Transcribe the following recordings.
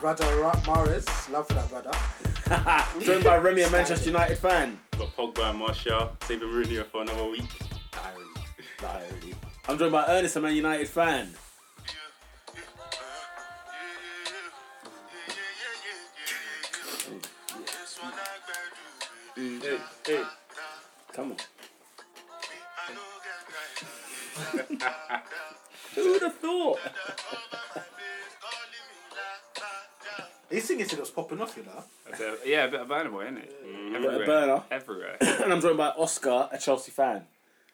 brother Ra- Mares. Love for that brother. Joined by Remy, a Manchester United fan. Got Pogba and Martial, saving Mourinho for another week. I'm joined by Ernest, a Man United fan. Hey, hey. Come on. Who would have thought? His singing said it was popping off, you know. That's a, yeah, a bit of burner boy, isn't it? Bit of burner. Everywhere. And I'm joined by Oscar, a Chelsea fan.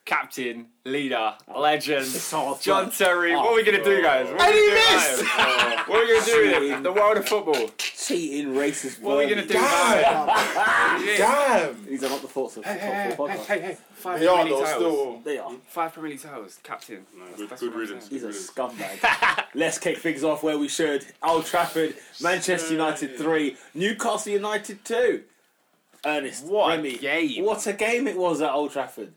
Captain, leader, legend, Oh, John Terry. what are we gonna do, guys? What are we gonna do with him? What are we gonna do with him? The world of football. cheating, racist. What are we gonna do? about Damn! it? Damn! These are not the thoughts of top four podcasts. Five They are Premier League though, titles. still. They are. Five Premier League titles. Captain. Good, That's good what I'm riddance. saying. He's a good riddance. scumbag. Let's kick things off where we should. Old Trafford, Manchester United three, Newcastle United two. Ernest, What a Remy, game. what a game it was at Old Trafford.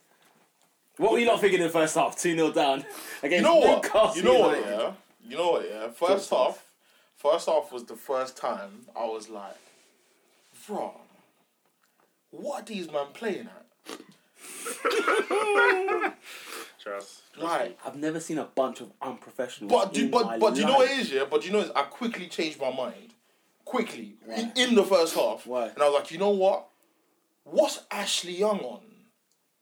What were you not thinking in the first half? Two 0 down against You know what? Newcastle. You know what? United. Yeah. You know what? Yeah. First half, first half was the first time I was like, bro, what are these man playing at? Trust. Like, I've never seen a bunch of unprofessionals. but do in my but but do you know what life. it is? Yeah. But do you know is I quickly changed my mind, quickly in, in the first half, Why? and I was like, you know what? What's Ashley Young on?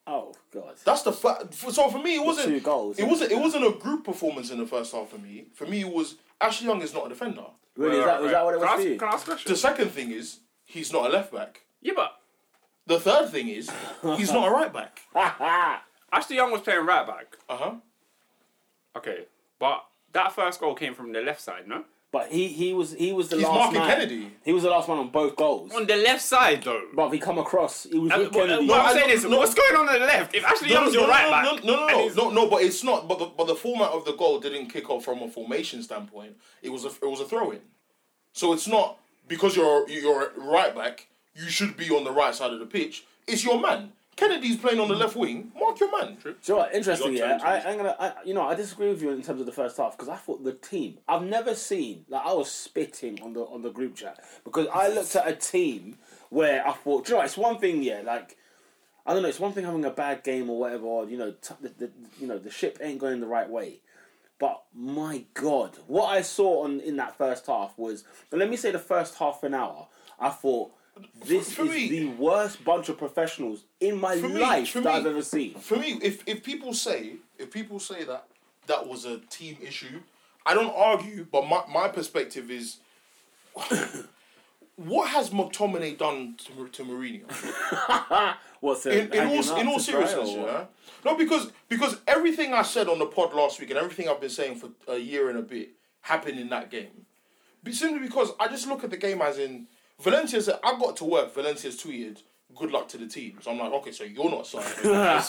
Oh God. That's the fa- f- so for me it wasn't two goals, It yeah. wasn't it wasn't a group performance in the first half for me. For me it was Ashley Young is not a defender. Really? Is that, was that what it was Can for I ask- you? Can I ask a question? The second thing is he's not a left back. Yeah, but The third thing is he's not a right back. Ashley Young was playing right back. Uh huh. Okay, but that first goal came from the left side, no? But he, he was he was the He's last Martin man. Kennedy. He was the last man on both goals. On the left side, though. But he come across. He was Uh, with what, Kennedy. what No, I'm I saying don't- is, no. what's going on on the left? If Ashley Young's your no, right no, back, No, no, and no, no, he's- no, no, But it's not. But the, but the format of the goal didn't kick off from a formation standpoint. It was a it was a throw in. So it's not because you're you're a right back. You should be on the right side of the pitch. It's your man. Kennedy's playing on the left wing. Mark your man. Do you know what? Interesting. Your Yeah, turn, I, James. I'm gonna. I, you know, I disagree with you in terms of the first half because I thought the team. I've never seen like I was spitting on the on the group chat because I looked at a team where I thought, do you know, what, it's one thing. Yeah, like I don't know, it's one thing having a bad game or whatever. Or, you know, t- the, the you know the ship ain't going the right way. But my God, what I saw on in that first half was. and Let me say the first half an hour. I thought. This For is me- the worst bunch of professionals in my For me- life for that me- I've ever seen. For me, if if people say if people say that that was a team issue, I don't argue. But my, my perspective is, what has McTominay done to to Mourinho? What's it? In, in all in all seriousness, yeah. No, because because everything I said on the pod last week and everything I've been saying for a year and a bit happened in that game. But simply because I just look at the game as in Valencia's. I got to work. Valencia's tweeted, "Good luck to the team." So I'm like, okay, so you're not signed. you're not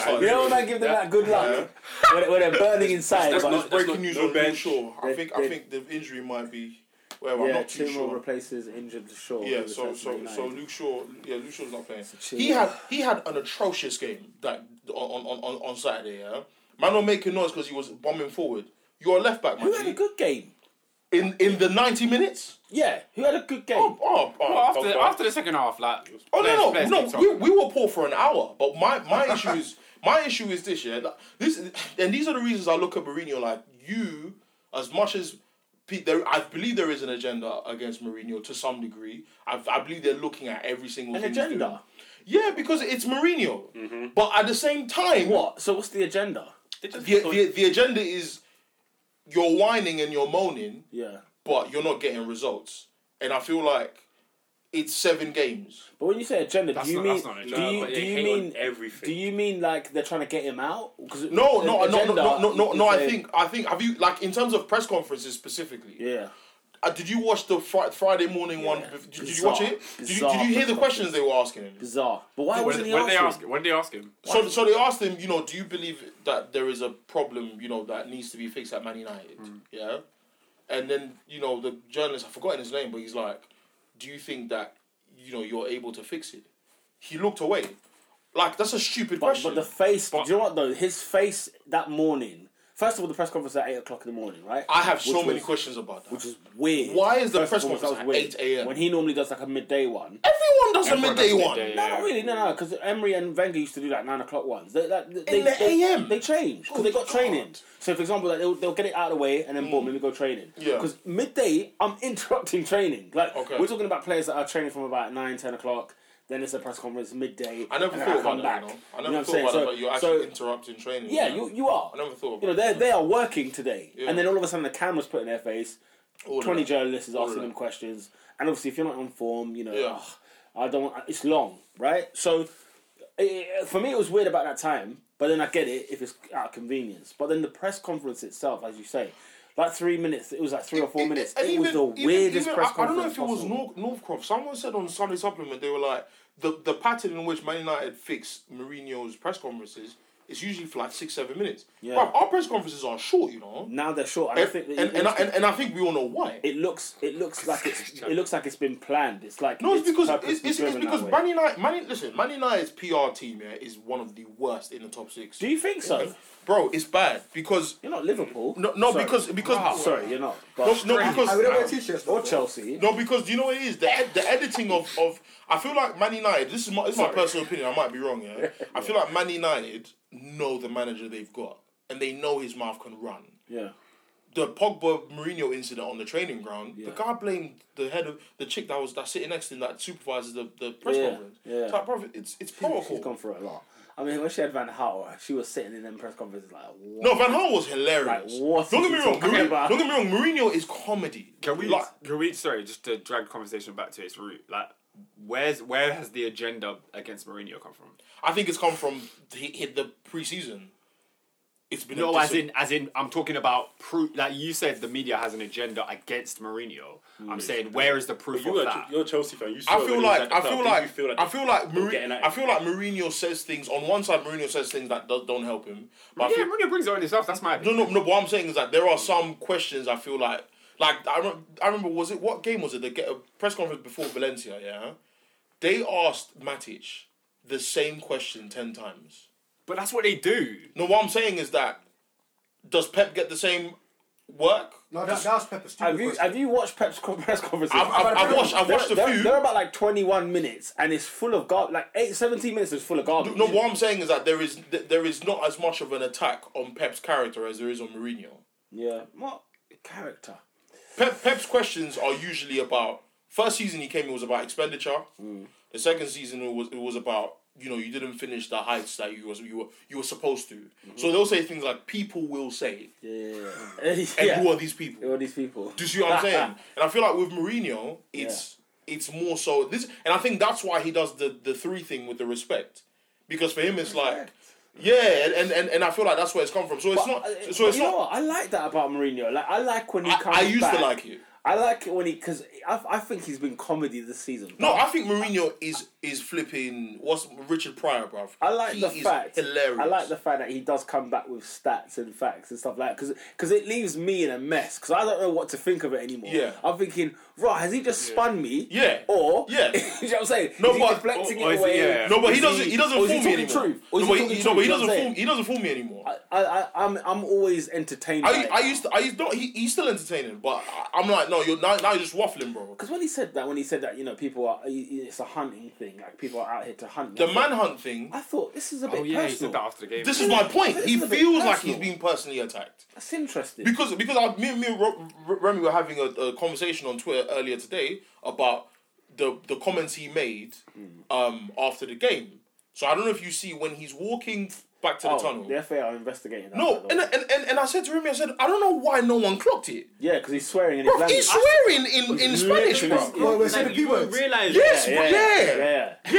signed. You know when I give them that good luck when, when they're burning inside. but not- that's breaking news no on bench. bench. Shaw. I They- think they- I think the injury might be. Well, I'm yeah, not too two more sure. replaces injured to Shaw. Yeah, for so Manchester so so United. Luke Shaw. Yeah, Luke Shaw's not playing. chill. He had he had an atrocious game that on on on, on Saturday. Yeah, man, not making noise because he was bombing forward. You're a left back, man. who had a good game? in in the 90 minutes. Yeah, who had a good game? Oh, oh, oh, Well, after, Pogba. after the second half, like. Oh players- no, players no, kicked no! off. We, we were poor for an hour, but my, my issue is my issue is this. Yeah, Like, this and these are the reasons I look at Mourinho like you. As much as pe- there, I believe there is an agenda against Mourinho to some degree. I, I believe they're looking at every single An thing he's doing. agenda? Yeah, because it's Mourinho. Mm-hmm. But at the same time, What? So what's the agenda? the, the the agenda is you're whining and you're moaning, Yeah, but you're not getting results. And I feel like it's seven games. but when you say agenda, do you not- mean that's not an do agenda, you but do they you hate on mean everything. Do you mean like they're trying to get him out? 'Cause No, an no, no, no, agenda, no, no, no, no. you I say- think, I think. Have you like in terms of press conferences specifically? yeah. Uh, did you watch the fri- Friday morning one? Did, did you Bizarre. watch it? Did you, Bizarre did you hear the press questions they were asking him? Bizarre, but why What wasn't did he what did they ask? asking? What did they ask him? So, so they asked him, you know, do you believe that there is a problem, you know, that needs to be fixed at Man United? Hmm. Yeah, and then you know the journalist, I've forgotten his name, but he's like, do you think that you know you're able to fix it? He looked away, like that's a stupid But, but question. the face, do you know what though? His face that morning First of all, the press conference at eight o'clock in the morning, right? I have so Which many was- questions about that. which is weird. Why is the First press of all, that conference was at weird. 8 a.m.? When he normally does like a midday one. Everyone does Everyone a midday does one. midday, No, yeah. not really. No, no, because Emery and Wenger used to do like nine o'clock ones. They, like, they, the they- AM? They changed because they got Good training. God. Mm. So, for example, like, they'll, they'll get it out of the way and then boom, let me go training. Yeah. Because midday, I'm interrupting training. Like Okay. we're talking about players that are training from about nine, ten o'clock. Then it's a press conference midday. I never and then thought about come that. back. You know? I You know never what I'm thought saying? about so, that, but you're actually so, interrupting training. yeah, you you are. I never thought You know, about they they are working today, Yeah. and then all of a sudden the camera's put in their face. all of Twenty that. journalists is All of asking that. them questions, and obviously if you're not on form, you know, Yeah. "Ugh, I don't. want- It's long, right? So eh, for me, it was weird about that time, but then I get it if it's out of convenience. But then the press conference itself, as you say, like three minutes. It was like three or four minutes. It, E-, And was even- the even- weirdest even- press I, I conference. don't know if it was possible. North, Northcroft. Someone said on Sunday Supplement they were like the the pattern in which Man United fix Mourinho's press conferences is usually for like six seven minutes. Yeah. Bruv, our press conferences are short, you know. Now they're short. and I And think and, that it and, I, looks- and, and I think we all know why. it looks it looks like it's it looks like it's been planned. It's like No, it's, because purposely it's, it's, it's driven that because way. Man United. Man, U- listen, Man United's PR team yeah, is one of the worst in the top six. Do you think so? Bro, it's bad because You're not Liverpool. no, no Sorry. because because sorry, you're not. But no, no because I would wear t-shirts. or Chelsea. No, because do you know what it is? The, ed- the editing of, of I feel like Man United. This is my this is my personal opinion. I might be wrong. Yeah, I feel like Man United know the manager they've got, and they know his mouth can run. Yeah. The Pogba Mourinho incident on the training ground. Yeah. The guy blamed the head of the chick that was that sitting next to him that supervises the, the press Yeah, conference. yeah. It's like, bro, it's She's it's protocol. gone for a lot. I mean, when she had Van Gaal, she was sitting in them press conferences like, what? No, Van Gaal was hilarious. Like, what don't is get me he wrong. talking Mourinho, about? don't get me wrong. Mourinho is comedy. Can we, Like, can we, sorry, just to drag the conversation back to its root, like, where's where has the agenda against Mourinho come from? I think it's come from the, the preseason. It's been a No, as dis- in, as in, I'm talking about proof. Like you said, the media has an agenda against Mourinho. I'm saying, where is the proof You of are, that? you're a Chelsea fan. You saw I it when feel he was at like the I club. feel Did you like feel like I feel like getting Mourinho, at I him? feel like Mourinho says things. On one side, Mourinho says things that do- don't help him. But I yeah, feel, Mourinho brings it on himself. That's my no, opinion. no, no. What I'm saying is that there are some questions. I feel like like I, rem- I remember was it what game was it? The get a press conference before Valencia. Yeah, they asked Matic the same question ten times. But that's what they do. No, what I'm saying is that does Pep get the same work? No, that, that was Pepper. Stupid Have you question. have you watched Pep's co- press conferences? I've, I've, I've watched I've They're- watched a they're, few. They're about like 21 minutes, and it's full of garbage. Like eight, 17 minutes is full of garbage. No, what I'm saying is that there is th- there is not as much of an attack on Pep's character as there is on Mourinho. Yeah. What character? Pep, Pep's questions are usually about first season he came it was about expenditure. The second season it was it was about you know you didn't finish the heights that you was you were you were supposed to. So they'll say things like people will say Yeah. and yeah. who are these people? Who are these people? Do you see what I'm saying? And I feel like with Mourinho it's it's more so this and I think that's why he does the the three thing with the respect because for him it's like yeah and, and, and, and I feel like that's where it's come from. So it's not Uh, so it's you know not what? I like that about Mourinho. Like I like when he I, comes I used back. to like it. I like it when he because I, I think he's been comedy this season. No, I think Mourinho is is flipping. What's Richard Pryor, bruv? I like He the is fact. Hilarious. I like the fact that he does come back with stats and facts and stuff like that because it leaves me in a mess because I don't know what to think of it anymore. Yeah. I'm thinking, right, has he just spun me? Yeah. Or Yeah. you know what I'm saying? No, is he but- deflecting or- or it is he- away. yeah. No, but he Is doesn't. He, doesn't or is fool he me talking anymore. truth? Or is no, but he he, talking truth? no, but he You know what doesn't I'm fool. saying? He doesn't fool me anymore. I, I, I, I'm, I'm always entertained. I, used to. I used no. He, he's still entertaining, but I, I'm like, no. You're now, now. You're just waffling, bro. because when he said that, when he said that, you know, people are, it's a hunting thing. Like people are out here to hunt. The manhunt thing. I thought this is a bit Oh yeah, he personal. said that after the game. This is my point. This He is a bit feels like he's personal. being personally attacked That's interesting. because because I, me and me and Ro- R- Remy were having a, a conversation on Twitter earlier today about the the comments he made Hmm. um, after the game. So I don't know if you see when he's walking back to the Oh, tunnel. The FA are investigating that. by No, the and, way. and, and, and I said to him, I said, I don't know why no one clocked it. yeah, because he's swearing in his Bruv, he's language. swearing in, in Spanish, bro. Yeah, Well, we're saying the you people. realize Yes, yeah, yeah,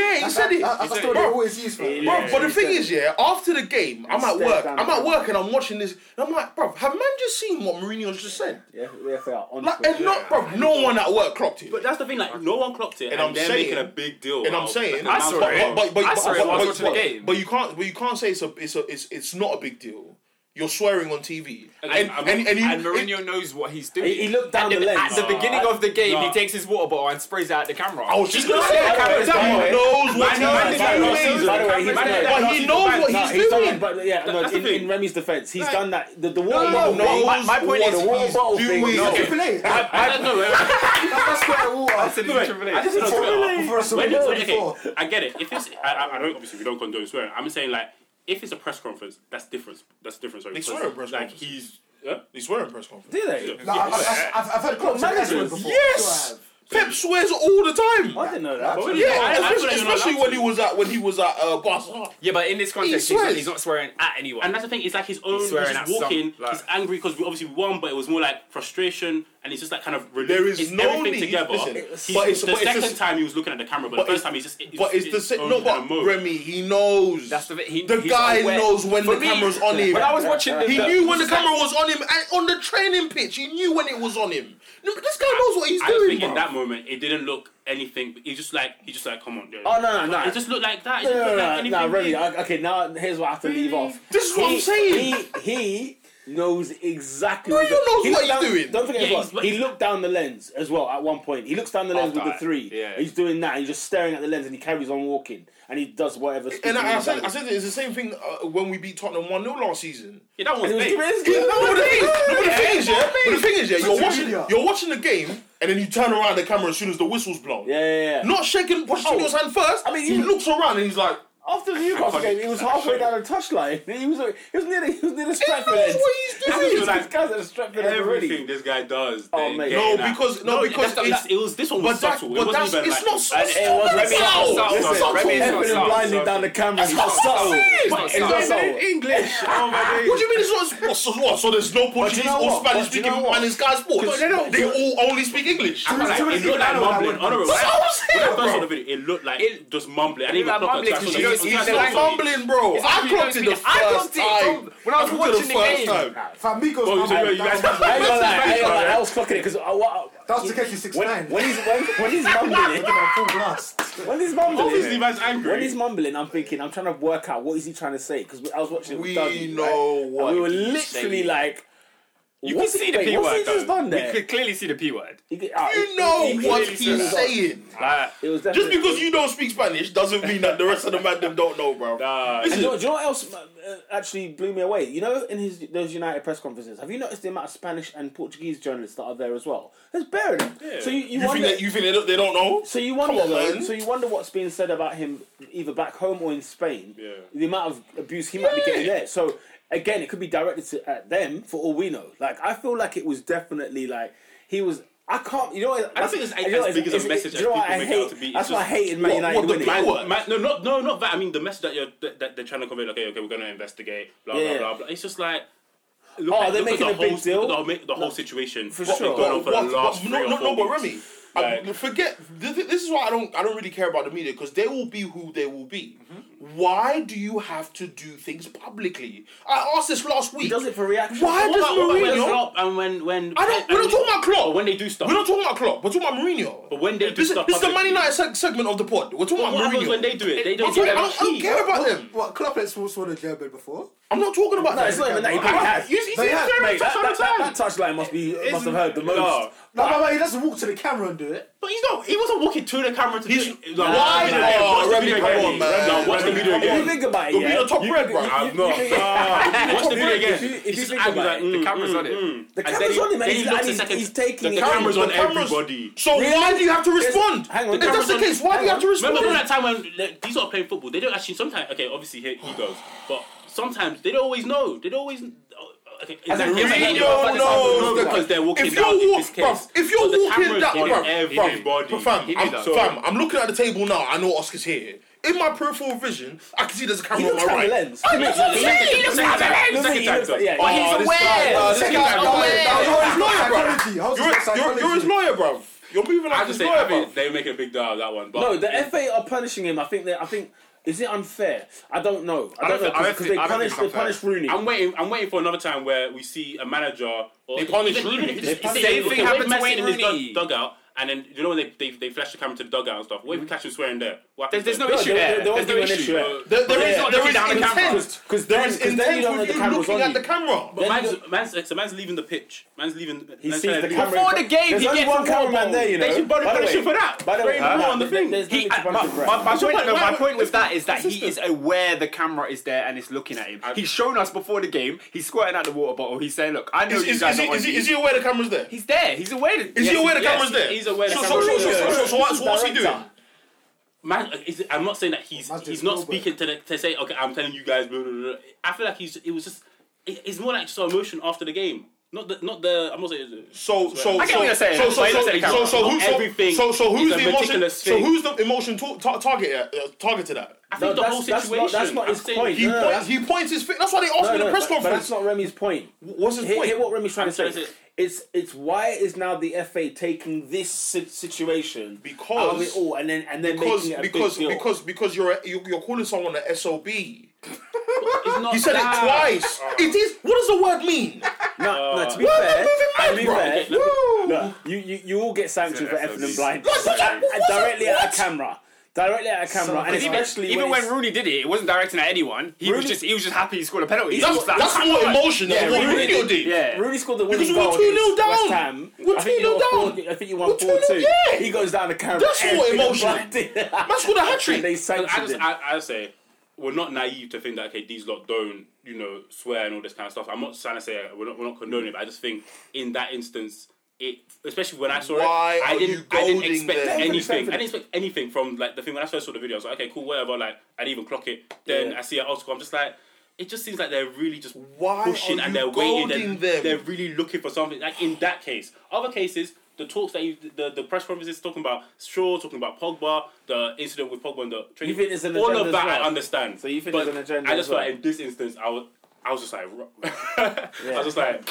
yeah, yeah. he said it. That- That's the He said- story they Bruv, always use for. Yeah. Bro, but the thing is, yeah, after the game, I'm at stared work. down I'm the at camera. work and I'm watching this. And I'm like, bro, have man just seen what Mourinho's just said? Yeah, the FA are on Like, to it. and not, bro, no one at work clocked it. But that's the thing. Like no one clocked it, and, I'm they're saying- making a big deal. and I'm out- saying, I saw but, it. But, but, but, I saw it but- while I was but- watching the but- game. But you can't, but you can't say it's a, it's a, it's, it's not a big deal you're swearing on TV. And, And, and, and, you, and Mourinho knows what he's doing. He- he looked down And the then lens. At the beginning Oh, of the game, no. he takes his water bottle and sprays it at the camera. I was just gonna not say, there, that camera's down. guy knows what Man, no, he's man, no, doing. no, By the way, he's Man, done it. no, no, But no, he no, knows no, what no, he's no, He's done doing. it, but yeah, no, that's the in, in thing. Remy's defence, he's done that. The, the water No, bottle, no, thing- my- my point the is, water he's bottle doing thing. what he's no. doing. Triple A. I don't know. That's quite a That's an water. interview. I just Triple don't A. know. For us to When know it's- before. okay, I get it. If it's, I, I- I don't. Obviously, we don't condone swearing. I'm saying like, if it's a press conference, that's different. That's different. Sorry, They because, swear at press like conferences. he's. Yeah? They swear in press conference. Do they? No, I've, I've, I've, I've heard Klopp say managers. that before. Yes! So I have. Pep swears all the time. I didn't know that. But when Yeah, it's- I- I feel especially, like you're not especially allowed when to. he was at when he was at uh, Barca. Yeah, but in this context, he's, swears. not, he's not swearing at anyone. And that's the thing. It's like his own. He's, swearing at just walking. some- like- he's angry because we obviously won, but it was more like frustration, and it's just like kind of relief. There is it's no everything need- together. listen, He's- but it's- the but it's second just- time he was looking at the camera, but, but the it's- first time he's just. It's, But it's the same. own No, kind of but mode. Remy, he knows. That's the thing, he- the he's guy aware. knows when For the me, camera's on him. When I was watching the, he the- knew when the camera was on him and on the training pitch. He knew when it was on him. No, but This guy knows what he's I just doing. think in bruv. that moment it didn't look anything. But he just like he just like come on. Dude. Oh, no, no, no. It just looked like that. It No, didn't no, look no, like no, anything no, Remy. big. I- Okay, now here's what I have to leave off. This is what I'm saying. He, he knows exactly. Remy the- knows he what looked he's down- doing. Don't forget Yeah, as he's- well. but- He looked down the lens as well at one point. He looks down the lens After with the that, three. yeah. He's doing that. He's just staring at the lens and he carries on walking and he does whatever. And I, I speaking said, I said it's the same thing uh, when we beat Tottenham one 0 last season. Yeah, that was he was big. giving his No, but the thing is, no, but the thing is, yeah, but the thing is, yeah, you're Social watching, media. you're watching the game, and then you turn around the camera as soon as the whistle's blown. Yeah, yeah, yeah. Not shaking Pochettino's Oh. hand first. I mean, he you- looks around and he's like, After the Newcastle game, he was halfway down the touchline. He was he was near the, he was near the Stratford knows end. what he's doing. He was like, guys at the Stratford end already. Everything this guy does. Oh, they mate. get No, in that. because- no, because that's- it's- that's- it was this one was but that, subtle. but it that's, wasn't even it's like not It subtle. was That's Remy- subtle. That's Remy- Remy- subtle. Remy- What Remy- Effing and subtle, blindly subtle. down the camera. It's not not subtle. subtle. It's not It's not subtle. subtle. English. Oh my days. do you mean it's not what, so, what, so there's no Portuguese know or what? But Spanish do you speaking know what? man in Sky Sports? Because- they, don't- they all only speak English. Like, Too many it looked people know that like mumbling. one. Honourable. That's what I'm When saying, I first bro. saw the video, it looked like It- just mumbling. I didn't it even looked clock like it. mumbling 'cause you don't- He's That's not what I'm mumbling, bro. I clocked it the I clocked first it from- time. when I clocked was it watching the first game. time. Famigo's Well, you number, know, you that guys- was- I ain't gonna lie, I ain't gonna lie, Right. I was clocking it because That's the case he's six uh, when, nine. when he's when, when he's mumbling, Give him a full blast. when he's mumbling, Obviously, man's angry. when he's mumbling, I'm thinking, I'm trying to work out what is he trying to say because I was watching. it with We Dougie, know right? And what we were he's literally saying. like, You can what's see he, the wait, P what's he word. just though. done there? You could clearly see the P word. He get- ah, You he- know he- he what clearly he's said that. saying. Like, It was Just definitely- because you don't speak Spanish doesn't mean that the rest of the man them don't know, bro. Nah. Listen, And do, you know- do you know what else uh, uh, actually blew me away? You know, in his those United press conferences, have you noticed the amount of Spanish and Portuguese journalists that are there as well? There's bearing. So you, you, you think wonder. that you think they don't, they don't know? so you wonder, Come on, though, man. so you wonder what's being said about him, either back home or in Spain. Yeah. The amount of abuse he might be getting there. So again, it could be directed to, at them for all we know. Like I feel like it was definitely like he was. I can't. You know what? I don't think it's you know as what, big as a it's- it's- message do you know as what people I make it out hate? to be. It's That's why I just- hated Man What- United what the winning. people Man, man, no, not no, not that. I mean, the message that you're that, that they're trying to convey, like, okay, okay, we're gonna investigate, blah Yeah. blah blah blah. It's just like, look Oh, at- they're look at making a the big whole, deal? The, whole- the whole situation, for sure. going on for What- the what- last no, three no, or four no, but weeks. Remy, I- Like- forget. This, this is why I don't. I don't really care about the media because they will be who they will be. Mm-hmm. Why do you have to do things publicly? I asked this last week. does it for reaction. Why What does about- what about when Mourinho? Klopp and when when I don't. We're and- not talking about But Klopp. when they do stuff. We're not talking about Klopp. We're talking about Mourinho. But when they do this, stuff this is the Man publicly- United seg- segment of the pod. We're talking What about happens Mourinho. when they do it? They I'm don't sorry, give I them don't, I don't heat. care about them. What Klopp has sworn a German before. I'm not talking about No, them. it's not even that. He I- probably I- has. You see, They you have, see, Mate, that, touch on that, the that, time. that touchline must be must have heard the most. No. No, no, no, he doesn't walk to the camera and do it. But he's not. He wasn't walking to the camera to He's- do it. Why? watch the video- Oh, watch the Remy, video come again. on, man. No, watch the Remy, video come If again. you think about it, You'll be yeah, the top you- red, bro. you- I'm you- not. you- If Watch the video you- again. if you- if It's you just think angry, about like, it, mm, the camera's on it. the And then camera's he- on him, then and he he's, looks and a he's, second- he's taking the it. camera's The on cameras- everybody. So Really? why do you have to Yes. respond? Hang on, If that's the hang on. case, why do you have to respond? Remember all that time when like, these are playing football, they don't actually sometimes. Okay, obviously here egos, but sometimes they don't always know. They don't always. oh, Okay, And exactly. Mourinho Exactly. But knows no, that- because they're walking if you're down in walk- this case. bruv, if you're But the walking camera's down- on bruv, everybody. But fam, He I'm, knew that. fam, I'm looking at the table now. I know Oscar's here. In my peripheral vision, I can see there's a He camera on looks my at right. the lens. I know what I'm saying. He looks at the lens. Look at- he looks- yeah, but yeah. Oh, he's this guy- aware. oh, This this guy's guy's aware. aware. You're his lawyer, bro. Psychology. How's You're, his you're, you're his psychology? lawyer, bruv. You're moving I like have to his say, lawyer, I mean, bruv. they make a big deal out of that one. But No, the FA are punishing him. I think they. I think is it unfair? I don't know. I don't know don't think- I don't because they think- I don't punish think they it's punish Rooney. I'm waiting. I'm waiting for another time where we see a manager. Or They punish even- Rooney. even if it's- They it's- punish- Same it's- thing it's- happened to Messi Wayne in his Rooney. dug- Dugout, And then you know when they they, they flash the camera to the dugout and stuff. What if we catch him swearing there? What There's, happens there's no, No, issue there- there. there- there There's wasn't no even an issue issue. there. There, there is Yeah. not looking There down is the camera. intent. Because There then, is 'cause then you intent don't know with the you camera was looking on at the you. camera. But Then man's, you man's, so man's leaving the pitch. Man's leaving. He man's sees trying the to leave. camera. Before the game, There's he only gets one the ball. cameraman there, you know. They should body By the punish way- him for that. By the way, Very important on the thing. There's no He, need to uh, punish my, him for that. my, my point, Why- no, my why- point with that is that he is aware the camera is there and it's looking at him. He's shown us before the game. He's squirting at the water bottle. He's saying, "Look, I know Is, you is, guys is, are he, on is, he, me." is he aware the camera's there? He's there. He's aware. that- Is he yes, aware the yes, camera's there? he's aware the So, so, camera's so, so, there. so, so, so what's, what's he doing? Director. Man, is, I'm not saying that he's Man's he's just not nowhere. speaking to the, to say okay. I'm telling you guys. Blah, blah, blah. I feel like he's it was just it, it's more like just our emotion after the game. Not the not the I'm not saying So, so, I get what so, you're saying, so, so, but he so, looks at the so, camera. so, who, Not so, everything so, so, is who's a the emotion? meticulous So, thing. who's the emotion ta- ta- target? at- Uh, targeted at? No, I think the whole that's- that's situation. not- that's not I'm his saying point. He, No, points, that's- he points his finger. That's why they asked him in the press but, but conference. that's not Remy's point. What's his Hear, point? hear what Remy's trying to I'm say. trying to- It's it's why is now the FA taking this si- situation Because- out of it all and then and then because making it a because big deal. because because you're a, you- you're calling someone an sob. He It's not said that. it twice. It is. What does the word mean? no, no, to be Woo, fair, moving to mad, be bro. fair, Look, look, you, you you all get sanctioned for It's an effing and SOB. blind Look, what- And- and what- directly at a camera, directly at a camera, and Even- especially even when it's- Rooney did it, it wasn't directing at anyone. He was Rooney- just he was just happy he scored a penalty. It That's was like- that's more emotion than what Rooney Mourinho did. Yeah. Rooney scored the Because winning we were goal 2-0 against down. West Ham. We were I think you 2-0 won down. Four, I think you We won were four two. 2-0, yeah. He goes down the camera. That's and more he goes emotion. blind. Man scored a hat And they trick. I sanctioned just him. I, I say we're not naive to think that okay these lot don't you know swear and all this kind of stuff. I'm not trying to say we're not, we're not condoning it, but I just think in that instance. It, especially when I saw Why it, I are didn't. you I didn't goading expect them? anything. I Definitely. didn't expect anything from like the thing when I first saw the video. I was like, okay, cool, whatever. Like, I didn't even clock it. Then Yeah. I see an article. I'm just like, it just seems like they're really just Why pushing are and you they're waiting. They're, goading them? they're really looking for something. Like in that case, other cases, the talks that you, the the press conferences talking about Shaw, talking about Pogba, the incident with Pogba and the training. You think there's an all agenda of as that I well? understand. So you think but there's an agenda I just as well? felt in this instance, I was I was just like, ru- I was just like,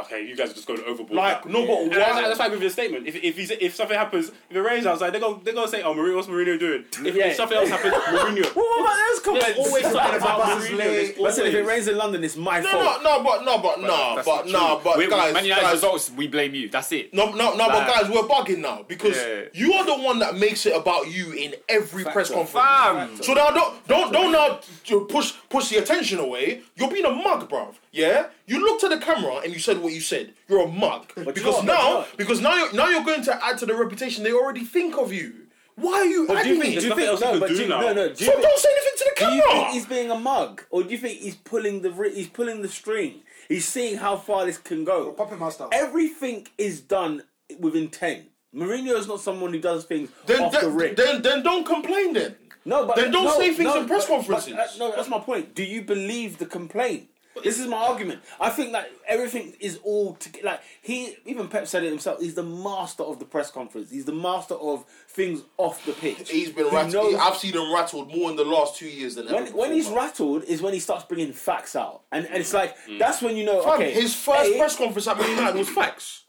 okay, you guys are just going overboard. Like no, And but that's, that's why? why I give you a statement. If if, he's, if something happens, if it rains outside, they're gonna they're gonna say, "Oh, Mourinho, what's Mourinho doing?" If, Yeah. if something else happens, Mourinho. What about those There's comments? always something about About his Mourinho. leg. There's Listen, if it always- rains in London, it's my No, fault. no, no, but no, but no, That's not but true. no, We- but Man guys, United's guys, results, we blame you. That's it. No, no, no, but Like- guys, we're bugging now because Yeah. you are the one that makes it about you in every press conference. Fam. So now don't don't don't now j- push push the attention away. You're being a mug, bruv. Yeah, you looked at the camera and you said what you said. You're a mug you know because what, but you now know what? because now you're, now you're going to add to the reputation they already think of you. Why are you Do adding you think? it? Do you nothing think? else you No, can but do do you, now. no, no. Do so you think, don't say anything to the do you think camera. he's being a mug, or do you think he's pulling the ri- he's pulling the string? He's seeing how far this can go. Puppet master. Everything is done with intent. Mourinho is not someone who does things then, off the then, rip. then then don't complain then. no, but then don't no, say things no, in press but- conferences. but, uh, no, that's my point. Do you believe the complaint? This is my argument. I think that everything is all to, like he even Pep said it himself. He's the master of the press conference. He's the master of things off the pitch. He's been He rattled. knows- I've seen him rattled more in the last two years than when, ever. when he's before, bruv. rattled is when he starts bringing facts out, and, and it's like that's when you know. Mm. Fam, Okay, his first A- press conference at Man United was facts.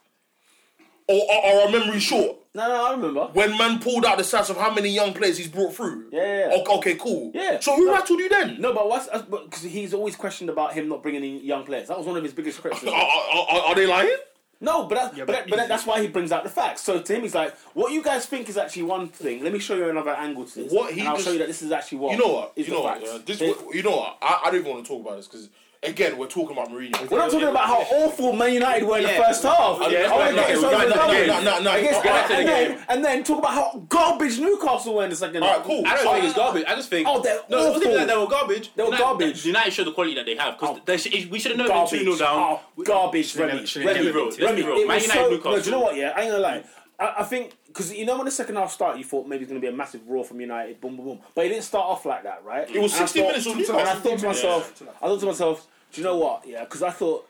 Or, or, or our memory short. No, no, I remember. When man pulled out the stats of how many young players he's brought through. Yeah, yeah, yeah. Okay, okay, cool. Yeah. So who No. rattled you then? No, but what's because he's always questioned about him not bringing in young players. That was one of his biggest Are, criticisms. are, are- are they lying? No, but that, but, but that, but that- that's why he brings out the facts. So to him, he's like, "What you guys think is actually one thing. Let me show you another angle to this. What he and I'll just- show you that this is actually what You know what? is You the know what? facts. yeah? This, They- you know what? I, I don't even want to talk about this because, again, we're talking about Mourinho. we're not talking about how awful Man United were in the Yeah. first half. Yeah, I want to no, get this no, over no, and no, done no, with. no, no, no. Against- Go back to the and game. then and then talk about how garbage Newcastle were in the second All half. right, cool. I don't So- think it's garbage. I just think Oh, they're no, it wasn't even awful. that they were garbage. They were United, garbage. United showed the quality that they have because Oh. we should have known garbage. they were two 0 down. Oh, garbage, Should've Remy. never- should've Remy, never been Remy, two. Let's be real. it Man was United, so- Newcastle. No, do you know what? Yeah, I ain't gonna lie. I, I think because you know when the second half started, you thought maybe it's gonna be a massive roar from United, boom, boom, boom. But it didn't start off like that, right? It was 60 minutes of Newcastle. And I thought to myself, Yeah. I thought to myself, do you know what? Yeah, because I thought.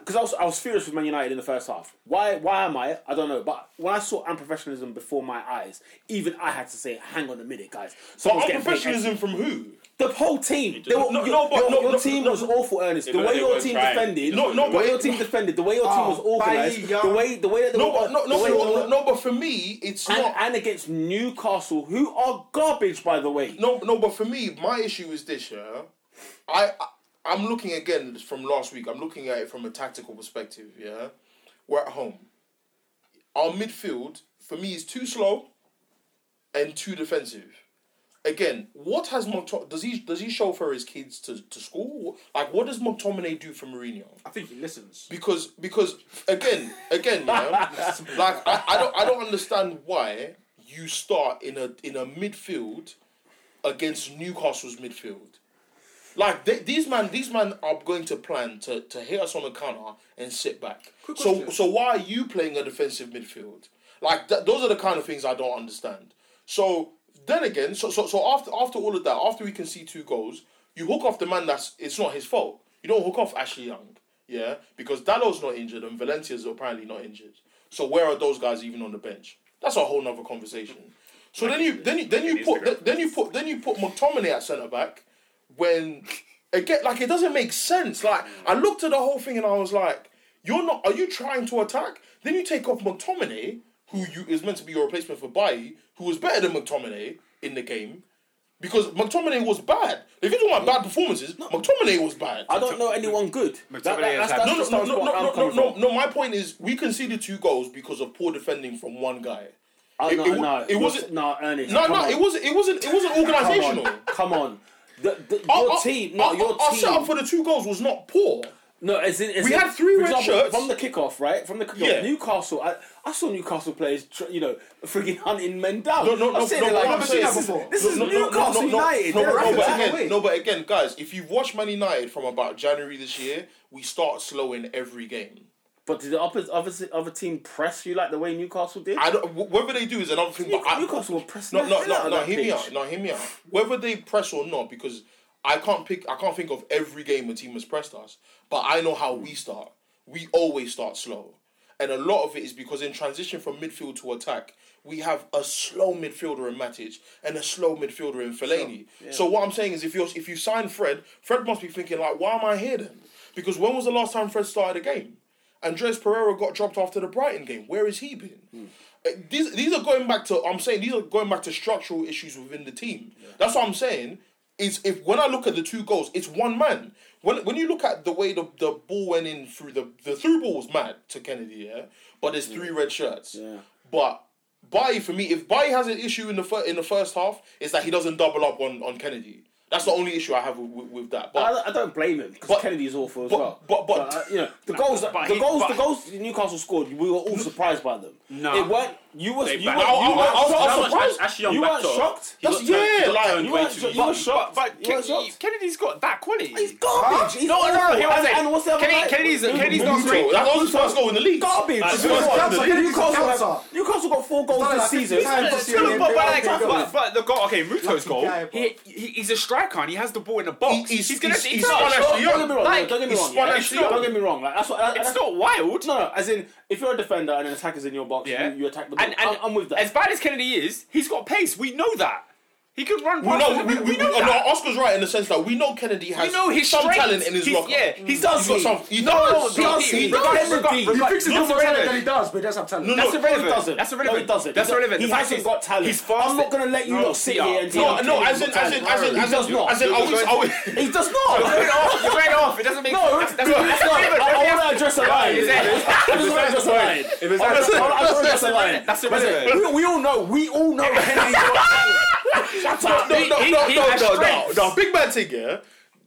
Because I was, I was furious with Man United in the first half. Why why am I? I don't know. But when I saw unprofessionalism before my eyes, even I had to say, "Hang on a minute, guys." Someone's getting paid extra." Unprofessionalism from who? The whole team. They were, No, your, no, but- your, no, your no, team no. was awful, Ernest. The but way they your weren't team trying. defended. No, no, the way but- your team defended. The way your team Ah, was Oh, organised. by The way the way that they No, were. but, no, the no, way no, they no, were- no, but for me, it's And, not. and against Newcastle, who are garbage, by the way. No, no, but for me, my issue is this, yeah. I, I I'm looking again from last week. I'm looking at it from a tactical perspective, yeah. We're at home. Our midfield, for me is too slow and too defensive. Again, what has Monto- does he does he chauffeur his kids to, to school? Like what does McTominay do for Mourinho? I think he listens. Because because again again you know, like I, I don't I don't understand why you start in a in a midfield against Newcastle's midfield. Like they, these man these man are going to plan to, to hit us on the counter and sit back. so question. so why are you playing a defensive midfield? Like th- those are the kind of things I don't understand. So then again, so so so after after all of that, after we can see two goals, you hook off the man that's it's not his fault. You don't hook off Ashley Young, yeah, because Dallo's not injured and Valencia's apparently not injured. So where are those guys even on the bench? That's a whole nother conversation. So then you then you then you put then, then you put then you put McTominay at centre back when again like it doesn't make sense. Like I looked at the whole thing and I was like, you're not are you trying to attack? Then you take off McTominay, who you is meant to be your replacement for Bailly, who was better than McTominay in the game. Because McTominay was bad. If you're talking about bad performances, McTominay was bad. I don't know anyone good. That, that, McTominay has that's had- that's No, just no, no, that's no, what I'm no, no, coming no, from. no. My point is, we conceded two goals because of poor defending from one guy. Oh, It- no, it wa- no, it wasn't- No, Ernest. No, come no, on. it wasn't. It wasn't. It wasn't Come organizational. on, come on. The, the, your Our- our- team, no, our- your Our team. setup for the two goals was not poor. No, as in, as We in- had three for red example, shirts. from the kickoff, right? From the kickoff, Yeah. Newcastle. I, I saw Newcastle players, tr- you know, freaking hunting men down. No, no, no, I'm sitting no, there but like, I'm this, saying- is, no, this No, is no, no, Newcastle no, no, United. No, They're no, acting but that again, way. no, but again, guys, if you've watched Man United from about January this year, we start slow in every game. But did the opposite, opposite, other team press you like the way Newcastle did? I don't. wh- Whether they do is another thing. But I, Newcastle were pressing No, the no, hell out no, of no. that Hear me pitch. out. No, hear me out. Whether they press or not, because I can't pick. I can't think of every game a team has pressed us. But I know how we start. We always start slow, and a lot of it is because in transition from midfield to attack, we have a slow midfielder in Matic and a slow midfielder in Fellaini. So what I'm saying is, if you if you sign Fred, Fred must be thinking like, why am I here then? Because when was the last time Fred started a game? Andres Pereira got dropped after the Brighton game. Where has he been? Hmm. Uh, These these are going back to I'm saying these are going back to structural issues within the team. That's what I'm saying. Is if when I look at the two goals, it's one man. When when you look at the way the, the ball went in through the the through ball was mad to Kennedy, yeah. But there's three red shirts. Yeah. But Bailly for me, if Bailly has an issue in the fir- in the first half, it's that he doesn't double up on, on Kennedy. That's the only issue I have with, with, with that. But I, I don't blame him because But- Kennedy's awful as but- well. but- but- uh, you know the goals, that but the he- goals, but- the goals Newcastle scored. We were all surprised by them. No. it weren't. You were. They You backed- weren't. I- I- You I weren't shocked. How much was- I was surprised. Ashley Young You backed weren't off? shocked. He got That's- yeah, he got like, turned You way weren't too shocked. easy. You were shocked. But You were Kennedy, shocked. Kennedy's got that quality. He's garbage. He's No, no, no, awful. he wasn't. And, and what's the other Kennedy- guy? Kennedy's- Dude, Kennedy's Bruno. not great. that was his first goal in the league. Garbage. That's- Newcastle, that's- Newcastle, that's- have- Newcastle got four goals That's- this that's- season. that's- But, that's- still, but, but, like, Lucky but, but the goal, okay, Ruto's goal. guy, bro. He, he, he's a striker and he has the ball in the box. He- he's- he's, gonna he's- he he's touched. Don't Ashley get Young. me wrong. Like, Don't get me wrong. it's yeah. not It's Ashley not- Young. Don't get me wrong. Like that's what. and- and It's that's- not wild. No, no. As in, if you're a defender and an attacker's in your box, Yeah. you, you attack the ball. And, and I'm, I'm with that. As bad as Kennedy is, he's got pace. We know that. He could run. We past know, us. we, we, we, know uh, that. no, Oscar's right in the sense that we know Kennedy has We know his some strengths. talent in his He's- locker. Yeah, he does. got he- some- he no, no, does. he- Does he- he? he does. Kennedy. Regard- He regard- fixes that's his more talent irrelevant. than he does, but he does have talent. No, no, That's no, irrelevant. irrelevant. doesn't. That's irrelevant. No, it doesn't. That's He irrelevant. He The fact hasn't is, got talent. he's fast. I'm not going to let you No, lot sit yeah. here and say no, no, Kennedy as in, got talent. as in, as in, as he does in, not. as in, I was, I was, he does not. You're going off. You're going off. It doesn't make No, sense. that's not. That's irrelevant. I want to address a line. Is it- I just want to address a line. If it's I wanna- I that wanna- I wanna address a line. That's Listen, irrelevant. we- We all know. We all know Kennedy's got talent. Shut up. no, He- no, he- no, he no, has no, no, strengths. no, big man thing, yeah.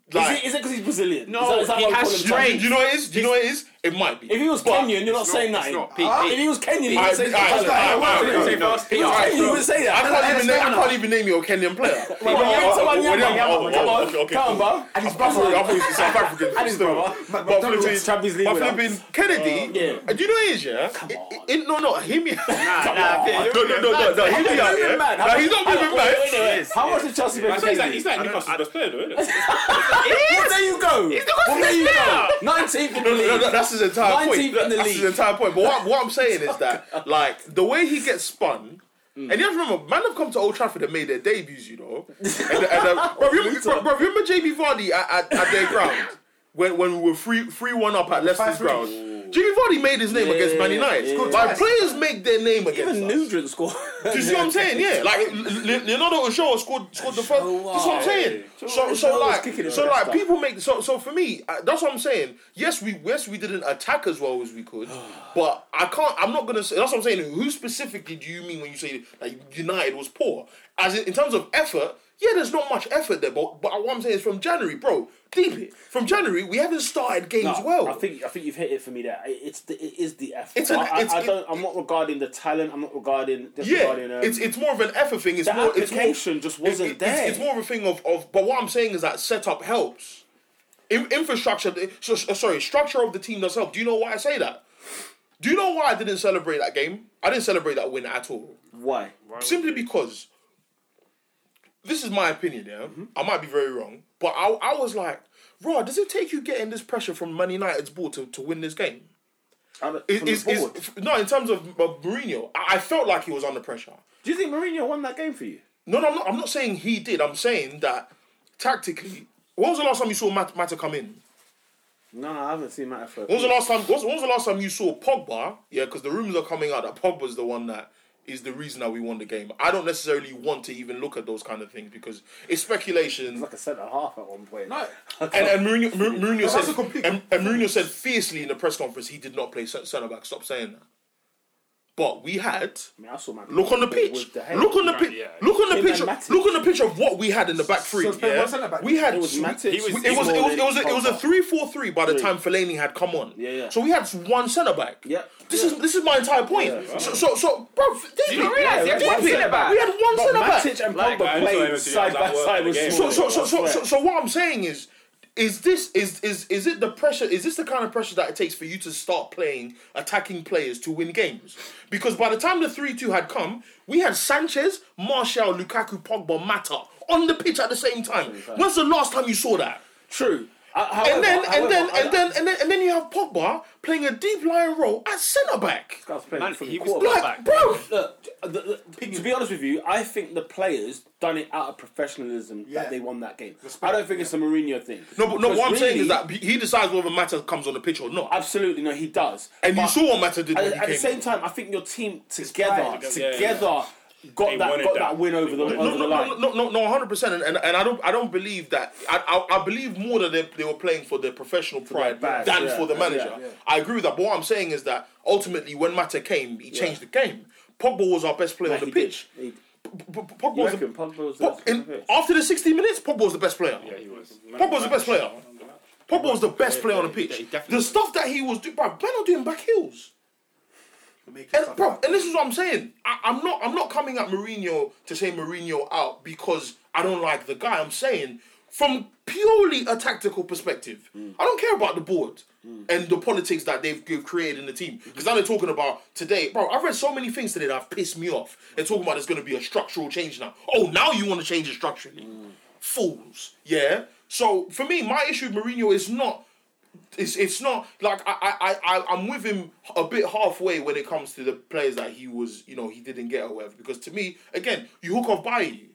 Is Like, it because he's Brazilian? No, Is that- is that he why we're has calling him do strength. talent? you know what it is? Do you know what it is? It might be. If he was Kenyan, you're not saying it's nothing. not. Pete, Huh? Pete. If he was Kenyan, you I- would say I- I- I- I- I- that. I- No. If he was Kenyan, you would say I that. can't even name. I Nah, nah. can't even name your Kenyan player. Come on, William- oh, come oh, on, okay, okay, come on, cool. bro. And he's I'm sorry, I baffled. thought he was South African. And his still. brother. But McDonald's flipping- Champions League but winner. flipping Kennedy. yeah. uh, Do you know what it is, yeah? It- on. it- it- No, no, hear me out. Nah, Pete, No, you're- no, no, no, no, hear me out, Moving yeah? mad. How No, much- he's not wait, moving wait, back. wait, wait, wait. How much did Chelsea pay for I say he's like Kennedy? he's like Newcastle's best player, though, isn't it? Well, there you go. Well, there you go. 19th in the No, no, no, league. that's his entire point. 19th in the That's his league. entire point. But what, what I'm saying is that, like, the way he gets spun. Mm. And you have to remember, man have come to Old Trafford and made their debuts, you know. And, and, uh, bro, remember, bro, bro, remember JB Vardy at, at, at their ground when, when we were 3 3 1 up at Leicester's ground? Jimmy Vardy made his name Yeah, against Man yeah, United. yeah. Like players make their name against Even us. Nugent scored. Do you see what I'm saying? Yeah, like Le- Le- Leonardo Ochoa scored scored the first. That's what I'm saying. So so Ochoa was like kicking so it. like people make so so for me uh, that's what I'm saying. Yes, we yes we didn't attack as well as we could, but I can't. I'm not gonna say that's what I'm saying. Who specifically do you mean when you say like United was poor? As in, in terms of effort. Yeah, there's not much effort there, but, but what I'm saying is from January, bro, deep it. From January, we haven't started games No, well. I think I think you've hit it for me there. It- It's the, it is the effort. It's an- I, I- it's- I it- don't. I'm not regarding the talent. I'm not regarding. yeah, disregarding, um, it's it's more of an effort thing. It's the more it's more, application just wasn't It- it- there. It's, it's more of a thing of, of but what I'm saying is that setup helps. In, infrastructure, so, so- sorry, structure of the team does help. Do you know why I say that? Do you know why I didn't celebrate that game? I didn't celebrate that win at all. Why? Simply because this is my opinion, yeah. Mm-hmm. I might be very wrong, but I, I was like, Rod, does it take you getting this pressure from Man United's ball to, to win this game? I don't- It- from the it's- it's- forward. f- no, in terms of uh, Mourinho, I, I felt like he was under pressure. Do you think Mourinho won that game for you? No, no, I'm not, I'm not saying he did. I'm saying that tactically. When was the last time you saw Mat- Mata come in? No, I haven't seen Matter for. When was the last time? When was, when was the last time you saw Pogba? Yeah, because the rumors are coming out that Pogba's the one that is the reason that we won the game. I don't necessarily want to even look at those kind of things because it's speculation. like a centre half at one point. No. And, and Mourinho, Mou- Mourinho that's said, a complete- and, and Mourinho said fiercely in the press conference he did not play centre back. Stop saying that. But we had I mean, I saw Man look on the pitch. With the head. Look on the Right, pitch. yeah. Look on the Him and pitch. Matic. Look on the pitch of what we had in the back three. it's been yeah? one centre-back. We had It was Matic. He was- it was it was it was, it was a Pogba. three four three by the time Fellaini had come on. Yeah, yeah. So we had one centre back. Yeah. This is this is my entire point. so, so so bro, do you realise they had one centre-back? We had one centre back. Matic and Like, Pogba I also played haven't seen side that by work side with again. So Suarez, so so, I so swear. so so what I'm saying is is this is is is it the pressure is this the kind of pressure that it takes for you to start playing attacking players to win games? Because by the time the 3-2 had come, we had Sanchez, Martial, Lukaku, Pogba, Mata on the pitch at the same time. When's the last time you saw that? true. Uh, however- And then, however, and then, I- and then, and then, and then you have Pogba playing a deep lying role at centre back. I was playing Man, from he was quarterback. Like, back. bro, Look, the- the- to be honest with you, I think the players done it out of professionalism Yeah. that they won that game. I don't think it's a Mourinho thing. no, but no. Because What I'm saying is really- that he decides whether Mata comes on the pitch or not. absolutely no, he does. and you But saw what Mata did when at, he at the came same on. time, I think your team together, pride. Yeah, yeah. together, got They that wanted got that, that. win over They the wanted- over No, the no, line. no, no, no, no, 100%. And, and, and I don't, I don't believe that. I, I, I believe more that they, they were playing for their professional pride badge, than yeah, for the yeah, manager. yeah. I agree with that. But what I'm saying is that ultimately, when Mata came, he changed the game. Pogba was our best player on the He pitch. did. He- P- P- Pogba You was the, reckon Pogba was the Pog- best player on the in, pitch? after the 60 minutes, Pogba was the best player. He was. Pogba's the best player. Pogba was the best player on the yeah, he pitch. definitely The was. stuff that he was doing, bro, man, not doing back heels. Make it And, tough. bro, and this is what I'm saying. I, I'm not. I'm not coming at Mourinho to say Mourinho out because I don't like the guy. I'm saying from purely a tactical perspective, I don't care about the board and the politics that they've, they've created in the team. Because now they're talking about today, bro. I've read so many things today that have pissed me off. They're talking about there's going to be a structural change now. Oh, now you want to change it structurally? Fools. Yeah. So for me, my issue with Mourinho is not it's it's not like I I I I'm with him a bit halfway when it comes to the players that he was you know he didn't get or whatever because to me again you hook off Bailly.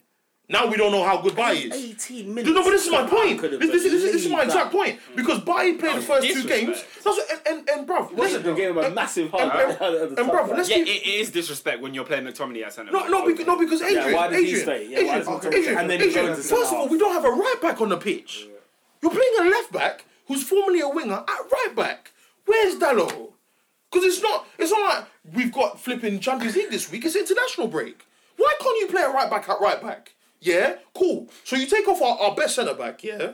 Now we don't know how good Bailly is. 18 minutes. No, no, but this is my I point. This, couldn't this, is- this, is- this is my believe that. exact point because Bailly played the first two disrespect. games. That's what, and and and bruv, Listen, they listen, gave him a massive and, heart. and, and, bruv, let's Yeah, be it, it is disrespect when you're playing McTominay at centre. no, back. no, because, no, because Adrian, why did he Adrian, stay? Yeah, why Adrian, does he okay, go- Adrian, and then he Adrian, goes to first centre of all, half. we don't have a right back on the pitch. You're playing a left back who's formerly a winger at right back. Where's Dallo? Because it's not, it's not like we've got flipping Champions League this week. It's international break. Why can't you play a right back at right back? Yeah, cool. So you take off our, our best centre back, yeah?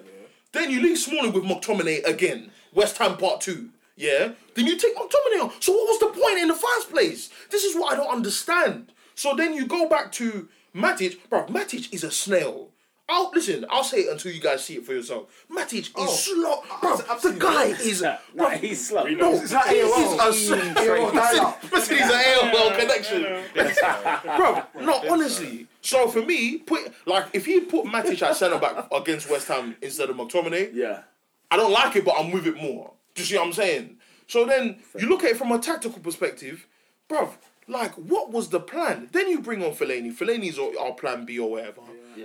Then you leave Smalling with McTominay again, West Ham part two. Yeah, then you take McTominay on. So what was the point in the first place? This is what I don't understand. So then you go back to Matic, bro. Matic is a snail. I'll listen. I'll say it until you guys see it for yourself. Matic is slow, bro. I've The seen guy it. is Yeah, Oh, nah, bro, he's slow. no, It's like he AOL. is a AOL dial-up. Listen, he's an AOL connection. Bro, no, honestly. So for me, put like if he put Matic at centre back against West Ham instead of McTominay, Yeah. I don't like it, but I'm with it more. Do you see what I'm saying? So then you look at it from a tactical perspective, bruv, like what was the plan? Then you bring on Fellaini. Fellaini's our, our plan B or whatever.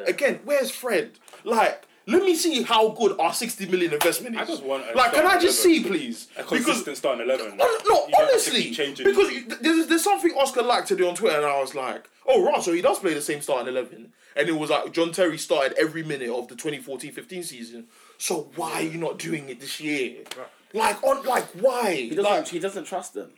Again, where's Fred? Like, Let me see how good our 60 million investment is. I just want a like, can I starting just see, eleven. please? A consistent starting eleven. Hon- no, You don't have to honestly, keep changing. because you- th- there's, there's something Oscar liked to do on Twitter, and I was like, oh, right, so he does play the same starting 11. And it was like, John Terry started every minute of the 2014-15 season, so why are you not doing it this year? Like, on, like why? He doesn't, Like, he doesn't trust them.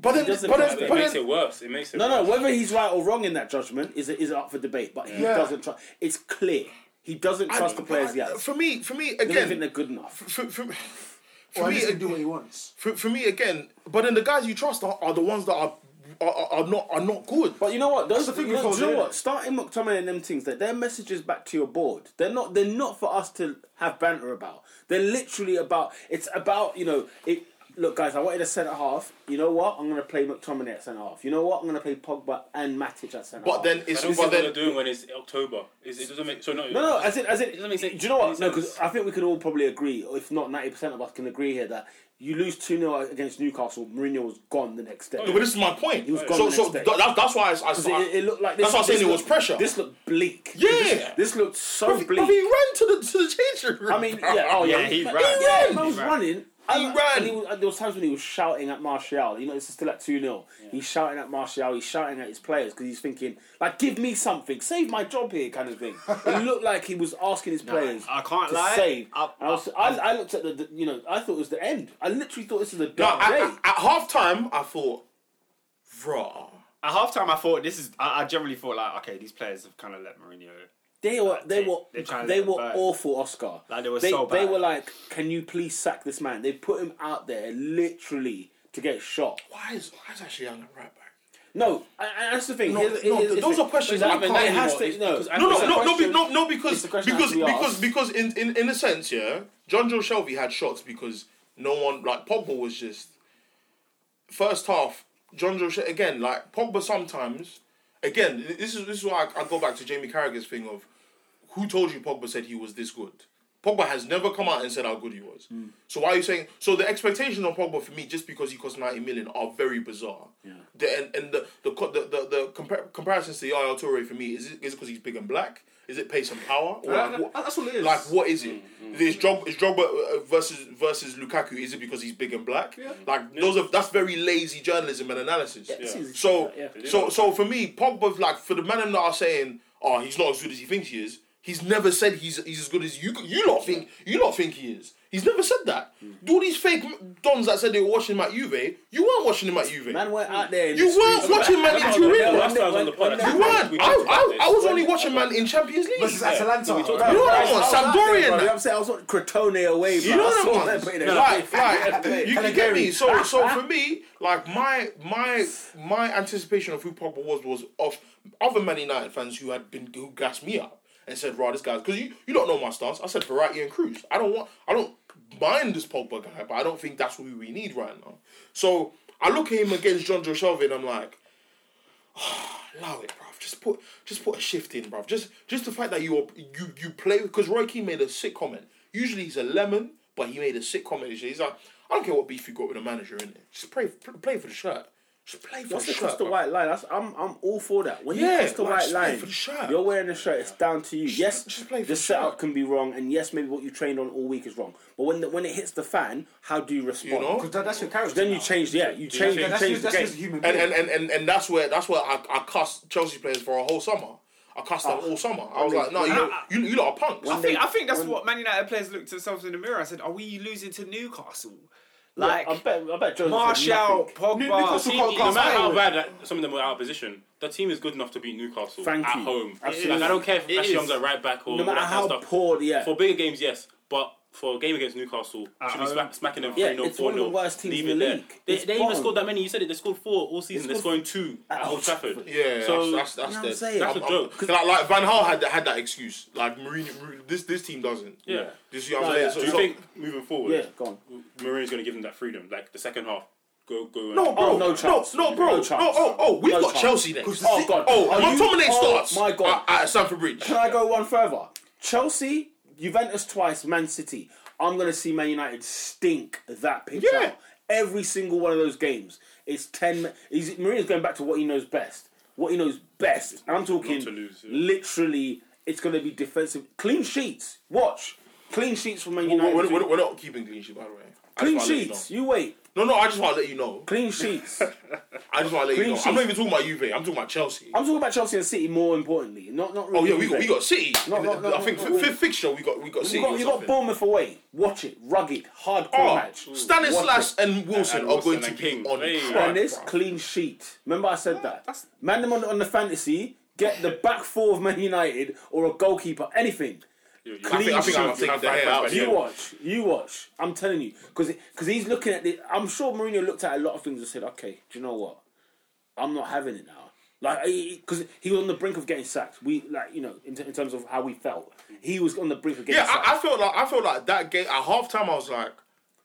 but then, doesn't but like then, it but makes then, it worse. It makes it. No, no. worse. Whether he's right or wrong in that judgment is is up for debate. But he Yeah. doesn't trust. It's clear he doesn't I- trust the players I- yet. For me, for He me, doesn't think again, they're good enough. for, for, for Well, me, he can again, do what he wants. for, for me again. But then the guys you trust are, are the ones that are, are are not are not good. But you know what? Those the thing no, with do you know Foden, what? innit? Starting McTominay and them things that their messages back to your board. They're not. They're not for us to have banter about. They're literally about. It's about you know. It look, guys. I wanted a centre half. You know what? I'm going to play McTominay at centre half. You know what? I'm going to play Pogba and Matic at centre. but half. then I it's don't see but what they're then doing when it's October. It's, it doesn't make so no. No, no, as in, as in, doesn't make sense- Do you know what? any No, because sense. I think we can all probably agree, or if not 90% of us can agree here, that you lose 2 0 against Newcastle, Mourinho was gone the next day. No, but this is my point. was gone so the so next day. that, that's why I, I, Because it, it looked like this. That's why I'm saying this it was looked- pressure. This looked bleak. Yeah. This, this looked so Bruv, bleak. bruv, he ran to the to the changing room. I mean, yeah, oh yeah, Yeah, he man- ran. Yeah, He man was ran. running. and- uh, ran. And he was, and there was times when he was shouting at Martial. You know, it's still at two 0 He's shouting at Martial. He's shouting at his players because he's thinking, like, give me something, save my job here, kind of thing. it looked like he was asking his players. I can't to lie. Save. I- And I, was, I, I looked at the, the- you know, I thought it was the end. I literally thought this was the No, dark day. at, at half time, I thought, raw. At halftime, I thought this is. I, I generally thought like, okay, these players have kind of let Mourinho. They were they it. were They're trying to they let him were burn. awful, Oscar. Like, they were they, so They bad. were like, can you please sack this man? They put him out there literally to get shot. Why is why is actually on the right back? No, and- and that's the thing. No, Here's- no, here's the those thing. are questions But I I mean, can't it has to. anymore. No, Because I- No, It's no, a no, no, be, question- no, no, because it's a question because that has to be because asked. because in, in in a sense, yeah, John Joe Shelby had shots because no one like Pogba was just first half. John Joe Shel- again like Pogba sometimes again th- this is this is why I, I go back to Jamie Carragher's thing of who told you Pogba said he was this good. Pogba has never come out and said how good he was. Hmm. So why are you saying? So the expectations on Pogba for me, just because he cost ninety million, are very bizarre. Yeah. The, and and the the co- the, the, the compar- comparisons to Yaya Toure for me is it is because he's big and black? Is it pace and power? Or like, what, that's all it is. like what is it? Mm, Is Drogba, is Drogba uh, versus versus Lukaku? Is it because he's big and black? Like those are that's very lazy journalism and analysis. this is- So yeah. so so for me, Pogba like for the man that are saying, oh, he's not as good as he thinks he is. He's never said he's he's as good as you. You lot think you lot think he is. He's never said that. Mm. All these fake dons that said they were watching him at Juve, you weren't watching him at Juve. Man went out there. in You the streets, weren't watching Man No, in no, Turin. no, Last time I was when- on the pod, when- I you said- weren't. We I, talked about I, this. I was only watching man in Champions League. Versus Yeah. Atalanta. we talked bro. You know about what it. I You want? know what Sampdoria. I'm saying I was on Crotone away. You know I saw what I them want? putting it Like, up. like, you can get me. So, so for me, like my my my anticipation of who Pogba was was of other Man United fans who had been who gassed me up and said, "Right, this guy's because you you don't know my stance." I said Verratti and Cruz. I don't want. I don't mind this Pogba guy, but I don't think that's who we need right now. So I look at him against John Joe Shelby and I'm like, allow it, bruv. Just put just put a shift in, bruv. Just just the fact that you are, you you play because Roy Keane made a sick comment. Usually he's a lemon, but he made a sick comment. He's like, I don't care what beef you got with the manager in it. Just play play for the shirt. Just play for Once the it shirt. comes to bruv. white line, that's, I'm I'm all for that. When you Yeah, cross the like, white just play line, for the shirt. you're wearing a shirt. It's down to you. yes, just play for the the setup shirt. can be wrong, and yes, maybe what you trained on all week is wrong. But when the, when it hits the fan, how do you respond? You know? 'Cause that- that's your character. Then you now. change. Yeah, you change. Yeah, You that's change just, the that's just a game. human being. And and, and, and and that's where that's where I, I cussed Chelsea players for a whole summer. I cussed them all summer. I was like, no, you you, you lot are punks. I think I think that's what Man United players looked to themselves in the mirror. I said, "Are we losing to Newcastle?" Like I bet. I bet. Jones said nothing. Martial, Pogba. Newcastle Tini- can't No Can't matter say how it. bad that some of them were out of position, the team is good enough to beat Newcastle Thank at you. home. Absolutely. Like I don't care if It Ashley is. Young's at right back or No all matter that kind how of stuff. poor, yeah. For bigger games, yes, but for a game against Newcastle, should be home. smack, smacking them Yeah, three 0 it's four one of the worst teams in the league. They, It's they even bottom. scored that many. You said it. They scored four all season. They They're scoring two at Old Trafford. Yeah, So that's you know that's, that's, what I'm the- saying? I'm- That's a I'm- joke. 'cause Like, like Van Hal had that- had that excuse. Like Mourinho, Mourinho- this this team doesn't. Yeah. this you know what I'm No, saying? yeah. So- do you so- think moving forward, Yeah, go on. Mourinho's going to give them that freedom? Like the second half, go go. No, bro. Oh, no no, chance. No, bro. No No, chance. oh, oh, we've No got chance. Chelsea next. Oh god. Oh, Are you- McTominay oh, starts. My god. At, at Stamford Bridge. Can I go one further? Chelsea, Juventus twice, Man City. I'm going to see Man United stink that pitch Yeah. out. Every single one of those games. It's 10. mi- He's, Mourinho's going back to what he knows best. What he knows best. And I'm talking to lose, yeah. literally it's going to be defensive. Clean sheets. Watch. Clean sheets from Man We're, United. we're- we're- we're not keeping clean sheet, by the way. I Clean just wanna let you sheets. You, wait. know. No, no, I just want to let you know. Clean sheets. I just want to let you Clean know. I'm not sheet. even talking about Juve. I'm talking about Chelsea. I'm talking about Chelsea and City more importantly. Not not. oh Really yeah, we got we got City. No, no, In the- no, I think no, fi- no. fifth fixture we got we got City. You or got, you got something. Bournemouth away. Watch it. Rugged, hardcore Oh, match. Stanislas and Wilson And are Wilson going to and be King. on Hey. crack, And this bruv. clean sheet. Remember I said that. that's- Man them on, on the fantasy. Get the back four of Man United or a goalkeeper. Anything. You- you- I think, I think I'm you- taking you- the hair out. You watch. You watch. I'm telling you, because he's looking at the. I'm sure Mourinho looked at a lot of things and said, "Okay, do you know what? I'm not having it now." Like, because he was on the brink of getting sacked. We like, you know, in, t- in terms of how we felt, he was on the brink of getting Yeah, sacked. I, I felt like I felt like that game at halftime. I was like,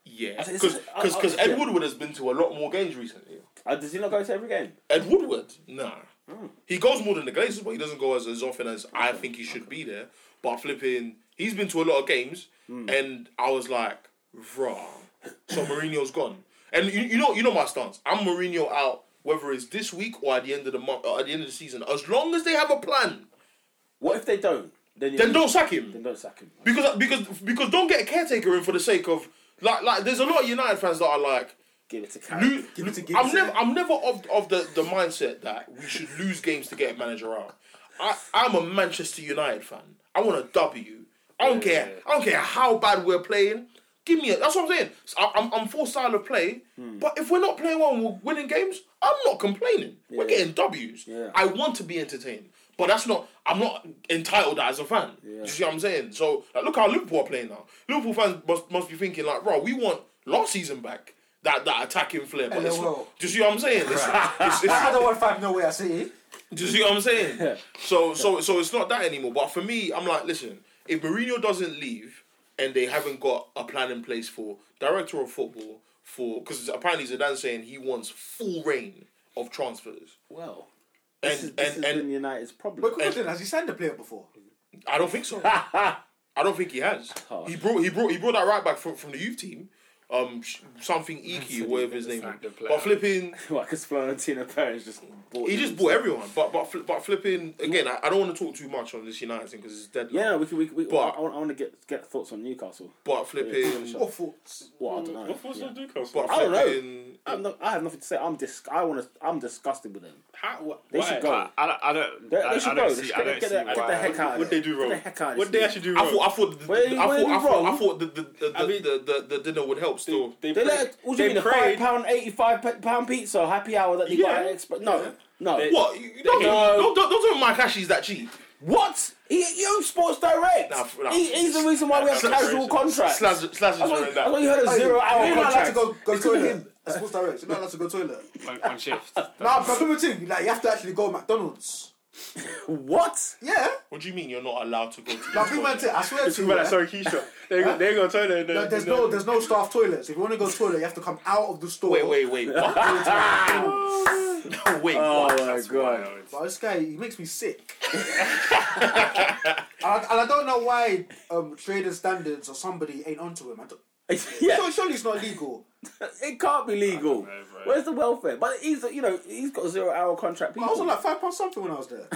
yeah, said, because this is- I- I- because yeah. Ed Woodward has been to a lot more games recently. Uh, does he not go to every game? Ed Woodward, nah, Hmm. he goes more than the Glazers, but he doesn't go as, as often as I think he should be there. But flipping, he's been to a lot of games, Hmm. and I was like, raw. So Mourinho's gone, and you, you know you know my stance. I'm Mourinho out, whether it's this week or at the end of the month, or at the end of the season. As long as they have a plan, What if they don't? Then, then don't sack him. Then don't sack him. Because because because don't get a caretaker in for the sake of like like there's a lot of United fans that are like Give it to Carrick. lo- Give it to I'm Gibson. never I'm never of of the, the mindset that we should lose games to get a manager out. I I'm a Manchester United fan. I want a W. I don't care. I don't care how bad we're playing. Give me a, that's what I'm saying. So I, I'm I'm for style of play, Hmm. but if we're not playing well and we're winning games, I'm not complaining. We're Yeah. getting W's. Yeah. I want to be entertained, but that's not. I'm not entitled that as a fan. Do you see what I'm saying? So like, look how Liverpool are playing now. Liverpool fans must, must be thinking like, bro, we want last season back. That that attacking flair. But it's LOL. not, do you see what I'm saying? It's- it's- it's- I don't want five nowhere. I see. do you see what I'm saying? so so so it's not that anymore. But for me, I'm like, listen, if Mourinho doesn't leave and they haven't got a plan in place for director of football for because apparently Zidane's saying he wants full reign of transfers. Well, And this, is, this and has and been United's problem. But Gordon, has he signed a player before? I don't think so. I don't think he has. Oh. He brought he brought he brought that right back from, from the youth team. Um, sh- something Iki, whatever his name. Active is. player. But flipping, Like, because Florentino Perez just bought he him. just bought everyone. But but fli- but flipping again, I, I don't want to talk too much on this United thing because it's dead. Yeah, no, we can. We, we, But- I, want to get get thoughts on Newcastle. But flipping, Yeah. What thoughts? Well, I What don't know. was Yeah. that Newcastle? but I don't know. flipping. I'm not, I have nothing to say. I'm dis- I want to. I'm disgusted with them. How, what, They should go. I, I, don't- I don't. They, I, they I should don't go. They see, should I don't get, get, see the, get the why. heck out. What of they it. do Get the wrong? heck out of this What they league. actually do I wrong? thought, I thought, the, the, Where you- I, where thought you I thought, wrong? I thought the, the, the, the, the, the dinner would help still. They, They prayed- let. What do you they mean? A five prayed- pound eighty five pound pizza happy hour that they got Yeah. at Expo? No, no. They- what? You- you Don't, Okay. don't, don't, don't tell me my cash is that cheap. What? He, he owns Sports Direct. Nah, nah. he, he's the reason why we have Nah, casual nah, contracts. Slash, slash is I thought, running I that. thought you had a zero hour You're not allowed to contract. go, go toilet. That's sports direct. You're not allowed to go toilet. On, on shift. Nah, but number two, like you have to actually go McDonald's. What? Yeah. What do you mean you're not allowed to go to Like the we went toilet? to. I swear to you. Well, yeah. sorry, Keisha. They they gonna turn it. Like, there's no there's no staff toilets. If you want to go to toilet, you have to come out of the store. Ah. Wait, wait, wait. What? no, wait. what? my god. But this guy, he makes me sick. and, I, and I don't know why um, trading standards or somebody ain't onto him. I don't, yeah, surely, surely it's not legal. it can't be legal. know, bro. Where's the welfare? But he's you know he's got a zero hour contract. I People. was on like five pounds something when I was there.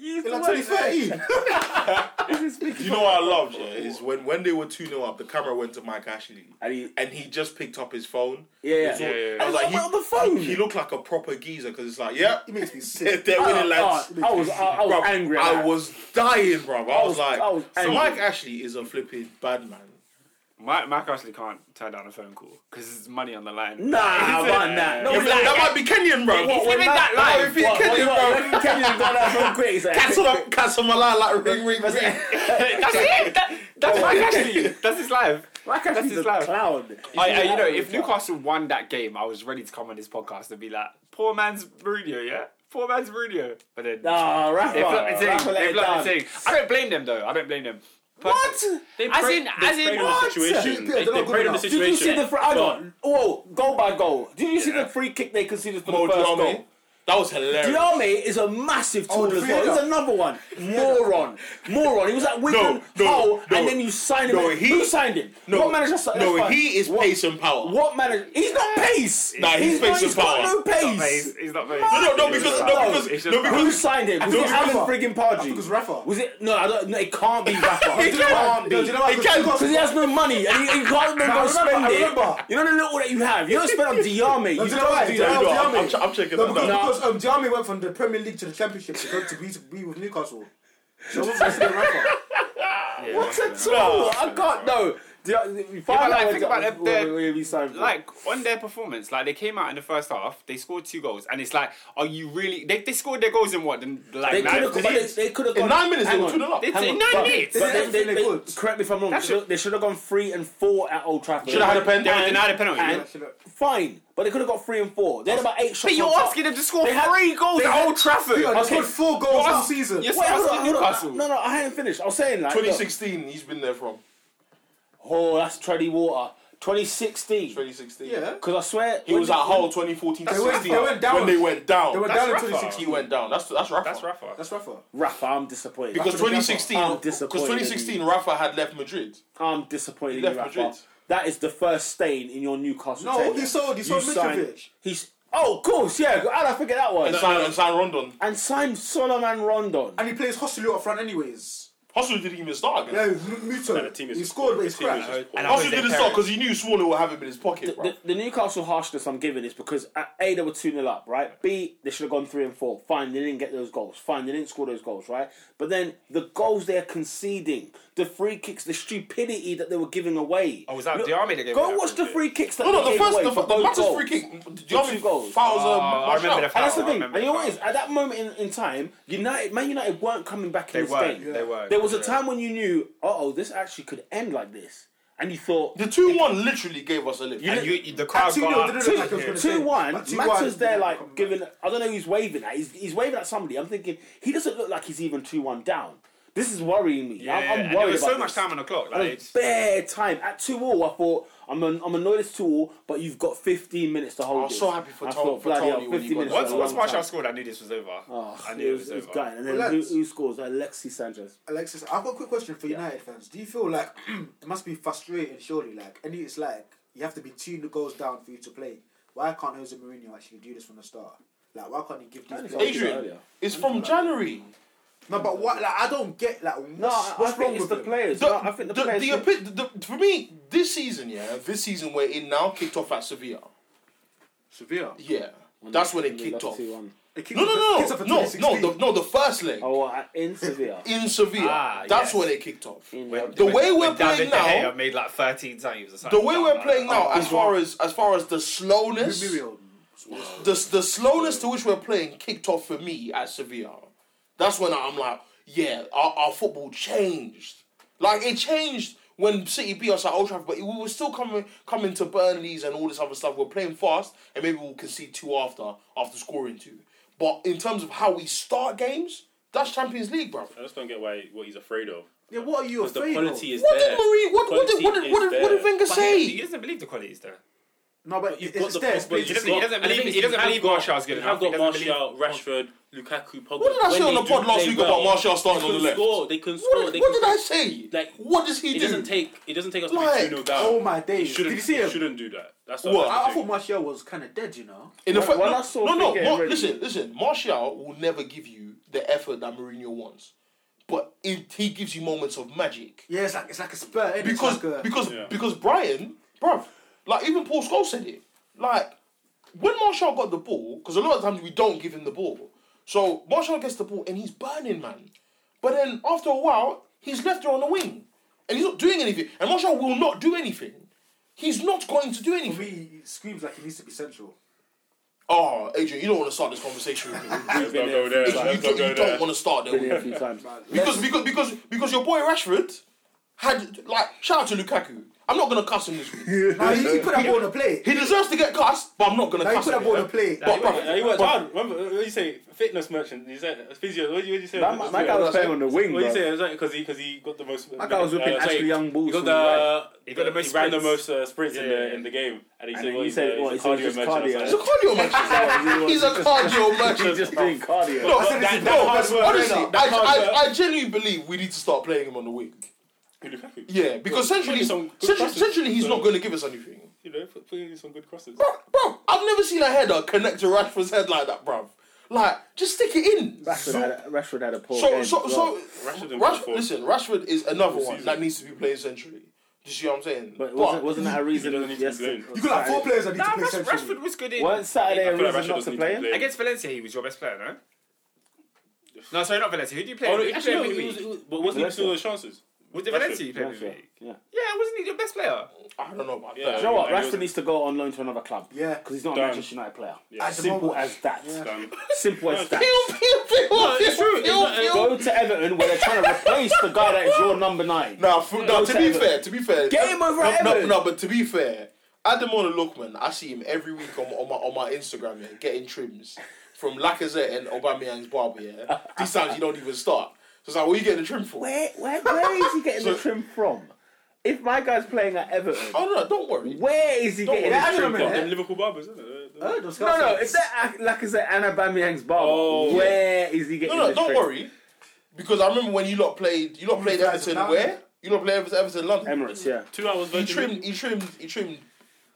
He's In the like worst. 2013. You know what I loved yeah, is when when they were two 0 up, the camera went to Mike Ashley, And he- and he just picked up his phone. Yeah, yeah. He was all- Yeah, yeah, yeah. I was like, he, On the phone. he looked like a proper geezer because it's like, yeah, He makes me they're sick. they're Oh, winning, lads. oh, I was, I, I was Bruv, angry. at I that. was dying, bro. I, was, was- like, I was so angry. Mike Ashley is a flipping bad man. Mike, Mike Ashley can't turn down a phone call because there's money on the line. Nah, man, nah. No, He's like, that might be Kenyan, bro. What, He's when living that Matt- life. He's what, what, Kenyan, what, bro. when Kenyan got that phone quick, he's like, Cats on a- cats on my line, like ring, ring, ring. that's it. That, that's Mike Ashley. That's his life. Mike That's Ashley's his a life. clown. I, I, you know, if Newcastle won that game, I was ready to come on this podcast and be like, "Poor man's Mourinho, yeah, poor man's Mourinho." But then Nah, Rafa. they flopped the Rafa let thing. They it flopped the down. thing. I don't blame them though. I don't blame them. But What? They As prayed- in- they as in prayed on what? the situation. Yeah, They, they're they not good prayed on the enough. Did Did you see situation. the free? Hang on. Whoa, goal by goal. Did you see Yeah. the free kick they conceded for Mo the first Dramé. goal? That was hilarious. Diame is a massive tool Oh, as well. He's Vieira. another one. Moron. Moron. He was at Wigan, no, Hull, no. and then you signed him. No, in- he- Who signed him? no, what manager signed no, that's fine. he is What- pace and power. What manager? He's not pace. Nah, he's not- pace and power. He's got no pace. He's, he's not very. No, no, no, It's because just no, power. because It's just no, power. Who because signed him? Was think it it's Alan Rafa. friggin' I Pardew? think it's Rafa. Was it? No, I don't. No, it can't be Rafa. It it can. can't be. No, do you know what? It can- Because he has no money and he, he can't even Nah, I go remember, spend I it. remember. You know the little that you have. You don't spend on Diame. No, You do you know why? don't Do do you know No, that. why I'm- Diame- I'm ch- I'm checking no, that because, now. because um, Diame went from the Premier League to the Championship to go to, be, to be with Newcastle. So what's the Rafa? What's a tool? I can't know. Find but, like, out think about what- the- the- what- what he signed for. like on their performance, like they came out in the first half, they scored two goals, and it's like, are you really? They, they scored their goals in what? In, like They nine could have minutes? gone. They could have in gone. nine minutes they hang were on. two 0 up. They- Hang in on, nine but- minutes. but they- they- Everything they they- could. correct me if I'm wrong. That should- should- They should have gone three and four at Old Trafford. Should have had a They were penalty. denied a penalty. And fine, but they could have got three and four. They had about eight shots. but you're on asking them to score They had- three goals they at had- Old Trafford. They Okay. scored four goals You're all ask- season. you're Wait, hold on, asking hold Newcastle. on. No, no, I hadn't finished. I was saying like, look, 2016, he's been there from oh, that's tready water. 2016, 2016. Yeah. because I swear He was at Hull 2014 to They went- 16 they went down. when they went down. They were That's down in Rafa. 2016. he went down. That's that's Rafa. That's Rafa. That's Rafa. Rafa, I'm disappointed. Because That's what 2016, I'm because disappointed. 2016, Rafa had left Madrid. I'm disappointed in He you, left Rafa. Madrid. That is the first stain in your Newcastle. No, tenure. he sold- he You sold signed- Mitrovic. He's oh, of course, yeah. How'd I forget that one? And signed, and signed Rondon. And signed Solomon Rondon. And he plays Hosselu up front anyways. Hosselu didn't even start again. Yeah, M- And Muto. the team is- he scored, but the he's team is crap. just- And I Hosselu was their didn't start parents. because he knew Swan would have him in his pocket, bro. the, the Newcastle harshness I'm giving is because at A they were two 0 up, right? B they should have gone three and four. Fine, they didn't get those goals. Fine, they didn't score those goals, right? But then the goals they're conceding, the free kicks, the stupidity that they were giving away. Oh, was that Look, Diarmi that gave Go away that watch free the free kicks that No, no, they the gave first, away the, for the those Manchester goals. free kick. Do you For two goals. Ah, Fouls, uh, Oh, I remember the Martial. foul. And that's the I thing. remember And you know the what it is? At that moment in, in time, United, Man United weren't coming back in They this weren't, game. they weren't, There was a yeah. time when you knew, uh oh, this actually could end like this, and you thought The two one literally gave us a lift. And you, you- the crowd Two nil, got they up. didn't look like it was two, gonna two save. one. But two Matters one, there yeah, like come back. giving. I don't know who's waving at. He's, he's waving at somebody. I'm thinking he doesn't look like he's even two one down. This is worrying me. Yeah, I'm, I'm and worried there was about so much this. time on the clock. Like, There was it's- bare time at two all. I thought I'm an, I'm annoyed it's two all, but you've got 15 minutes to hold. I was this. so happy for I Tony- thought, for bloody hell, Tony when he 15 got minutes. that. is Once, a once long Martial time. scored, I knew this was over. Oh, I knew it was, it was over. gutting. And then Well, who, lads. who scores? Alexi Sanchez. Alexis, I've got a quick question for United fans. Do you feel like it must be frustrating, surely? Like, and it's like you have to be two goals down for you to play. Why can't Jose Mourinho actually do this from the start? Like, why can't he give these players? Adrian, Earlier. it's from January. No, but what? Like, I don't get. Like, what's, No, I, what's I wrong think it's with the him? players. The, No, I think the, the, players. the epi- the- for me, this season, yeah, this season we're in now kicked off at Sevilla. Sevilla. Yeah, that's when it they kicked lost off. 2-1. No, no, no, no, no, the, no, the first leg Oh, uh, in Sevilla. in Sevilla. Ah, that's yes. when it kicked off. In- The way we're When playing David De Gea now, made like 13 times. or the something. way Ah, we're playing now, as far as as far as the slowness, the Muriel. the slowness to which we're playing kicked off for me at Sevilla. That's when I'm like, yeah, our, our football changed. Like it changed when City beat us at Old Trafford, but we were still coming coming to Burnley's and all this other stuff. We're playing fast, and maybe we'll concede two after after scoring two. But in terms of how we start games, that's Champions League, bruv. I just don't get why what he's afraid of. Yeah, what are you Because the afraid quality of? is What there. did Marie? What, what did Quality what did is what did, what did there. Wenger But say? he, he doesn't believe the qualities there. No, but You've it's, got it's the there. possibility. It's- doesn't- he You've got- doesn't and the believe- thing is, he doesn't you have believe got- Martial's good you enough. have got He doesn't believe- Martial, Rashford, Lukaku, Pogba. What did I When say they on the do pod last play week about well, Martial starting they on the can left? Score. They can score. What, they did- what can- did I say? Like, what does he It do? doesn't take. It doesn't take us Like, like, two 0 down. oh my It days! shouldn't, Did you see it him? Shouldn't do that. That's What? I, That's the I thing. thought Martial was kind of dead, you know. In the When- fact, when no, I saw no, no, him get Mar- ready- listen, listen. Martial will never give you the effort that Mourinho wants, but it, he gives you moments of magic Yeah, it's like it's like a spur. innit? It's because like a- because Yeah. because Brian, bruv, like even Paul Scholes said it. Like when Martial got the ball, because a lot of times we don't give him the ball. So Martial gets the ball and he's burning, man. But then after a while, he's left there on the wing, and he's not doing anything. And Martial will not do anything. He's not going to do for anything. me, it screams like he needs to be central. Oh, Adrian, you don't want to start this conversation with me. Let's not go there. Adrian, you, Let's not don't- you go don't there. want to start there. with Been me. here a few times. Because because because because your boy Rashford had like shout out to Lukaku. I'm not gonna cuss him this week. Now, he, he put that ball on the plate. he deserves to get cussed, but I'm not gonna Now, he cuss put him. that ball yeah? on the plate. But, bruv, Yeah, he worked but- hard. Remember, what did you say? Fitness merchant. You said physio. What did you, what did you say? That, ma- that guy was playing on the wing. What bro. you say? Because he, because he got the most. That guy was whipping uh, Ashley sorry, Young balls. He got from the, right. he got the most ran the sprints. most uh, sprints in Yeah, the yeah. in the game, and he And said, then "Well, he he's said, a what, he's a he said cardio just cardio. merchant." I was he's a like, cardio merchant. he's a cardio merchant. He's just doing cardio. No, I said this that- is that bro, hard that's work. honestly, Honestly, that hard I, work. I, I genuinely believe we need to start playing him on the wing. Good Lukaku. Yeah, because Put- put centrally, in some good centrally, crosses. centrally he's So, not going to give us anything. You know, put, put in some good crosses. Bro, bro, I've never seen a header connect to Rashford's head like that, bruv. Like, just stick it in. Rashford, had, a- Rashford had a poor So, game. so, as well. so, Rashford didn't Rash, perform. listen, Rashford is another Full one season. that needs to be playing centrally. Do you see what I'm saying? but wasn't, wasn't that a reason? doesn't need to be Yes, blamed. You got like four players that need Nah, to play Rash- centrally. Rashford was good in. Wasn't Saturday I a feel like reason Rashford not doesn't to need play to him? play. Against Valencia, he was your best player, no? No, sorry, not Valencia. Who do you play? Oh, who no, do you actually, play no, with he was, week? he was, but wasn't he Valencia. still the chances? Was it Valencia you played Rashford, with week? Yeah. Yeah, wasn't he your best player? I don't know about Yeah. that. Do you know what? Yeah, he Rashford was- needs to go on loan to another club. Yeah. Because he's not a Done. Manchester United player. Yeah. At the Simple moment. as that. Um, Simple as that. Pew, pew, pew, pew, it's true. It's pew, not- pew. it's Go to Everton where they're trying to replace the guy that is your number nine. Nah, f- nah, to be Everton. fair, to be fair. Get him over no, at no, Everton. no, but to be fair, Adamola Lookman, I see him every week on, on my on my Instagram yeah, getting trims from Lacazette and Aubameyang's barber. Yeah, these times you don't even start. So it's like, what are you getting a trim for? Where, where, where is he getting the trim from? If my guy's playing at Everton, Oh no, no, don't worry. where is he getting worry. the Hang on trim a from? minute. them Liverpool barbers, isn't it? Uh, Oh, those No, no, guys- if that Lacazette and Aubameyang's bar, Oh. where is he No, getting no, the don't trim? worry, because I remember when you lot played, you lot played guys are Everton down. where? You lot played Everton, Everton London. Emirates, yeah. Two hours. He Virgin trimmed, he trimmed, he trimmed,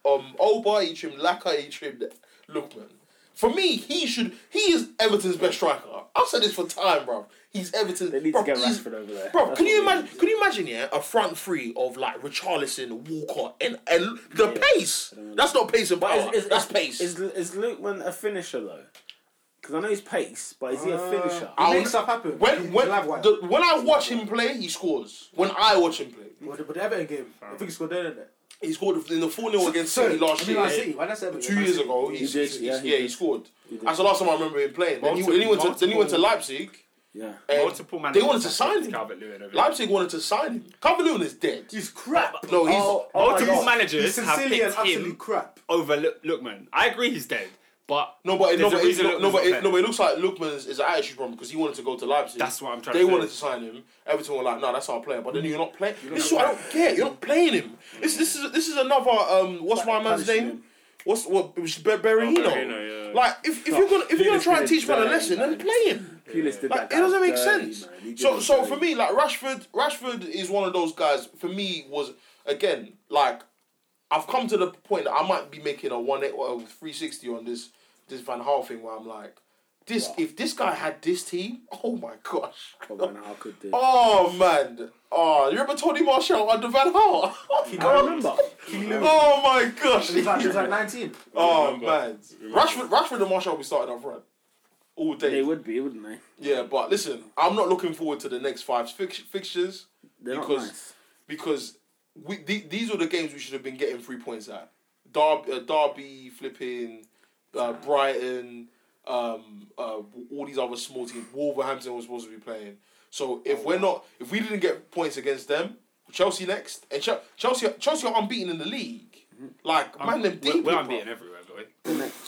um, Oba, he trimmed Laka, he trimmed Lookman. For me, he should, he is Everton's best striker. I've said this for time, bro. He's Everton's. They need bruv, to get he's- Rashford over there. Bro, That's can what you they imagine? Can you imagine? Yeah, a front three of like Richarlison, Walcott, and and the pace. That's not pace and power. But is, is, that's is, pace. Is, is Lookman a finisher though? Because I know he's pace, but is he a finisher? He I'll- makes stuff happen. He's when when live wire. the, when I watch him play, he scores. When I watch him play, Well, the- but the Everton game, I think he scored there, didn't it? he scored in the four 0 against City last year. I mean, Man City. Why that's Everton? two Man years City. ago. He, did, he's- yeah, he yeah, he did. scored. That's the last time I remember him playing. Then he, Multiple- then he went to then he went to Leipzig. Yeah. and Multiple man. They wanted to sign him. Calvert Lewin over Leipzig wanted to sign him. Calvert-Lewin is dead. He's crap. No, he's Oh, oh my Multiple God. managers He's have sincerely and picked absolute him crap. over Look- Lookman. I agree, he's dead, but no, but it, no, there's a but it, reason no, no, Lookman's but not it, there. no, but it looks like Lookman's is an attitude problem because he wanted to go to Leipzig. That's what I'm trying They to say. wanted to sign him. Everton were like, "No, that's our player." But then you're not playing. This is what I don't get. You're not playing him. This this is this is another um. What's my man's punishing name? What's what? It was Ber- Berahino. Berahino, yeah. Like if, if you're gonna if you're gonna try and teach man a Yeah. lesson, then play him. Pulis did Like, that it guy doesn't make dirty, sense. man. He did So, him so dirty. for me, like Rashford, Rashford is one of those guys. For me, was again like I've come to the point that I might be making a one eight or three sixty on this this Van Hal thing where I'm like, this if this guy had this team, oh my gosh, But Van Gaal could do. oh man, oh you remember Tony Marshall under Van Hal? I remember. oh my gosh, He was like, he was like 19. oh Remember. man, Rashford, Rashford and Marshall will be starting up front all day. They would be, wouldn't they? Yeah, but listen, I'm not looking forward to the next five fix- fixtures They're Because- not nice. because we the- these are the games we should have been getting three points at. Derby, uh, Derby flipping, uh, Brighton, um, uh, all these other small teams. Wolverhampton was supposed to be playing. So if we're not, if we didn't get points against them, Chelsea next, and Chel- Chelsea, Chelsea are unbeaten in the league. Like man, them We're, deep. we're bro. unbeaten everywhere, boy.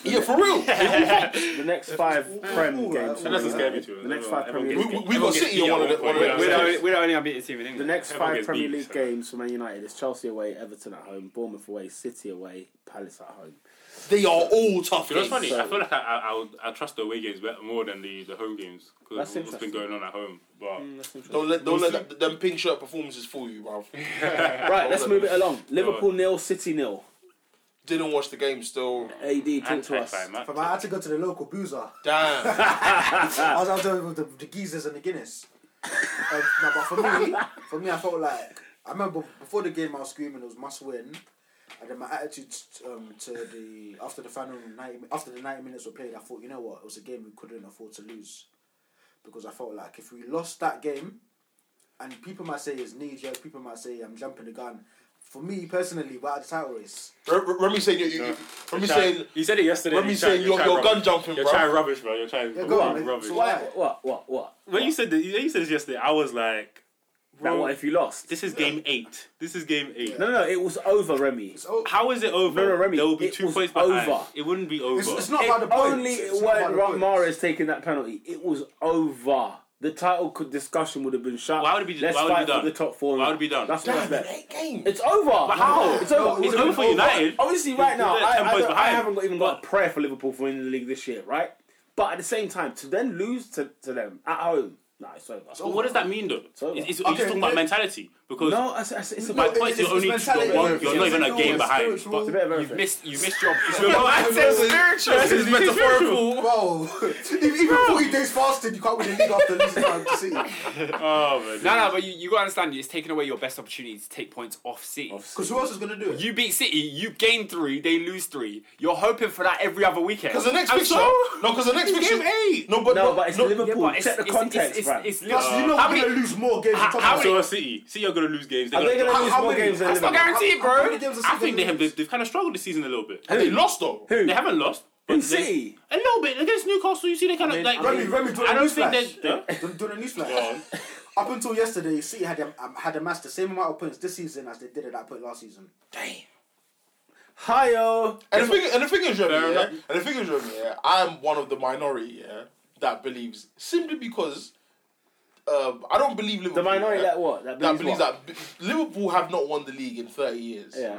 Yeah, for real. The next five Prem games. That doesn't scare me too. The next Everyone- five Premier everyone we League we, games. we got City on one of the one We're of the. the We're the, only, We're we're the only unbeaten team in The England. next Everyone five gets Premier beat, League so. games for Man United is Chelsea away, Everton at home, Bournemouth away, City away, Palace at home. they are all tough. You know, it's games. funny. um, I feel like I, I, I, would, I trust the away games better more than the, the home games because That's what's been interesting. Mm, going on at home. But Don't let don't let that, them pink shirt performances fool you, bruv. Right, let's move it along. Liverpool nil, City nil. Didn't watch the game still. AD, talk to us. Anti-climax. But I had to go to the local boozer. Damn. I was out there with the, the geezers and the Guinness. um, no, but for me, for me, I felt like I remember before the game I was screaming it was must win, and then my attitude t- um, to the after the final ninety mi- after the ninety minutes were played, I thought you know what it was a game we couldn't afford to lose, because I felt like if we lost that game, and people might say it's knee jerk, people might say I'm jumping the gun. For me personally, we're at the title race. R- R- Remy saying you, you, you Remy saying you said it yesterday. Remy you're saying trying- you're, trying you're rubbish. gun jumping, You're bro. trying rubbish, bro. You're trying Yeah, go on, rubbish. so why- What, what, what, what? When you said that, you said this yesterday, I was like, That what if you lost? This is game eight. This is game eight. No, no, no, it was over, Remy. It's, o- How is it over? No, no, Remy, there will be it two was points behind. over. It wouldn't be over. it's, it's not If about the points. only it's it not about weren't the Ra- points. Mahrez taking that penalty. It was over. The title could, discussion would have been shut. Why would it be- Let's why would it be fight done? for the top four. Why would it be done? That's what I Damn, bet. eight games. It's over. how? It's over. No, It's over for United. Obviously, right now, They're I, 10 I, points don't- I behind. haven't got, even got a prayer for Liverpool for winning the league this year, right? But at the same time, to then lose to, to them at home, nah, it's over. But what does that mean though? It's, over. it's, are you Okay, talking about let- mentality? Because no, I, I, it's No, my about. it- point it's- is you're only it's mentality. you're one, you're not even a It's game behind. spiritual. It's a bit of You've everything. missed, you missed your. I said spiritual. This is metaphorical. Bro, even 40 days fasted, you can't win the league after losing time to City. Oh man. No, no, but you, you gotta understand, it's taking away your best opportunity to take points off City. Because who else is going to do it? You beat City, you gain three, they lose three. You're hoping for that every other weekend. Because the next And fixture. so- No, because the next It's fixture. game eight. No, but No, but it's no, Liverpool. it's- Check the it's- it's- context, it's- right? it's Plus, uh, Liverpool. you know How we're many- going to lose more games. How- than how Tottenham. So are City. City are going to lose games. They're Are they gonna- going to How- lose how more many? games than That's not Liverpool? guaranteed. guarantee, How- how bro. many games has I City think they gonna have lose? they've, they've kind of struggled this season a little bit. They lost though. Who? They haven't lost. but Who, they- City? A little bit against Newcastle. You see, they kind of mean, like. I Remy, Remy, do I a don't think newsflash. they. Huh? Do do a newsflash. Up until yesterday, City had um, had amassed the same amount of points this season as they did at that point last season. Hiyo. And the thing, and the thing is, Remy, yeah, enough. and the thing is, Remy, yeah, I'm one of the minority, yeah, that believes simply because um, I don't believe Liverpool. The minority yeah, that what? That that believes believes what? that B- Liverpool have not won the league in 30 years. Yeah.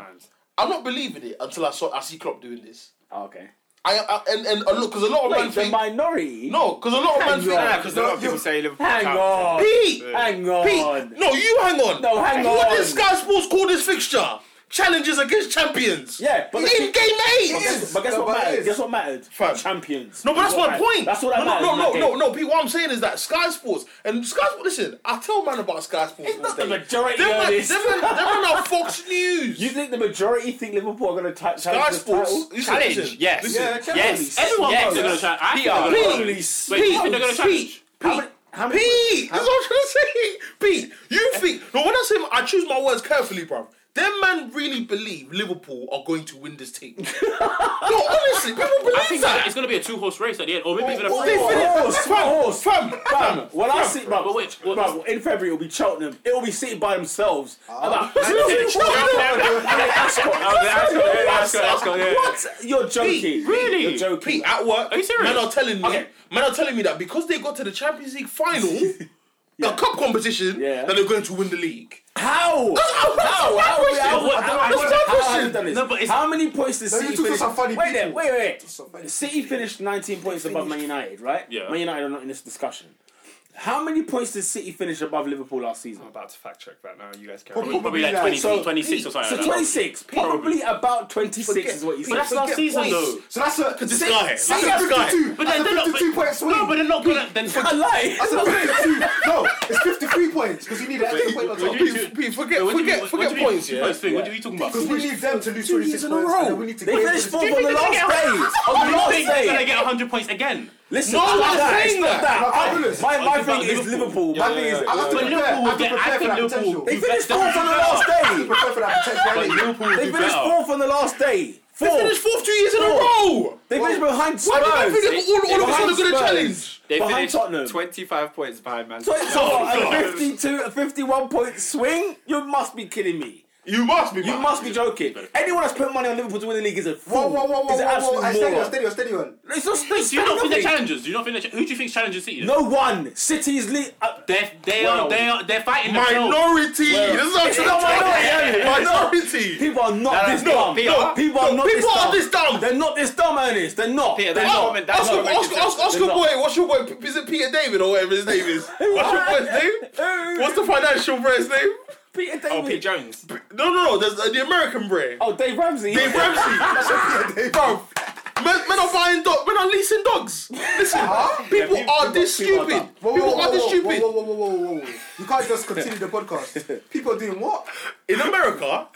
I'm not believing it until I saw I see Klopp doing this. Oh, okay. I, I and and a lot because a lot of Wait, men the think minority. no, because a lot of men think on. Yeah, because a lot of people say Liverpool. Hang can't. on. Pete, Hang on. Pete, no, you hang on, No, hang What on. did Sky Sports call this fixture? Challenges against champions. Yeah, but in the- game eight. But guess, but guess No, what but it mattered? is. Guess what mattered? Fam. Champions. No, but that's Guess what my mattered? point. That's what that no, matters. no, no, no, no, Pete. What I'm saying is that Sky Sports and Sky Sports. Listen, I tell man about Sky Sports. It's not the majority They're of man, this. They're man, they're man on Fox News. You think the majority think Liverpool are going to type Sky challenge this Sports. title? listen, Challenge, listen, yes. listen. Yeah, challenge. Yes. Everyone yes. thinks they're going to challenge. I think they're going Pete, to Holy challenge. Wait, you think they're going to challenge? Pete, How many- how many- Pete, that's what I'm trying to say. Pete, you think? No, when I say I choose my words carefully, bruv. Them man really believe Liverpool are going to win this team. no, honestly, people believe I think that. it's going to be a two-horse race at the end, or maybe even a Oh, three. oh, What horse? What horse? Fam, Fam, when I see, bro, But wait, what- bro, in February it'll be Cheltenham. It'll be City by themselves. Ah. About, Really? what? You're joking. You're joking. Pete, at work, Are you serious? men are telling me, Okay. men are telling me that because they got to the Champions League final, the cup competition, Yeah. that they're going to win the league. How? How? How? How? How many points does City finish? wait, there, wait, wait, wait. City finished 19 points above Man United, right? Man United are not in this discussion. How many points did City finish above Liverpool last season? I'm about to fact check that now. You guys carry on. Probably Probably like like- 20, so- 26 or something. So like that. 26, probably about 26 is what you But said. that's last Forget season, points. though. So that's a that's This guy, a that's this guy. 52. But That's then they're a not. 52 point swing. No, but they're not going to. Then I lie. That's a 52. No, it's 53 points because you need an extra point on top. you- Pete, Pete, forget, What do you mean- forget, what forget do you mean points. two Yeah. points thing? What are you talking about? Because we need them to lose Two 26 years in a points, and then row. we need to They get finished rid fourth on of the think they're last gonna day. On the You last think they're going to day. get 100 points again? Listen, No it's one's not that. It's saying not that. that. Like, I'm honest. I- My my It's thing about is Liverpool. Yeah, My thing is yeah, yeah. I have to But prepare. I Liverpool have to will get. prepare I for think that Liverpool. potential. They will finished better- fourth on the last day. Prepare for that But potential. Liverpool will They do finished better. fourth on the last day. They Fourth. finished fourth two years in a Four. row. They finished behind Spurs. Why did they think all, all of a sudden Behind they're going to Spurs. challenge? They Behind finished Tottenham. 25 points behind Man So City. it's a 52, a 51 point swing. You must be kidding me. You must be. You must be joking. Anyone that's put money on Liverpool to win the league is a Whoa, fool. whoa, whoa, Is whoa, an whoa, whoa. absolute I steady on, moron. steady on, steady on. It's not. It's Do you not think they're nothing. challengers? Do you not think they're? Who do you think's challenging City? then? No one. City is lead. Uh, They're they Well- are they are they're fighting themselves. Minority. This is what I'm It's not minority, saying. Ernest. Minority. people are not no, this no, dumb. they are. people are No, not people this are dumb. this dumb. They're not this dumb, Ernest. They're not. Peter, they're that's not. not meant- Oscar, not making Oscar, sense. Oscar, Oscar They're not. boy, what's your boy? Is it Peter David or whatever his name is? What's your boy's name? What's the financial boy's name? Peter David. Oh, Pete Jones. No, no, no. There's uh, the American brand. Oh, Dave Ramsey. Dave Ramsey. Bro, men, men are buying dogs. Men are leasing dogs. Listen, people, people- are this people are stupid. dumb. Whoa, whoa, people whoa, are this whoa, stupid. Whoa, whoa, whoa, whoa, whoa, whoa. You can't just continue the podcast. People are doing what? In America,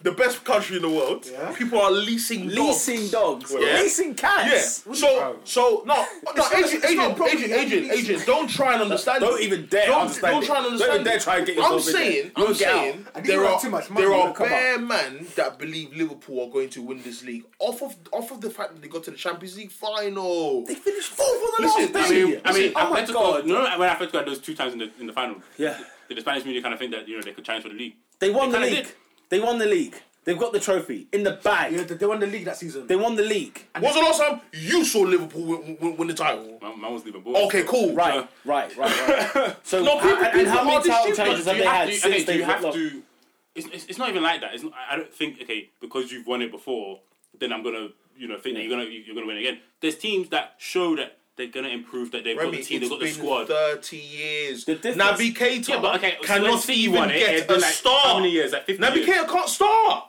the best country in the world. Yeah. People are leasing dogs. leasing dogs, Yeah. leasing Yeah. cats. So so no no not- it's agent not a agent problem. agent You have agent to lease agent don't try and understand. Don't it. even dare Don't, understand don't it. try and Don't understand. even dare it. try and get I'm yourself in there. saying You'll I'm get out. saying And if there you are have too much money, there you'll are come bare men that believe Liverpool are going to win this league off of off of the fact that they got to the Champions League final. They finished fourth on the Listen, last I day. mean, I mean, oh my Atletico- god, No, no, when Atletico had those two times in the in the final, Yeah. did the Spanish media kind of think that you know they could challenge for the league? they won They the kinda league. did. They won the league. They've got the trophy in the bag. Yeah, they they won the league that season. They won the league. When's the last time you saw Liverpool win, win, win the title? My, my was leaving ball. Okay, cool. Right, right, right, right. So, No, how- people- and, and how people are many title stupid. changes Do have you they have had You, since okay, do they you have lost? to. It's, it's, it's not even like that. It's not, I I don't think okay because you've won it before, then I'm gonna you know think that you're gonna you're gonna win again. There's teams that show that they're gonna improve that they've Remy, got the team, they've it's got the been squad. thirty years. The difference- Naby Keita yeah, but okay, so when cannot City even won it, get it's a been like, start. How many years? Like 50 Naby years? Keita can't start.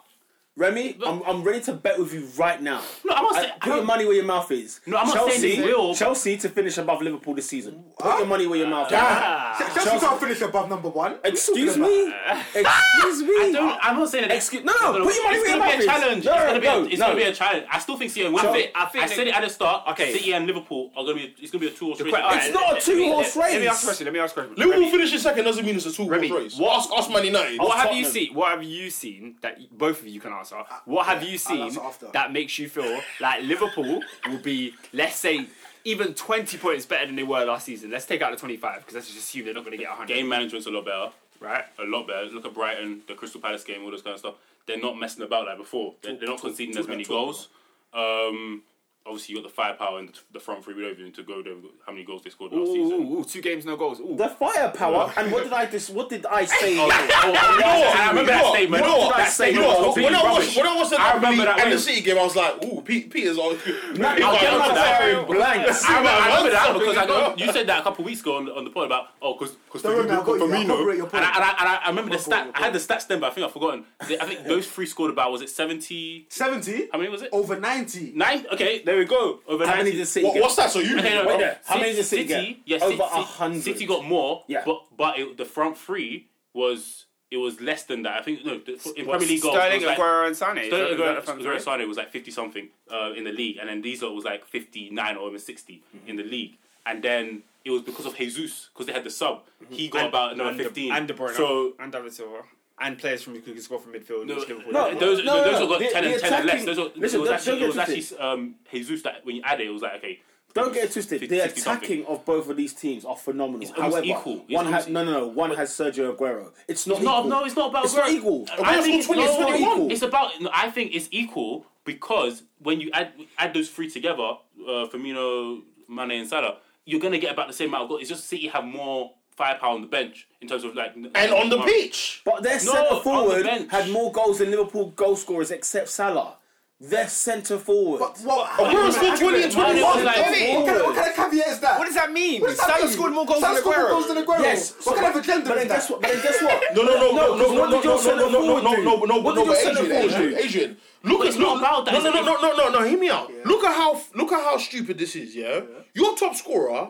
Remy, I'm, I'm ready to bet with you right now. No, I'm not I- saying- I Put your don't- money where your mouth is. No, I'm not Chelsea, saying they will, but- Chelsea to finish above Liverpool this season. Put your money where your mouth Ah, Chelsea, can't finish above number one. is. Excuse me. Excuse me. I don't, I'm not saying that. Excuse- no, no, put your money it's where your gonna mouth be is. a challenge. No, it's gonna be no, a, it's no. gonna be a challenge. I still think City will win. So- it. I think I they- said it at the start. Okay. City and Liverpool are gonna be. It's gonna be a two-horse race. Alright, It's not a let- two-horse let me- Let me race. ask a question. Let me ask a question. Liverpool Remy, finishing second doesn't mean it's a two horse Remy, race. what- Ask us Man United. Oh, What have you Tottenham. seen? What have you seen that y- both of you can answer? What have you I'll seen answer after. that makes you feel like Liverpool will be, let's say, even twenty points better than they were last season? Let's take out the twenty-five because let's just assume they're not going to get hundred, Game management's a lot better. right? A lot better. Look at Brighton, the Crystal Palace game, all this kind of stuff. They're not messing about like before. They're, they're not conceding as many goals. Um, obviously, you got the firepower and the front three. We don't even need to go there. How many goals they scored Ooh, last season? ooh, ooh, two games, no goals. Ooh. The firepower. and what did I dis- What did I say? oh, I remember that statement. You know what? That You know statement what? was When I rubbish. watched, when I watched the I remember Napoli that and the win. City game, I was like, "Ooh, Pete, Peter's on." I'll get remember my that. firing blanks. I remember, I remember that Something because I got, you you said that a couple weeks ago on, on the pod about oh because because Don't worry, I've got you. I'll corroborate your Firmino and I, point. and, I, and I- I remember the corroborate stat your I had the stats then but I think I've forgotten They- I think those three scored about was it seventy 70 how many was it over 90. nine okay there we go over How many 90. did City What, get? what's that? So you? Okay, no, Wait no, there. How Ci- many did City get? Yeah, Over Ci- Ci- 100. City got more. Yeah. but but it, the front three was it was less than that. I think no the, in Premier League goals. Sterling, it was like, Aguero, and Sané. Is uh, Sterling that- is that the Aguero, front Aguero three? Sane was like fifty something uh, in the league, and then these lot was like fifty nine or even 60 Mm-hmm. in the league, and then it was because of Jesus because they had the sub. Mm-hmm. He got about another and De- fifteen. and De Bruyne, So. and David Silva, and players from who can score from midfield. No, which Liverpool no, don't. those, no, no, those no. got The- 10 and the 10 and less. attacking- Those were, Listen, it was don't- actually, don't it was get actually um, Jesus that when you add it, it was like, okay. Don't get it twisted. The 50 something. attacking of both of these teams are phenomenal. almost However, equal. It's one has almost- no, no, no. One has Sergio Aguero. It's not It's not, equal. no, it's not about It's Aguero. not equal. I think it's, scored 20, no, it's it's, 21. it's about. No, I think it's equal because when you add add those three together, uh, Firmino, Mane, and Salah, you're gonna get about the same amount of goals. It's just City have more firepower on the bench in terms of like and on Oh. the beach. But their on centre the forward bench. had more goals than Liverpool goal scorers except Salah. Their centre forward. But what? Aguero's still 20 and What, 21. what, oh, kind of, what kind of caveat is that? What does that mean? What does that Salah mean? scored more goals Salah than scored more Aguero. goals than Aguero. Yes. What so- kind of agenda But is then guess that? what? But then guess what? No, no, no, no, no, 'cause no, what no, did your no, centre no, no, no, forward no, do? no, no, What did your no, but centre Adrian, forward Adrian, do? Adrian. Look But at it's not look- about that, No, it's no, no, if- no, no, no, no. Hear me out. Look at how look at how stupid this is. Yeah, your top scorer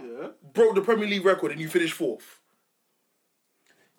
broke the Premier League record, and you finished fourth.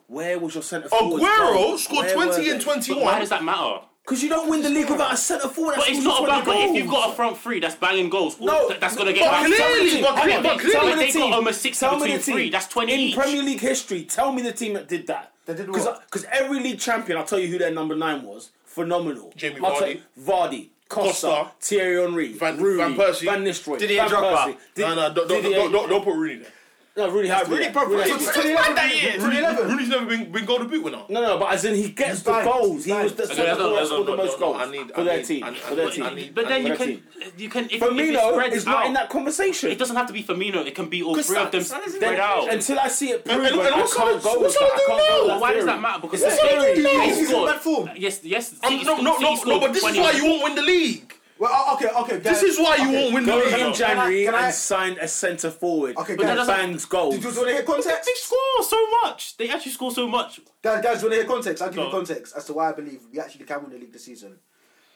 Where was your centre forward? Aguero scored twenty and But why twenty-one. does that matter? Because you don't win the league without a centre forward. But it's not about. But if you've got a front three that's banging goals, No, no, that's gonna but get. back. clearly- but Hang on, but but clearly tell me the they team. got almost six Tell me between the team. three. That's twenty in each. Premier League history. Tell me the team that did that. That did Because what? because every league champion, I'll tell you who their number nine was. Phenomenal. Jamie I'll tell- Vardy. Vardy. Costa, Costa. Thierry Henry, Van- Rooney, Van Persie. Van Nistelrooy, Didier Van Drogba. Persie, Di- No, no, don't, don't, Didier- don't, don't, don't put Rooney there. no, Rooney has Rooney, It's has- 2011. that year. Rooney Rooney, 11. Rooney's never been, been golden boot winner. No, no, but as in he gets the He's goals. He fine. was the Okay, centre that's not- forward that's scored the not- most no, no, goals I need- for I their need- team. I need- For their I need- I team. need- But then For you their can team. you can if, if it Firmino spreads is not out, in that conversation. It doesn't have to be Firmino. It can be all three Sa- of them Sa- Sa- spread out. Until I see it and- proven, and I what's can't Salah- go with what's that. I Salah can't go doing with now? that Why does theory. that matter? Because It's Salah theory. doing now? they He's in scored. bad form. Yes, yes. City I'm, no, scored- no, City no, no, scored but this is 20. why you won't win the league. Well, oh, okay, okay. This is why you won't win the Go league. in January Can I- can I- and sign a centre forward. Okay, Okay, guys. that bangs goals. Did you, do you want to hear They context? score so much. They actually score so much. Guys, guys, do you want to hear context? I'll give Go you on. context as to why I believe we actually can win the league this season.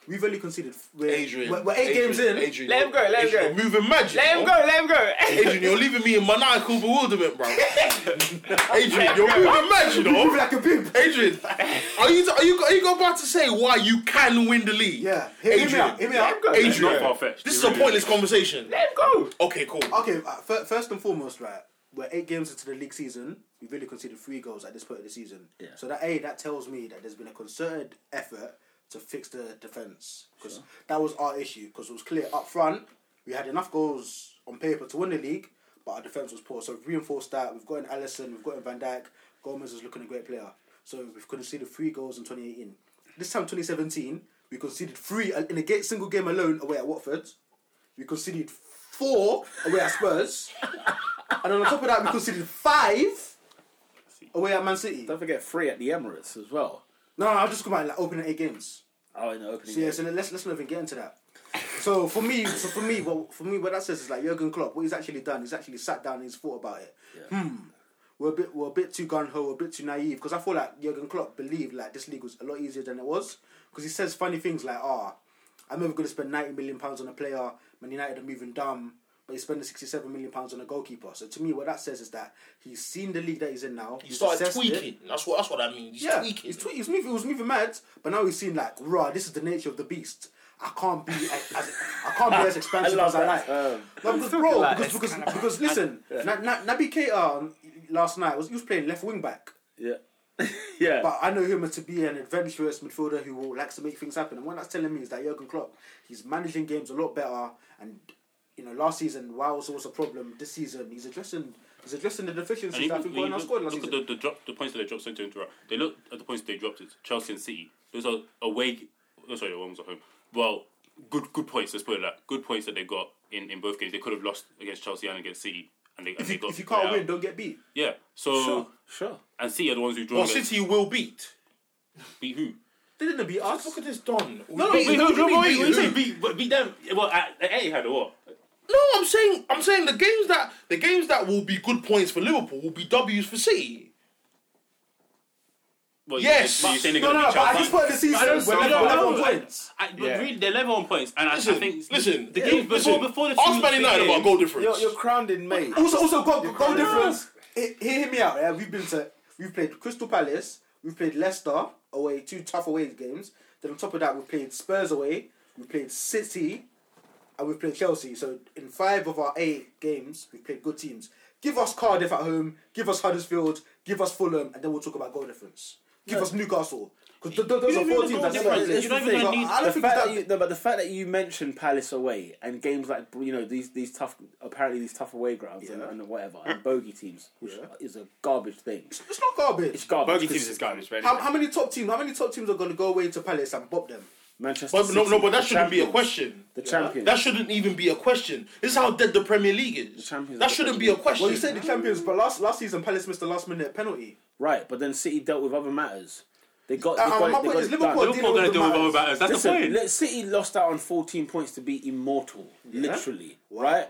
We've only conceded. We're, Adrian. We're, we're 8 Adrian, games in. Adrian, Let him go, let him Adrian, go. You're moving magic. Let him bro. go, let him go. Adrian, you're leaving me in maniacal bewilderment, bro. Adrian, you're moving mad, you Move know. like a pimp. Adrian, are you are you are you about to say why you can win the league? Yeah. Hear, hear Adrian, me out. Hear me out. go. It's not Adrian, far fetched. this is a pointless conversation. let him go. Okay, cool. Okay, uh, fir- first and foremost, right, we're eight games into the league season. We've really conceded three goals at this point of the season. Yeah. So that a that tells me that there's been a concerted effort to fix the defense because that was our issue. Because it was clear up front, we had enough goals on paper to win the league, but our defense was poor. So we've reinforced that. We've got an Allison, we've got in Van Dijk. Gomez is looking a great player. So we've conceded three goals in 2018. This time, 2017, we conceded three uh, in a ga- single game alone away at Watford. We conceded four away at Spurs. and on top of that, we conceded five away at Man City. No, Don't forget three at the Emirates as well. no, I'll just come out like opening eight games. Oh, in the opening. So yeah, game. so let's let's not even get into that. So for me, so for me, what for me, what that says is like Jurgen Klopp. What he's actually done, he's actually sat down and he's thought about it. Hmm, we're a bit we're a bit too gun ho, we're a bit too naive because I feel like Jurgen Klopp believed like this league was a lot easier than it was because he says funny things like, "Ah, I'm never going to spend ninety million pounds on a player. Man United are moving dumb." But he's spending sixty-seven million pounds on a goalkeeper. So to me, what that says is that he's seen the league that he's in now. He he's started assessed it. tweaking. That's what that's what I mean. He's Yeah, tweaking. he's, tweet, he's moving. He was moving mad, but now he's seen like, rah, this is the nature of the beast. I can't be as, as I can't be as expansive as I like. No, because bro, like because this because, because listen, Na, Na, Naby Keita um, last night was he was playing left wing back, yeah, yeah. but I know him to be an adventurous midfielder who will, likes to make things happen. And what that's telling me is that Jurgen Klopp, he's managing games a lot better. And you know, last season, while it was a problem, this season he's addressing he's addressing the And deficiencies even- that I think were in you our look, squad last look at season. the, the, drop, the points that they dropped. Sorry to interrupt. They look at the points they dropped. It's Chelsea and City. Those are away. Oh, sorry, the one was at home. Well, good good points. Let's put it like that. Good points that they got in, in both games. They could have lost against Chelsea and against City, and they, and they got. If you can't yeah. win, don't get beat. yeah. So sure, sure. and City are the ones who draw. Well, City will beat. beat who? They didn't beat us. Look at this Don. no, Beat- wait, no, who do you no, mean? wait, Who who? do you beat, beat them. Well, at, at Etihad or what? No, I'm saying I'm saying the games that the games that will be good points for Liverpool will be W's for City. Well, Yes. You, you're saying they're No, gonna no, beat but I Chelsea. just put the season. I don't We're see- level, I level don't- on points. I, but Yeah. read, they're level on points, and I, Listen, I think listen. The game before listen, before the ask two- Man United the about goal game- difference. You're, you're crowned in May. Also, also goal, goal difference. He- Hear me out. Yeah, we've been to, we've played Crystal Palace, we've played Leicester away, two tough away games. Then on top of that, we played Spurs away, we played City, and we played Chelsea. So in five of our eight games, we played good teams. Give us Cardiff at home, give us Huddersfield, give us Fulham, and then we'll talk about goal difference. Give us Newcastle. Because those You are don't four need teams the that goal separate difference. us. You don't It's the even thing. need- I don't the think fact that- that you, no, but the fact that you mentioned Palace away and games like you know these these tough apparently these tough away grounds Yeah. and, and whatever and bogey teams, which Yeah. is a garbage thing. It's not garbage. It's garbage. Bogey 'cause teams is garbage, man. How, how many top teams? How many top teams are going to go away to Palace and bop them? Manchester. But no, City, no, but that the shouldn't be a champions. question. The champions. That shouldn't even be a question. This is how dead the Premier League is. Champions that League. shouldn't be a question. Well, you said the champions, but last last season Palace missed the last minute penalty. right, but then City dealt with other matters. They got. They Uh, got my they point got is it Liverpool done. did Liverpool are Deal gonna do with with the other matters. That's the Listen, point. let- City lost out on 14 points to be immortal. Literally, right?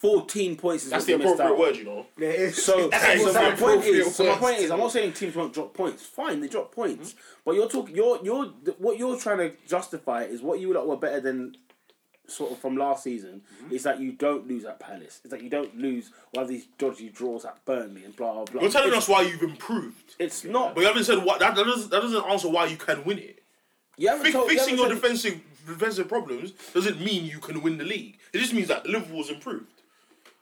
14 points is That's what the they missed appropriate out. word, you know. So, That's so my exactly point appropriate is, so my words. point is, I'm not saying teams won't drop points. Fine, they drop Hmm? points, but you're talking, you're, you're, th- what you're trying to justify is what you lot were better than, sort of from last season, Hmm? is that you don't lose at Palace, is that you don't lose one of these dodgy draws at Burnley and blah blah blah. You're telling it's, us why you've improved, it's not. but you haven't said what. That, that doesn't that doesn't answer why you can win it. You haven't Fix, told- you fixing haven't your said- defensive defensive problems doesn't mean you can win the league. It just means that Liverpool's improved.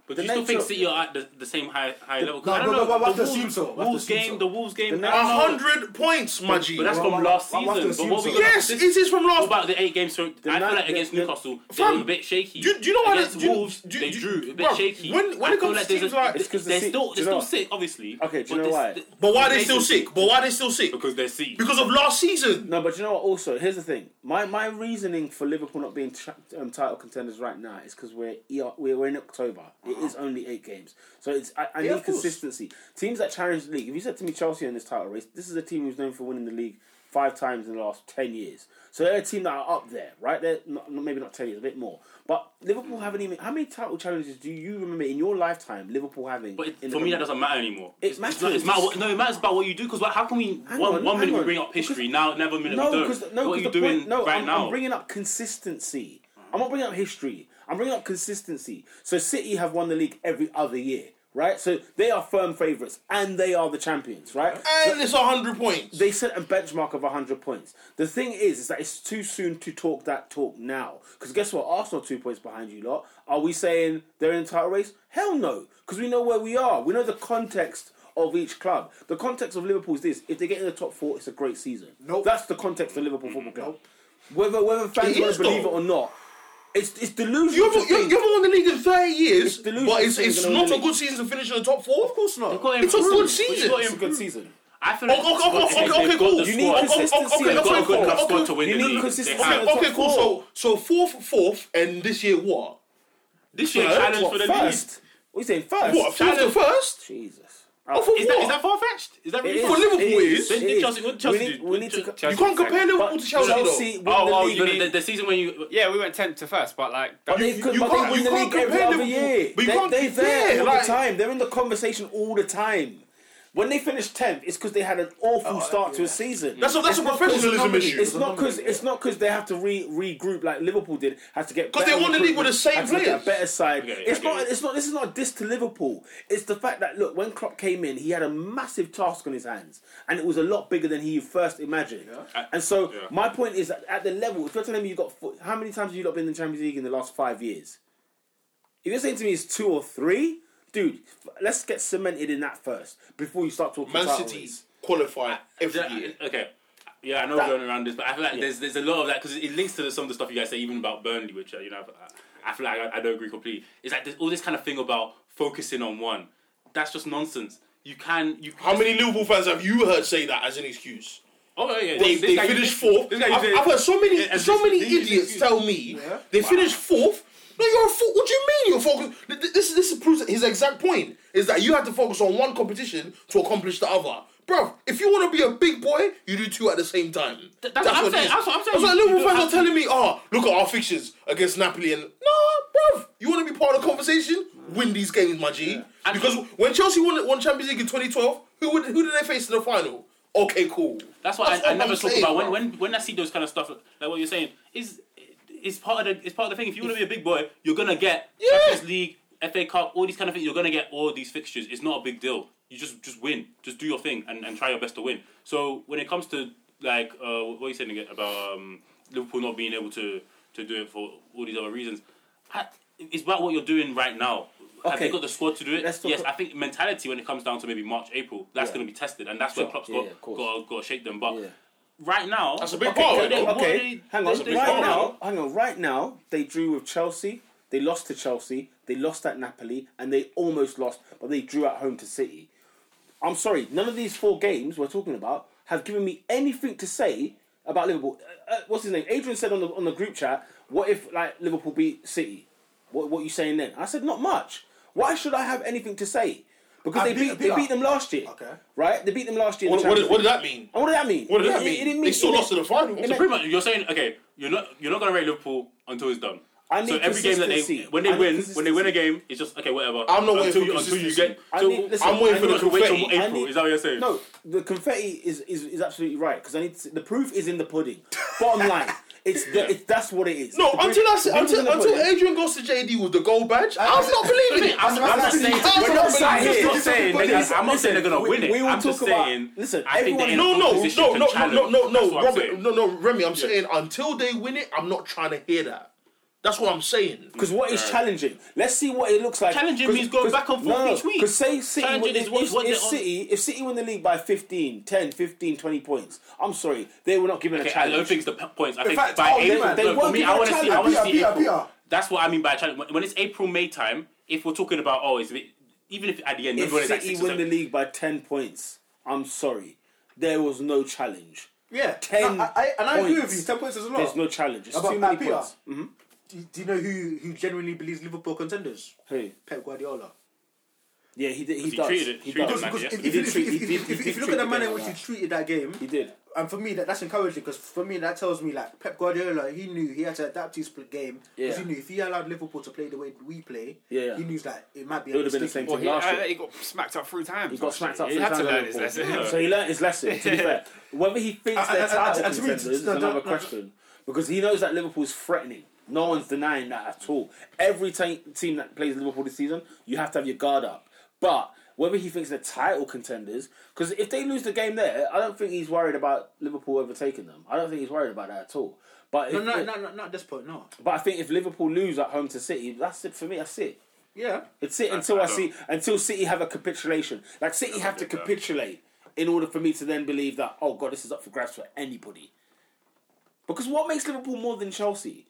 But The do you still nature think of- City are at the, the same high high level? 'Cause no, I don't but- know. but- but we have to the Wolves, assume so. We have to Wolves assume game, so. the Wolves game. The I A don't know. hundred points, my G. But that's Well, from last well, season. well, But well, what we well, got yes, it is from What last. about the eight games? So I feel night- like against the- the- Newcastle, they were a bit shaky. Do you- do you know why Against that- do you- Wolves, do you- they do you- drew a bit bruh, shaky. when- I when it feel comes to there's a- teams like- there's- It's 'cause the they're Se- do still they're you still know- sick, obviously. Okay, do you but know they're why? st- But why are they're they still sick? But why are they still sick? Because they're City. Because of last season. No, but you know what? Also, here's the thing. My my reasoning for Liverpool not being tra- um, title contenders right now is because we're, ER, we're we're in October. It Uh-huh. is only eight games, so it's I, I Yeah, need of course. consistency. Teams that challenge the league. If you said to me Chelsea in this title race, this is a team who's known for winning the league five times in the last ten years. So they're a team that are up there, right? They're not, not- maybe not ten years, a bit more. But Liverpool haven't even. How many title challenges do you remember in your lifetime Liverpool having? But it, in for the me, that Premier doesn't matter anymore. It It's- it's matters. not- It's matter what, no, it matters about what you do. Because how can we Hang one, on, one hang minute we on. bring up history, now another minute No, we don't. because no, what 'cause are you the doing point, no, right I'm, now? I'm bringing up consistency. I'm not bringing up history. I'm bringing up consistency. So City have won the league every other year, right? So they are firm favourites and they are the champions, right? And it's 100 points. They set a benchmark of 100 points. The thing is, is that it's too soon to talk that talk now. Because guess what? Arsenal are two points behind you lot. Are we saying they're in a title race? Hell no. Because we know where we are. We know the context of each club. The context of Liverpool is this. If they get in the top four, it's a great season. Nope. That's the context of Liverpool Football Club. Whether, whether fans It want is, to believe though. it or not, it's, it's delusional You've, to you've, think- you've won the league in 30 years, It's delusional but it's, to think it's you're gonna not win a the good season to finish in the top four. Of course not. Got It's a improved. good season. Got It's It's a improved. good season. I feel Okay, like okay, okay, they've okay, oh, okay, got cool. the You squad. need consistency. okay, They've got a okay, good enough okay, squad to okay. win You the need league. They consistency. have. Oh, Okay, Top okay, cool. So, four. so fourth, fourth, and this year what? This year, Third? challenge What, for the league. first? What are you saying? First? What, fifth to first? Jesus. Oh, for Is what? that, is that far fetched? Is that really It For far-fetched? is. Liverpool, It is. Did- did It is. Chelsea- what we Chelsea need, did? we need to. Ch- go- Chelsea you can't compare Liverpool But to Chelsea, Chelsea though. win Oh, the oh, league. you mean the, the season when you Yeah, we went tenth to first, but like But they, You- could- you but can't- they win you the can't league every compare other Liverpool- year. but you they, can't they're compare, there all like- the time. They're in the conversation all the time. When they finished tenth, it's because they had an awful start to a season. Oh, That's a, that's a not 'cause professionalism nobody- issue. it's not because it's not because they have to re regroup like Liverpool did. Had to get 'Cause they better won the league with the recruitment, same had to get players. a better side. Okay, it's I get not. it. It's not. This is not a diss to Liverpool. It's the fact that look, when Klopp came in, he had a massive task on his hands, and it was a lot bigger than he first imagined. And so Yeah. my point is that at the level, if you're telling me you got four, how many times have you not been in the Champions League in the last five years? If you're saying to me it's two or three, dude, f- let's get cemented in that first before you start talking. Man title City race. qualify every Yeah, year. Okay. Yeah, I know we're going around this, but I feel like there's there's a lot of that because it links to the, some of the stuff you guys say, even about Burnley, which uh, you know I, I feel like I, I don't agree completely. It's like there's all this kind of thing about focusing on one. That's just nonsense. You can you. How many Liverpool fans have you heard say that as an excuse? Oh yeah, yeah. They, this they guy- finished this- fourth. This I've, guy, you I've heard so many, as so this- many this is idiots excuse. tell me Yeah. they finished fourth. No, you're a fool. What do you mean you're focused? Th- th- This this proves his exact point is that you have to focus on one competition to accomplish the other. Bro, if you want to be a big boy, you do two at the same time. Th- that's what I'm it saying, is. that's what I'm saying, That's why you- you don't Liverpool fans have are to- telling me, oh, look at our fixtures against Napoli and nah, bro. You want to be part of the conversation? Win these games, my G. Because when Chelsea won won Champions League in 2012, who would, who did they face in the final? Okay, cool. That's what I, all I never I'm talk saying, about when, bro. when when I see those kind of stuff like what you're saying is it's part of the it's part of the thing. If you want to be a big boy, you're gonna get Yeah. Champions League, FA Cup, all these kind of things. You're gonna get all these fixtures. It's not a big deal. You just just win, just do your thing, and, and try your best to win. So when it comes to like uh, what are you saying again about um, Liverpool not being able to to do it for all these other reasons, I, it's about what you're doing right now. Have they Okay. got the squad to do it? Let's talk yes, a- I think mentality when it comes down to maybe March, April, that's Yeah. going to be tested, and that's where Sure. Klopp's Yeah, got, yeah, of course. got, got to shake them. But Yeah. right now. That's a big Okay, part. okay, of it, they- though. okay. what they- hang that's on. a big Right problem. now, hang on. Right now, they drew with Chelsea. They lost to Chelsea. They lost at Napoli, and they almost lost, but they drew at home to City. I'm sorry. None of these four games we're talking about have given me anything to say about Liverpool. Uh, uh, what's his name? Adrian said on the on the group chat, "What if like Liverpool beat City? What what you saying then?" I said, "Not much. Why should I have anything to say?" Because I they beat- beat, they beat beat them. them last year. Okay. Right? They beat them last year. in What, the Champions what, did, what did League. that mean? And what did that mean? What did that It- mean? it- it didn't they still it- lost in the final. it So meant- pretty much, you're saying okay, you're not you're not gonna rate Liverpool until it's done. I need so every game that they consistency. when they I need win when they win a consistency. game, it's just okay, whatever. I'm not waiting until for you, until you consistency. get. I till- need- listen, I'm waiting for I the need to wait till confetti. I April. need- Is that what you're saying? No, the confetti is, is, is absolutely right because I need to, the proof is in the pudding. Bottom line, it's, the, it's that's what it is. No, The proof- until I the see, proof is in until the until pudding. Adrian goes to JD with the gold badge, I'm not believing it. I'm, I'm not saying I'm we're not not believing Listen, saying- I'm not saying it. they're gonna- I'm not saying they're gonna we- win it. we will I'm just talk about- saying. listen, I think they're in No, a no, position no, to no, challenge. no, no, That's no, what I'm Robert, saying. no, no, Remy. I'm saying until they win it, I'm not trying to hear that. That's what I'm saying. Because what is challenging? Let's see what it looks like. Challenging Cause, means going back and forth each week. Because say City, Challenging win- is if, what- if, what if they're on- City, if City win the league by 15, 10, 15, 20 points, I'm sorry, they were not given a Okay, I challenge. don't think it's the p- points. I think fact, by oh, April, man, they no, for won't me, give I you a want to see. I challenge. want Peter, to see Peter, April. Peter. That's what I mean by a challenge. When- When it's April, May time, if we're talking about oh, it's a bit, even if at the end If everyone is like City six or win the seven. league by 10 points, I'm sorry, there was no challenge. Yeah. Ten No, I, I, and I agree with points. you. Ten points is a lot. There's no challenge. It's About too many Matt Peter. points. Mm-hmm. Do, do you know who who genuinely believes Liverpool contenders? Who? Pep Guardiola. Yeah, he did. He, He does. treated it- He treated does. it like Because yeah. if, He if, did if, treat- he if, did- if, he if did you look at the treat manner it in which like he that. treated that game, He did. and for me that, that's encouraging because for me that tells me like Pep Guardiola he knew he had to adapt to his pl- game because Yeah. he knew if he allowed Liverpool to play the way we play, Yeah, yeah. he knew that it might be It would have been the same mistake. thing Well, last he, uh, year. he got smacked up three times. He got smacked up. He three had times to at learn his Liverpool. lesson. So he learned his lesson. To be fair, whether he thinks I- I- they're I- I- title I- to me, contenders is no, no, another no. question because he knows that Liverpool's threatening. No one's denying that at all. Every t- team that plays Liverpool this season, you have to have your guard up. But whether he thinks they're title contenders, because if they lose the game there, I don't think he's worried about Liverpool overtaking them. I don't think he's worried about that at all. But if, No, no, no, no, not at this point. No. but I think if Liverpool lose at home to City, that's it for me. That's it. Yeah. It's it until I, I see until City have a capitulation. Like City have to get that. capitulate in order for me to then believe that oh god, this is up for grabs for anybody. Because what makes Liverpool more than Chelsea?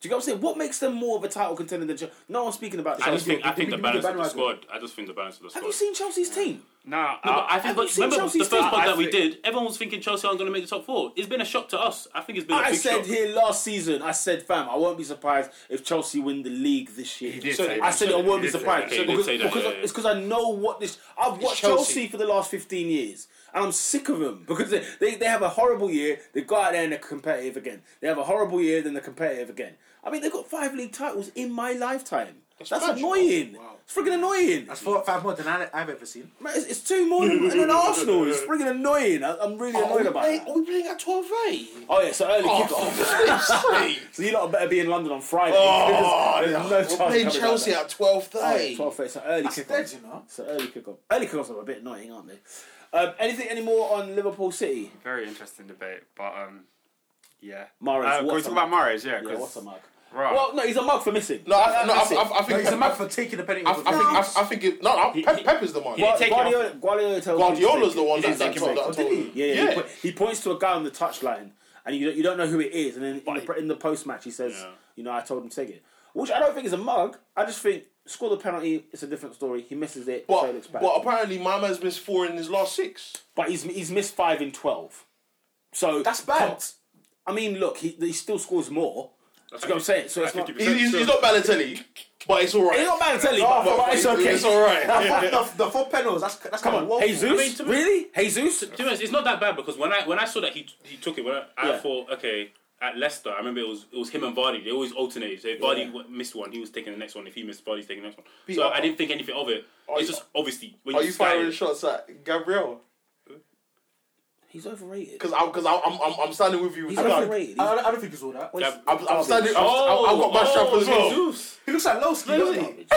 Do you get what I'm saying? What makes them more of a title contender than Chelsea? No one's speaking about I Chelsea. just think I think the Did we do the balance of the bandwagon? squad. I just think the balance of the squad. have you seen Chelsea's team? Nah, uh, No, but I have think. you But seen remember Chelsea's the first team? pod I that we think- did. Everyone was thinking Chelsea aren't going to make the top four. It's been a shock to us. I think it's been. a I big said shock. here last season, I said, fam, I won't be surprised if Chelsea win the league this year. did So say I that. said I won't be He did say surprised that. Okay, he did because, say that, because yeah, I- yeah. it's because I know what this. I've watched Chelsea. Chelsea. for the last fifteen years, and I'm sick of them because they, they, they have a horrible year. They go out there and they're competitive again. They have a horrible year, then they're competitive again. I mean, they got five league titles in my lifetime. That's, magical. annoying. Wow. It's freaking annoying. That's four, five more than I, I've ever seen. Man, it's, it's two more than than Arsenal. It's freaking annoying. I, I'm really Are annoyed we, about playing, that. are we playing at 12 A? Oh yeah, so early kickoff. So you lot better be in London on Friday. Oh, because there's no chance We're playing coming Chelsea back. at 12 Oh, 30. 12:30, It's an early That's kick dead, you know. It's an early kick-off. Early kick-offs are a bit annoying, aren't they? Um, anything any more on Liverpool City? Very interesting debate, but um, yeah. Mahrez, Uh, can we what's talk a about mug? Mares? Yeah, Yeah, 'cause- what's a mug? Right. Well, no, he's a mug for missing. No, I, no, I, That's it. I, I No, think he's a I, man for taking the penalty. I, I off think the ground. I, I think it, no, no Pep, he- Pep is the man. he- Gua- take it Guardiola, Guardiola tells him to Guardiola's take the it. one He that, didn't that, take it. that, Oh, that did he? Yeah, yeah, He, Yeah. po- he points to a guy on the touchline, and you don't, you don't know who it is. And then in the, pre- in the post match, he says, Yeah. "You know, I told him to take it," which I don't think is a mug. I just think score the penalty. It's a different story. He misses it. so he looks But, back. but apparently, my man's missed four in his last six. But he's he's missed five in twelve. So That's bad. But, I mean, look, he, he still scores more. That's what I'm saying. So it's not. He's, he's, he's not Balotelli, but it's It's alright. not Balotelli, but, but, it's okay. It's alright. the, the four penalties. That's that's Come on, Jesus, I mean, to me- really? Jesus? To be honest, it's not that bad because when I when I saw that he he took it, when I, I Yeah. thought okay. At Leicester, I remember it was it was him and Vardy. They always alternated. So if Vardy w missed one, he was taking the next one. If he missed, Vardy's taking the next one. Peter, so I didn't think anything of it. are It's you- just obviously when Are you sky firing it- shots at Gabriel? He's overrated. Because I'm, because I'm, I'm, I'm standing with you. With He's Oh, that. overrated. He's- I, don't- Um, I don't think it's all that. he's Gab- I'm, I'm standing. I'm, I'm, I've got my strap as well. Jesus. He looks like Lowski, doesn't he? garbage.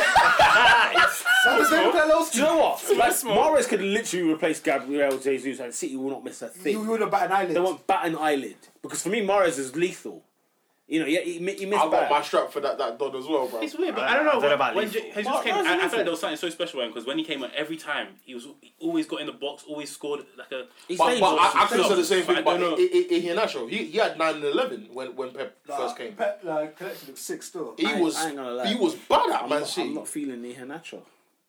That's the same Do you know what? Like, Morris could literally replace Gabriel Jesus, and City will not miss a thing. You would have bat an eyelid. They want bat an eyelid because for me, Morris is lethal. You know, yeah, he, mi- he missed I've got bad. my strap for that, that dod as well, bro. It's weird, but I- I, don't know. I don't know when- about when Leeds. J- Jesus Well, came, that's I, I felt nothing. like there was something so special about him because when he came on, every time he was he always got in the box, always scored like a. He's But, but dangerous. I, I could have said the same But I thing about don't know. Iheanacho. He, he had 9 and 11 when, when Pep Like, first came. Pep, like, collection of six still. He I- was I ain't gonna lie. he was bad at I'm Man not, City. I'm not feeling the Henacho.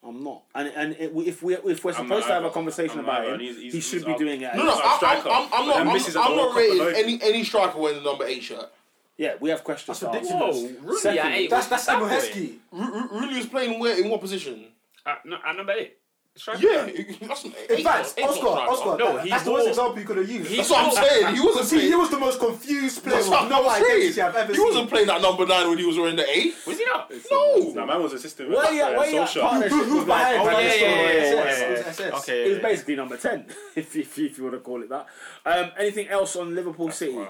I'm not. And and it, if we if we're I'm supposed not to have a either. conversation I'm about not him, either. He's- he's- he he's should be out. doing it. no, no, He's I'm, a I'm, striker. I'm, I'm not. But I'm, then misses at I'm the not World Cup rating alone. any any striker wearing the number eight shirt. Yeah, we have questions. That's to ask. ridiculous. Whoa, Rooney, Secondly, I ain't- That's that's That Samuel boy. Heskey. Ru- Ru- Rooney was playing where in what position? Uh, no, at number eight. Striker. Yeah, that's an eight. In fact, eight Oscar, striker. Oscar, No, that, he that's the worst was- example you could have used. That's what I'm saying. He wasn't Because he, he playing. was the most confused player That's with what no I'm identity I've saying. ever He seen. wasn't playing that number nine when he was wearing the eight. Was he not? Nah, No. man was assistant. Where you at- where you at partnership Who's with, like, behind? oh, Yeah, yeah, yeah, yeah, yeah, yeah, SS, yeah. SS. Okay. He was basically number ten, if, if, if you want to call it that. Um, anything else on Liverpool City? Wild.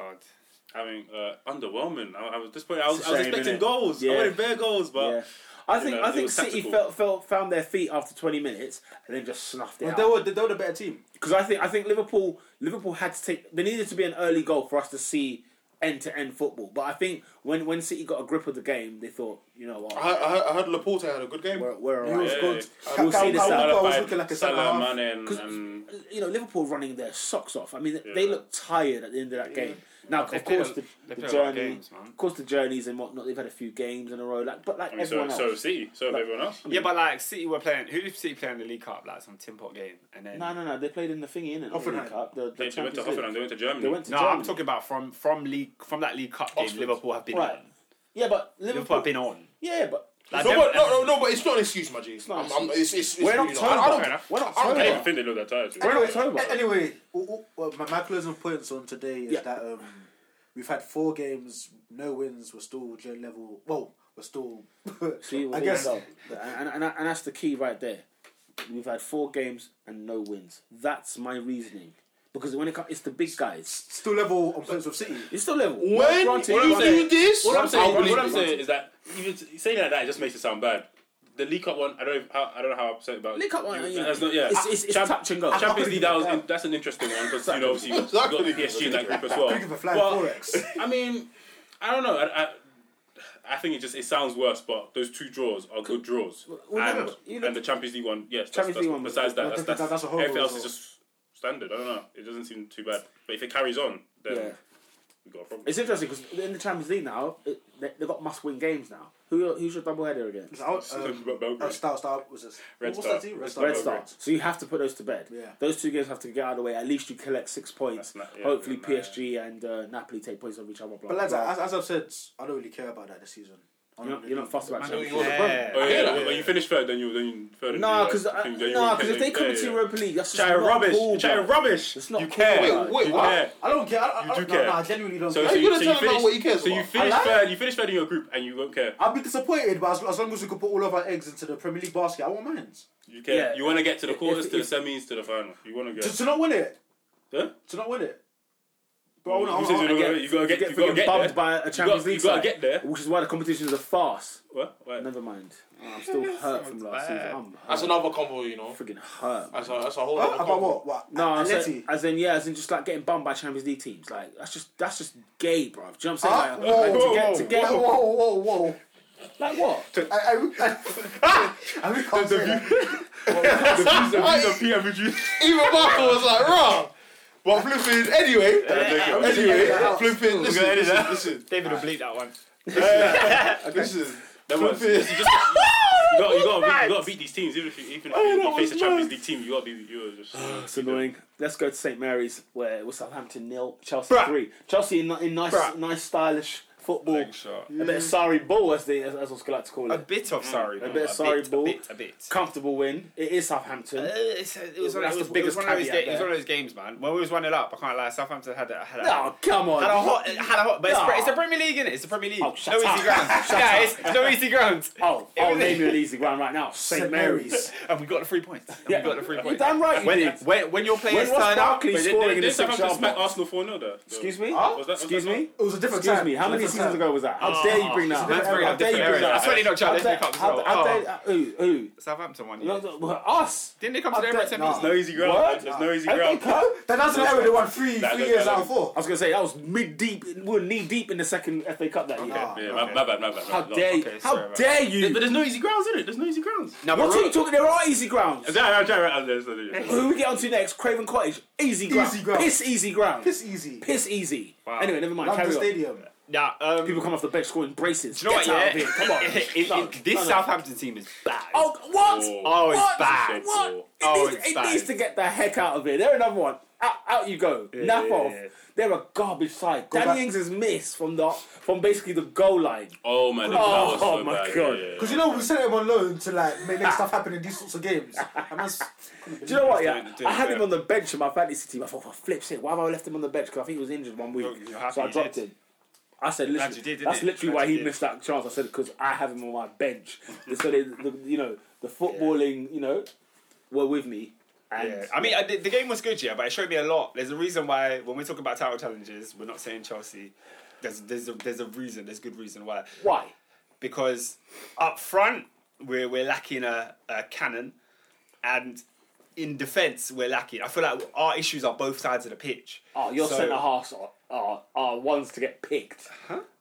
I mean, uh, underwhelming. I, I was disappointed. I was, It's I a was shame, expecting innit? goals. Yeah. I wanted bare goals, but Yeah. I think know, I it think was City tactical. felt, felt found their feet after twenty minutes and then just snuffed it But out. They were they were the better team. because I think I think Liverpool Liverpool had to take there needed to be an early goal for us to see end to end football. But I think when when City got a grip of the game, they thought, you know what, I heard, I heard- I heard Laporte had a good game. we're, we're He was alright. yeah, good. yeah. Ka- We'll Ka- see this Ka- out. Ka- was looking like a centre Salah, half. Mane, and, 'Cause- and You know, Liverpool running their socks off. I mean, they- they Yeah. look tired at the end of that game. Now, They of play course, a- the, the they play a lot of journey, games, man. of course, the journeys and whatnot. They've had a few games in a row, like but like I mean, so, everyone so have else. City, so have everyone else. Yeah, but like City were playing. Who did City play in the League Cup? Like some tin pot game, and then No, no, no. They played in the thingy in it. Hoffenheim. Cup. The, the They, they went Champions to League. Hoffenheim. They went to Germany. They went to No, Germany. I'm talking about from from league from that League Cup game. Oxford. Liverpool have been right. on. Yeah, but Liverpool Liverpool. have been on. Yeah, but Like, No, Denver- but, no, no, no, but it's not an excuse, my G. It's not an I'm, I'm, it's, it's, it's We're in really not. I- October. I Fair don't, enough. We're in I don't October. care. think they look that tired. We're in October. A- Anyway, w- w- well, my, my closing points on today is Yeah. that um, we've had four games, no wins. We're still Gen level. Well, we're still. See, I guess. and, and, and, and that's the key right there. We've had four games and no wins. That's my reasoning. Because when it comes, it's the big guys. Still level on points with City. It's still level. When Granted, you granted. do this, What I'm I'll saying, what, believe I'm you. saying is that even t- saying like that it just makes it sound bad. The League Cup one, I don't, how, I don't know how upset about. League Cup one, you know, that's not yeah. it's- it's- it's touch and go. Champions League, that was in, that's an interesting one because you know obviously you got Exactly. PSG in that group as well. Could give a flying Well, forex. I mean, I don't know. I, I, I think it just it sounds worse, but those two draws are good draws, well, and, no, you look- and the Champions League one, yes, Champions that's, League that's, one was- Besides that, that- that's, that- that's, that's a horrible everything else is result. just standard. I don't know. It doesn't seem too bad, but if it carries on, then Yeah. we got a problem. It's interesting because in the Champions League now, it, they, they've got must win games now. Who, who's your double header against? I was- um, uh, Star Star was this. Red what's Star. that team? Red Red Star. Star. Red Star. So you have to put those to bed. Yeah. Those two games have to get out of the way. At least you collect six points. That's not- yeah, Hopefully, we're not- PSG and uh, Napoli take points off each other. Blah, But lads, blah. as, as I've said, I don't really care about that this season. you're not, you're not fussed about Man, Champions you want League. the Yeah. Oh yeah, Yeah. when- when you finish third, then you then you third. No, because no, because uh, if they come to Europa League, that's just not cool, bro. rubbish. It's not you cool, care. bro. Wait, wait, you what? care. I don't care. I, I, You do no, care. No, I genuinely don't So, care. so, How you you, gonna so tell you him about finish, what he cares so you about? finish I like- third. You finish third in your group, and you won't care. I'll be disappointed, but as, as long as we can put all of our eggs into the Premier League basket, I want mine. You care. Yeah. You want to get to the If- quarters, if- to the semis, to the final. You want to To, get. to not win it. Huh? To not win it. But I wanna- I Who want says to. you gotta- you gotta get- you gotta freaking get bumped there. by a You Champions gotta- League you gotta side, get there. which is why the competition is a farce. What? Wait. Never mind. Oh, I'm still hurt from last bad. season. I'm That's hurt. another combo, you know. freaking hurt. That's a, that's a whole Huh? other combo. About what? What? No, I'm Atleti. saying, as in yeah, as in just like getting bummed by Champions League teams. Like that's just that's just gay, bro. Do you know what Huh? Ah, I'm saying? Whoa, Like, like, whoa, to get to get whoa, whoa, whoa, whoa. like what? I, I, I, I really can't say that. The views of PM Even Marco was like, raw. But flipping, anyway, anyway, flipping, listen, listen, listen, David will bleep that one. listen. You Flipping, just- you gotta- you gotta beat- you gotta beat these teams, even if you even if that you face a was Champions mad. League team, you gotta be you just. It's annoying. Let's go to St Mary's, where it was Southampton nil, Chelsea Bruh. three. Chelsea in, in nice, Bruh. nice stylish football. shot. A bit of sorry ball, as they as, as Oscar like to call A it. bit of sorry. Mm. A bit of sorry bit, ball. A bit. A bit. Comfortable win. It is Southampton. Uh, it's- it was one That's it was- the biggest it was one of those caveat ga- it was there. one of those games, man. When we was one 0 up, I can't lie. Southampton had a had a, Oh come on! had a hot had a hot. But Nah. it's, it's the Premier League, innit? It's the Premier League. Oh, shut no up. easy ground, Shut guys. up. No easy ground. Oh, I'll Really? name you an easy ground right now. St Mary's. And we got the three points. And Yeah. we got the three You're points. damn right. You When, did. when when your When players was turn up, Barkley scoring in Did the Southampton six-yard smack box? Arsenal 4 0 though? Excuse me. Was that- was Excuse that me. It was a different Excuse time. me. How many Different seasons time. ago was that? Oh, How dare you bring that? Let's bring How up dare you different bring areas. that? I swear to God, Charles, How dare- let's make up as how- well. how Oh. dare- Who? Who? Southampton one. No, Yeah. no, well, Us. Didn't they come to Up their there- reception? no. There's no easy ground. What? There's no easy Have they ground. come? Then that's an area they won three, Nah, three nah, years nah, out nah. of four. I was gonna say that was mid deep. We were knee deep in the second FA Cup that year. Nah. Yeah, my, my bad, my bad. How my bad. dare you? okay, how sorry about dare But you? there's no easy grounds, is it? There's no easy grounds. No, but What are Ro- you talking? There are easy grounds. Yeah, yeah, yeah, yeah, yeah, yeah, yeah, yeah. Who we get onto next? Craven Cottage. Easy ground. Easy ground. Piss easy ground. Piss easy. Piss easy. Wow. Anyway, never mind. London Carry on. Stadium. Nah, um, People come off the bench scoring braces. Do you know Get what? out of yeah? here. Come on. It- it- No, this no, no. Southampton team is bad. Oh, what? Oh. Oh, it's What? bad. What? It, Oh, needs, it's it bad. needs to get the heck out of here. They're another one. Out, out you go. Nap yeah, off. yeah. They're a garbage side. back. Danny Ings is missed from the from basically the goal line. Oh man, that Oh, was so oh, my bad. Yeah, God. yeah, yeah. Because you know we sent him on loan to like make, make stuff happen in these sorts of games. I must, Do you know what? doing- Yeah, doing I had fair. him on the bench in my fantasy team. I thought, oh, flip shit. Why have I left him on the bench? Because I think he was injured one week, You're- you're happy so I you dropped did. him. I said, listen, you did, didn't that's it? literally Glad why you he did. missed that chance. I said because I have him on my bench. so they, the, you know, the footballing, you know, were with me. And Yeah. I mean, I, did- the game was good, yeah, but it showed me a lot. There's a reason why when we talk about title challenges, we're not saying Chelsea. There's there's a, there's a reason. There's good reason why. why? Because up front, we're we're lacking a, a cannon, and in defence, we're lacking. I feel like our issues are both sides of the pitch. Oh, your So- centre halves are, are are ones to get picked.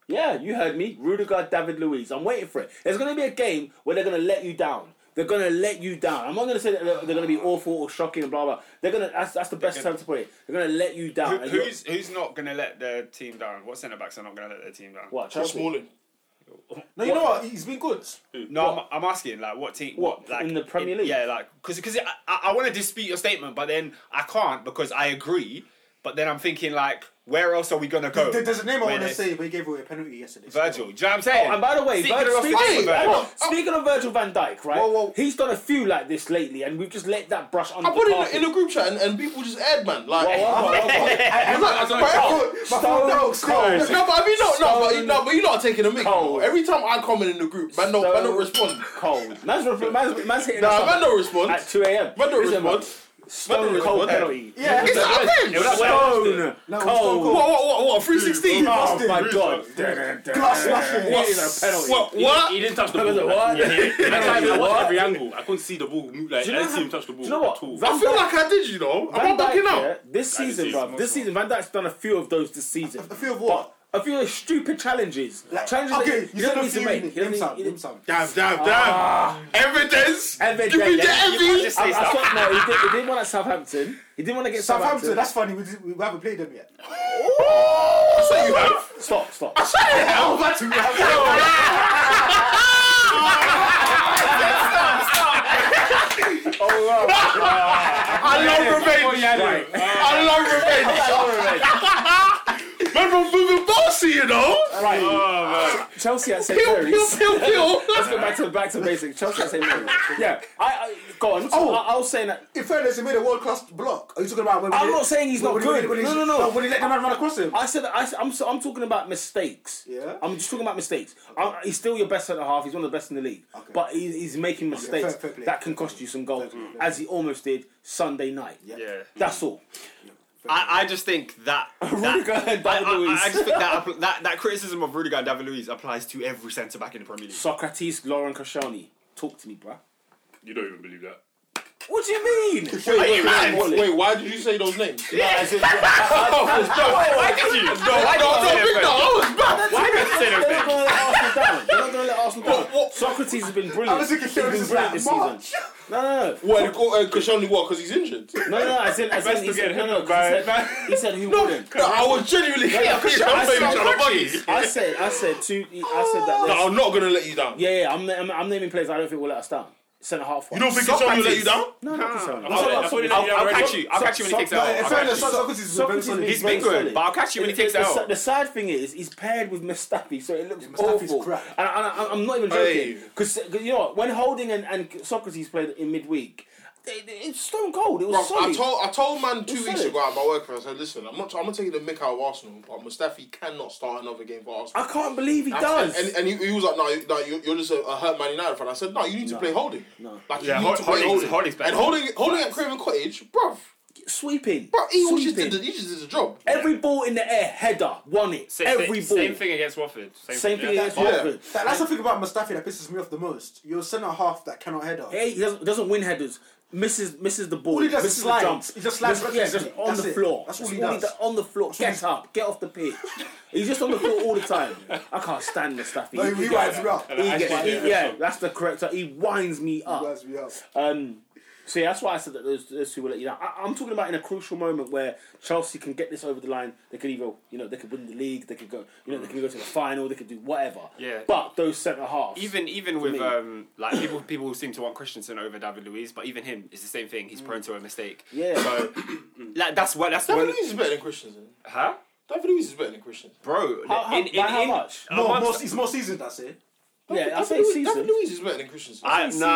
Yeah, you heard me. Rudiger, David Luiz. I'm waiting for it. There's going to be a game where they're going to let you down. They're going to let you down. I'm not going to say that they're, going to be awful or shocking and blah blah. They're going to. That's, that's the best gonna- time to put it. They're going to let you down. Who- and you're- who's who's not going to let their team down? What centre backs are not going to let their team down? what? Chris Chelsea? Smalling. no, you know what? He's been good. No, I'm, I'm asking like what team? What, like in the Premier League? Yeah, like because because I, I, I want to dispute your statement, but then I can't because I agree. But then I'm thinking like Where else are we gonna go? There- There's a name I Where want to there's- say, but he gave away a penalty yesterday. Virgil. Do you know what I'm saying? Oh, And by the way, Speaking Virgil, of speaking, Virgil, Hey, Virgil- hold on. speaking of Virgil van Dijk, right? Whoa, whoa. He's done a few like this lately, and we've just let that brush under I put the it carpet. in, in a group chat and, and people just aired, man. Like, Whoa, whoa, whoa, whoa, whoa. I'm not- I'm not- my Cold. phone- my phone- Stone no, cold. no, no, but I mean, no, no, but you, no, but you're not taking a mic. Cold. Every time I comment in the group, man, no, man, Stone don't respond. cold. Man's, re- man's, man's hitting us Nah, up man, don't respond. at 2 a.m. Man, don't Listen, man, respond. Stone don't cold respond. penalty. Yeah. It's not Yeah, but that's offense. why I watched it. Stone No, it's cold. Stone Cold. What, what, what, what? 316? Oh, Oh my god. Glass smashing. It is a penalty. What? He, what? he didn't touch the Because ball. of what? Yeah, yeah. I tried to What? watch every angle. I couldn't see the ball. move, Like, Do you know I didn't how- see him touch the ball do you know what? at all. Van I feel Dijk- like I did, you know. I'm Van not backing Dijk, up. yeah, this I season, see bro. some This season, Van Dijk's done a few of those this season. A few of what? A few of those stupid challenges. Like, challenges okay, that he you said doesn't a need to few. make. He Dim doesn't sum, need- dim sum. Damn, damn, damn. Evidence. Evidence, Give me yeah, yeah. the You evidence. I, I thought, no, he, did, he didn't want at Southampton. He didn't want to get Southampton. Southampton, that's funny. We, did- we haven't played them yet. That's what you have. Stop, stop. Hell, that's what you have. I love revenge. I love revenge. Man from Boomin Bossy, you know? Right. Chelsea at St. Pew, pew, Mary's. pew, pew. Let's go back to back to basics. Chelsea at St. Mary's. Yeah. I, I go on. Oh. I, I was saying that. In fairness, he made a world class block. Are you talking about? When we I'm did- not saying he's when not we- when good. we- when he- No, no, no. When he let the man run across him. I said I, am I'm talking about mistakes. Yeah. I'm just talking about mistakes. I, he's still your best centre half. He's one of the best in the league. Okay. But he, he's making mistakes fair- fair play. that can cost you some goals, Fair play. as he almost did Sunday night. Yeah. That's all. I, I just think that. that Rudiger and I, I, David Luiz. I just think that, appl- that that criticism of Rudiger and David Luiz applies to every centre back in the Premier League. Socrates, Lauren Koscielny. Talk to me, bruh. You don't even believe that. What do you mean? Wait, Are you wait, mad? wait, wait, why did you say those names? No, Why did you? No, I no, don't no, no, think that. I was back. Why did you say They're those not things? going to let Arsenal down. They're not going to let Arsenal down. What- what- Socrates has been I brilliant. was thinking He's been Koscielny brilliant was this like, season. No, no, no. What, uh, Kashani, what, because he's injured? No, no, no. I said, I said, he said, no, no, 'cause he said, he said who wouldn't. No, I was genuinely yeah, I'm Koscielny- I naming said- Koscielny. I said, I said, two, I said that. No, I'm not going to let you down. yeah, yeah, I'm, I'm, I'm naming players I don't think will let us down. Centre half. You don't think Kashani will let you down? No, not Koscielny. I'll, I'll, I'll, I'll, I'll already. catch you. I'll catch you when he takes it No, in out. I'll fairness, catch you. Socrates is very Socrates solid. is He's been very good, but I'll catch you when he The- takes the, it the, out. the sad thing is, he's paired with Mustafi, so it looks Mustafi's awful. crap. And, I, and I, I'm not even joking. Hey. Because you know what, when Holding and, and Socrates played in midweek, it, it's stone cold. It was Bro, I solid. told I told man two It's weeks solid. ago at my work. I said, "Listen, I'm not. I'm not taking the mick out of Arsenal, but Mustafi cannot start another game for Arsenal." I can't believe he I does. said- And, and he, he was like, "No, you- no, you- you're just a, a hurt Man United fan." I said, "No, you need to play holding. No. Like Yeah, you need Hol- to play Holding's- holding. Holding's better. and holding, holding at Craven Cottage, bro, sweeping. bro, he was just sweeping. did the, he just did the job. Every ball in the air, header, won it. Every ball. Same thing against Watford. Same thing yeah. against Yeah. Watford. That, that's the thing about Mustafi that pisses me off the most. You're a centre half that cannot head up. Hey, he doesn't, doesn't win headers. Misses misses the ball. All he does is misses slides. the jump. He just slides Misses- yeah, recklessly. just on That's the it. floor. That's all he does. on the floor. Get up. Get off the pitch. He's just on the floor all the time. I can't stand Mustafi. No, he He- winds me up. he gets- Actually, he- yeah, that's the correct. He winds me He up. winds me up. Um, so yeah, that's why I said that those, those two will let you down. I, I'm talking about in a crucial moment where Chelsea can get this over the line. They could either, you know, they could win the league. They could go, you know, they could go to the final. They could do whatever. Yeah. But those centre halves, Even even with me. um, like people people seem to want Christensen over David Luiz, but even him is the same thing. He's prone to a mistake. Yeah. So like, that's what that's David one. Luiz is better than Christensen. Huh, David Luiz is better than Christensen. bro? How- how- by how much? uh, More, once- more, he's more seasoned, I say. yeah, I David say Luiz- season. David Luiz is better than Christensen. I, say uh, nah, I,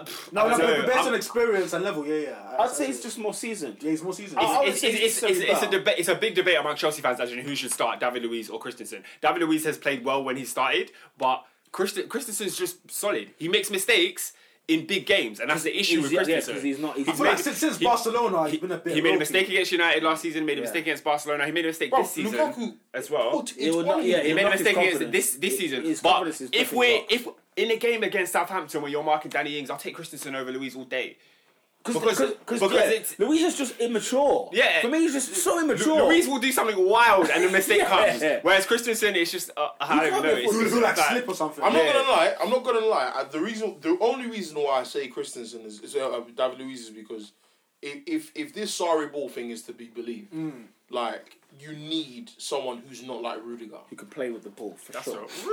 I, pff, No, I no, don't know. but based I'm- on experience and level, yeah, yeah. I'd say it's just more seasoned. yeah, he's more seasoned. It's- I would it's, say it's, it's, so it's, it's a far. debate. It's a big debate among Chelsea fans as to who should start, David Luiz or Christensen. David Luiz has played well when he started, but Christen, Christensen's just solid. He makes mistakes in big games, and that's the issue He's- with yeah, Christensen. 'cause he's not. He's I feel like made- since, since he- Barcelona, he's been a bit. he made a ropey. mistake against United last season. Made a mistake against Barcelona. He made a mistake Bro, this season Lukaku as well. Put It it would on not- yeah, him. he made a Lukaku's mistake against confidence. this this His- season. his but confidence is if definitely we're up. if in a game against Southampton where you're marking Danny Ings, I'll take Christensen over Luiz all day. Because, Because- because, because, because yeah, it's- Luis is just immature. Yeah. For me, he's just so immature. Lu- Luiz will do something wild and the mistake Yeah. comes. Whereas Christensen, it's just uh, I can't don't know. be a It's He'll just do like that- slip or something. I'm Yeah. not gonna lie. I'm not gonna lie. I, the reason, the only reason why I say Christensen is, is uh, David uh, Luiz is because if if, if this sorry ball thing is to be believed, Mm. like you need someone who's not like Rudiger. You can play with the ball for That's sure. Uh, all. is it-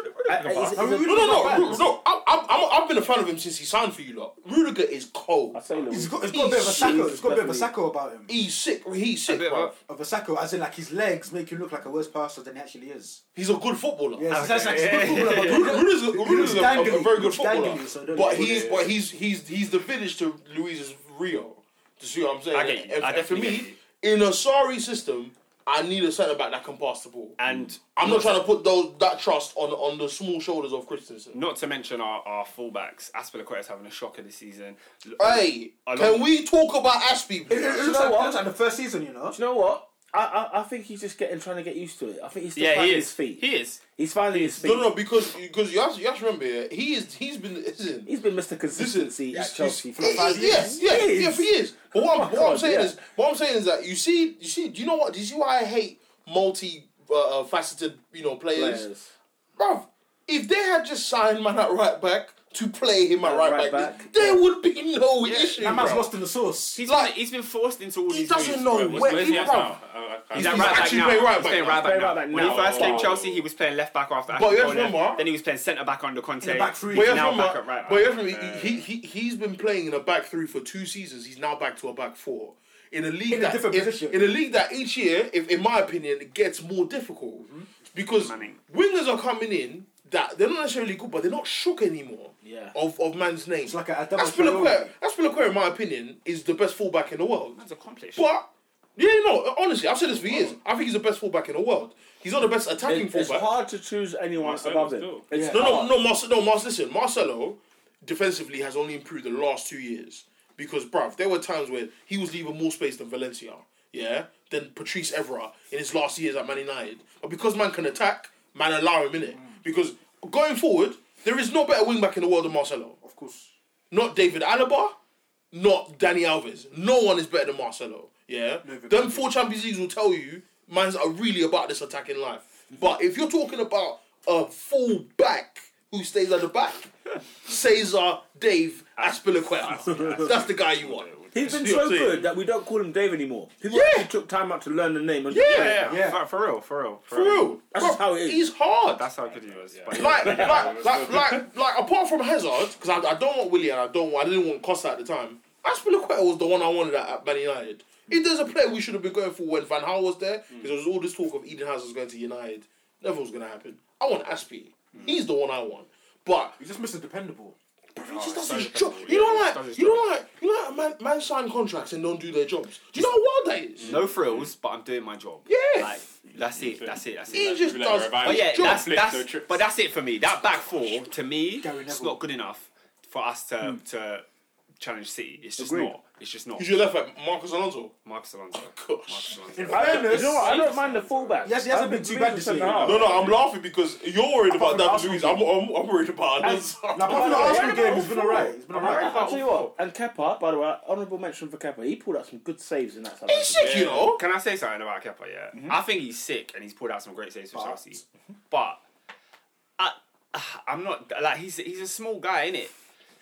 No, is it- no, no, I'll Ru- no! I, I'm, I'm, I've been a fan of him since he signed for you lot. Rudiger is cold. tell you, Louis. It's got, it's got a bit of a sacco. It's got a bit of a sacco about him. He's sick. He's sick, bit of bro. a- Of a sacco, as in like his legs make him look like a worse passer than he actually is. He's a good footballer. Yes, that's he's a like- good footballer, but Rudiger- Rudiger's, Rudiger's a, a, Dangly. a very good He's footballer, dangly, so don't but let- he's but he's he's he's the village to Luis's Rio. To see what I'm saying, I get you. And- I and for definitely me, get in a sorry system, I need a centre back that can pass the ball. And I'm not trying to put those that trust on on the small shoulders of Christensen. not to mention our, our fullbacks. Aspilicueta's having a shocker this season. Hey, I love- can we talk about It, Aspie? it, please? looks know like, it what? looks like the first season, you know. Do you know what? I, I I think he's just getting trying to get used to it. I think he's still Yeah, finding he his is. feet. He is. He's finding his feet. No, no, because because you have, to- you have to remember, yeah, he is he's been listen, He's been Mr. Consistency It's- at it's- Chelsea for it five is, years. Yes, yes, Years. yeah, for years. But what, I'm, Oh my what I'm God, saying yeah. is, what I'm saying is that you see, you see, do you know what? Do you see why I hate multi uh, uh, faceted, you know, players? Players. Bruv, if they had just signed man at right back to play him at At right, right back, back, there would be no issue. That man's bruv. lost in the sauce. He's Like- like he's been forced into all He these. doesn't moves, know bro. Where's- where- where's he- he at bro. now? I- I can't- He's He's at actually right back now. playing right He's playing back right now. back now. Playing right When back he first now. came Oh. Chelsea, he was playing left back after. But you have to Aspilicueta. remember- Then he was playing centre back under Conte. In the back three. But you have to Now back remember, at right but you back. have to remember, he, he, he, he's been playing in a back three for two seasons. He's now back to a back four. In a league In a that, different in- position. In a league that each year, if, in my opinion, it gets more difficult. Mm-hmm. Because Manning. wingers are coming in that they're not necessarily good, but they're not shook anymore Yeah. of, of man's name. It's like a- a double Aspilicueta, priority. Aspilicueta, in my opinion, is the best fullback in the world. Man's accomplished. But, yeah, no, honestly, I've said this for years. I think he's the best fullback in the world. He's not the best attacking It- it's fullback. hard to choose anyone Marcelo above him. still. It's No, no, hard. no, Marcelo. No, Marce, listen, Marcelo defensively has only improved the last two years because, bruv, there were times where he was leaving more space than Valencia, yeah, than Patrice Evra in his last years at Man United. But because man can attack, man allow him in it. Because going forward, there is no better wing back in the world than Marcelo. Of course. Not David Alaba, not Danny Alves. No one is better than Marcelo. Yeah, them four Champions Leagues will tell you, man's are really about this attacking life. But if you're talking about a full back who stays at the back, Cesar, Dave, Aspilicueta, that's the guy you want. He's been See so what I'm saying? good that we don't call him Dave anymore. People Yeah. actually took time out to learn the name. And Yeah. Yeah, Yeah. yeah, For, for real, for real, For real, That's Bro, just how it is. He's hard. That's how good he was. But like, like, like, like, like, apart from Hazard, because I, I don't want Willian, I don't, want- I didn't want Costa at the time. Aspilicueta was the one I wanted at, at Man United. If there's a player we should have been going for when Van Gaal was there, because there was all this talk of Eden Hazard going to United, never was going to happen. I want Aspi. He's the one I want. But He's just Mr. Dependable. he just does so his job. dependable. You don't Yeah, he like, does his you don't like, you know, man, man sign contracts and don't do their jobs. Do you know how wild that is? no frills, but I'm doing my job. Yeah. Like, that's it. That's it. That's it. He That's it. just like does. Rabani. But his Oh, yeah, job. that's, Flip, that's no trips. but that's it for me. That back four to me, Gary it's Neville. not good enough for us to to challenge City. It's just Agreed. not. It's just not. Who's your left back? Marcus Alonso. Marcus Alonso. Gosh. Marcus Alonso. I don't know. You know what? I don't mind the fullback. Yes, he hasn't I been agree too bad with this year. centre-half. No, no, I'm laughing because you're worried Apart about from David Luiz. I'm, I'm, I'm worried about Alonso. Now, apart from the Yeah, Arsenal yeah, game, he's been yeah. alright. He's been alright. I'll tell oh, you what. And Kepa, by the way, honourable mention for Kepa. He pulled out some good saves in that side. He's sick, you know. Can I say something about Kepa? Yeah, I think he's sick and he's pulled out some great saves for Chelsea. But I, I'm not like he's he's a small guy, innit?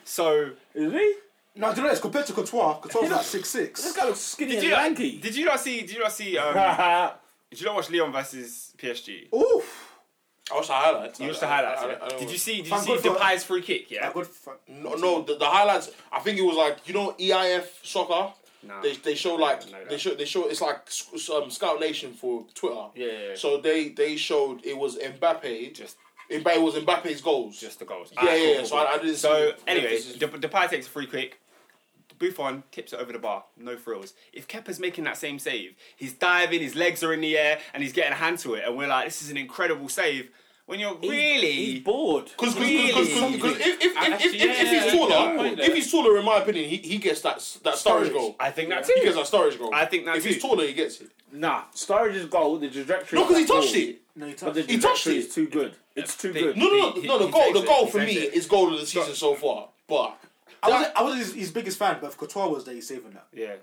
So Is he? Now, do you know it's compared to Couture? Couture's like six This six. guy looks skinny did and you lanky. did you not see did you not see um, did you not watch Leon versus PSG? Oof. I watched the highlights. You watched I- the highlights. I- I- yeah? I- I don't Did you watch- see? Did you Thank see God for- Depay's free kick? Yeah. I got fuck. No, no. The, the highlights. I think it was like you know EIF soccer. Nah. They, they show like Yeah, no doubt. they show they show it's like sc- um, Scout Nation for Twitter. Yeah, yeah, yeah. So they they showed it was Mbappe. Just- Mbappe it was Mbappe's goals. Just the goals. yeah, yeah. So I, I didn't. So, see- anyway, this is- Dep- Depay takes a free kick. Buffon tips it over the bar, no frills. If Kepa's making that same save, he's diving, his legs are in the air, and he's getting a hand to it, and we're like, this is an incredible save. When you're really, He's bored. Because because because Really? if if, if, if, if, Actually, yeah, if yeah, he's yeah, yeah, taller, point there. if he's taller, in my opinion, he, he gets that s- that Sturridge Sturridge. goal. I think that's He it. gets that Sturridge goal. I think that's if he's it. taller, he gets it. Nah, Sturridge's goal, the trajectory. No, of because he that touched goal- it. No, he But the touched. He touched trajectory it. is too good. It's too They- good. No, no, no, He- no. The he goal, takes the it, goal he for me takes it. is goal of the season so far. But I wasn't, I wasn't his, his biggest fan, but if Couture was there, he's saving that. Yeah.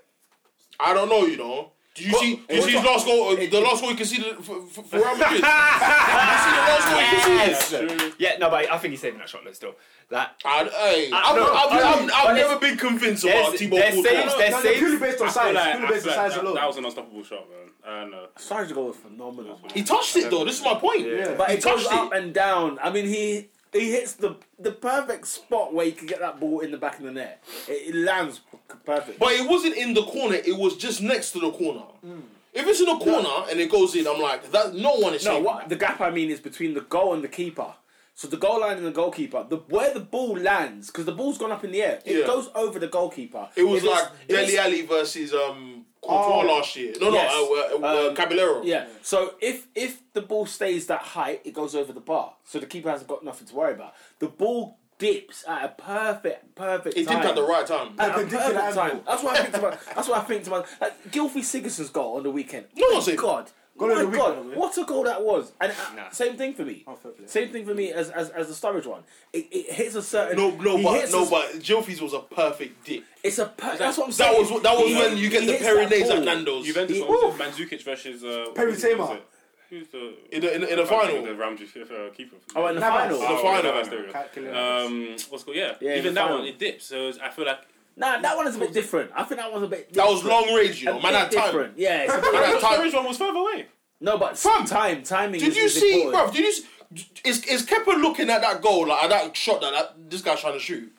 I don't know, you know. Do you see? Do you see his last goal? The last goal he conceded for, for, for Real Madrid. Did you see the last goal he conceded? Yeah, no, but I think he's saving that shot though. Still, like I, hey, I- I've, no, I've, I- I've, I've but never been convinced about there's- Thibaut there's saves, Courtois. there's- No, no, saves- purely based on size. I feel Purely based on I feel size that, alone. that was an unstoppable shot, man. I don't know. Sarge's goal was phenomenal. man. He touched it though. This is my point. Yeah. But He it goes touched up it. and down. I mean, he he hits the the perfect spot where he can get that ball in the back of the net. It, it lands perfect. But it wasn't in the corner. It was just next to the corner. Hmm. If it's in the corner and it goes in, I'm like that. No one is. no, saving what that. the gap I mean is between the goal and the keeper. So the goal line and the goalkeeper, the where the ball lands, because the ball's gone up in the air, it Yeah. goes over the goalkeeper. It was If it's- like if it's- Deli Ali versus um Courtois Oh. last year. No, Yes. no, uh, uh, uh, Um, Caballero. Yeah. So if if the ball stays that height, it goes over the bar. So the keeper hasn't got nothing to worry about. The ball dips at a perfect, perfect. He time. dipped at the right time. At a Perpendicular perfect angle. time. That's what I think to my. That's what I think to my. Like Gilfie Sigurdsson's goal on the weekend. No My one's seen it. God. Goal my of the week, by God, the way. what a goal that was! And uh, Nah. same thing for me. Oh, fair play. Same thing for me as as, as the Sturridge one. It, it hits a certain. No, no, he but hits no, a- but Jilfies was a perfect dip. It's a. Per- that's what I'm That saying. was that was He- when you get he the hits that Perinades at ball. Nando's in Juventus, He- what was it? Mandzukic versus uh, Perry who was it? Tamer. Who's the the in, the- in the final. The Ramji uh, keeper. Oh, in the Navas. final. Oh. final. Can't kill him. Um, what's it called? Yeah, Yeah, in even the that final. one it dips. So it's- I feel like Nah, that one is a bit different. I think that one's a bit. That was different. long range, you know. A Man bit had time. different. Yeah. It's a bit- Man had the time. Sturridge one was further away. no, but Fam, time timing. Did is, you is see, important. bruv? Did you? See, is is Kepa looking at that goal like at that shot that, that this guy's trying to shoot?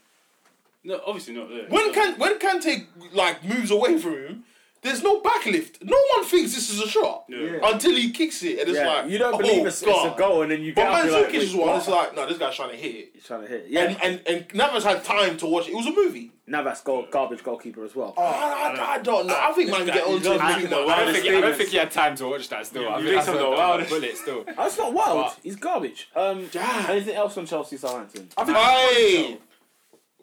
No, obviously not. Yeah. When can when Kante like moves away from him? There's no backlift. No one thinks this is a shot Yeah. until he kicks it, and it's Yeah, like you don't oh, believe it's, it's a God. goal, and then you But get up, you're like, Mandzukic is wait, one. what? It's like no, this guy's trying to hit it. He's trying to hit. it. Yeah, And and and Navas had time to watch it. It was a movie. Navas goal, garbage goalkeeper as well. I, I, I don't know. I think man can get onto it. I- between I- them. I I don't, think, I don't think he had time to watch that. Still, You- I you think think that's some of a the wildest- bullet. Still, That's not wild. But- He's garbage. Um, Yeah. anything else on Chelsea Southampton? I think Hey,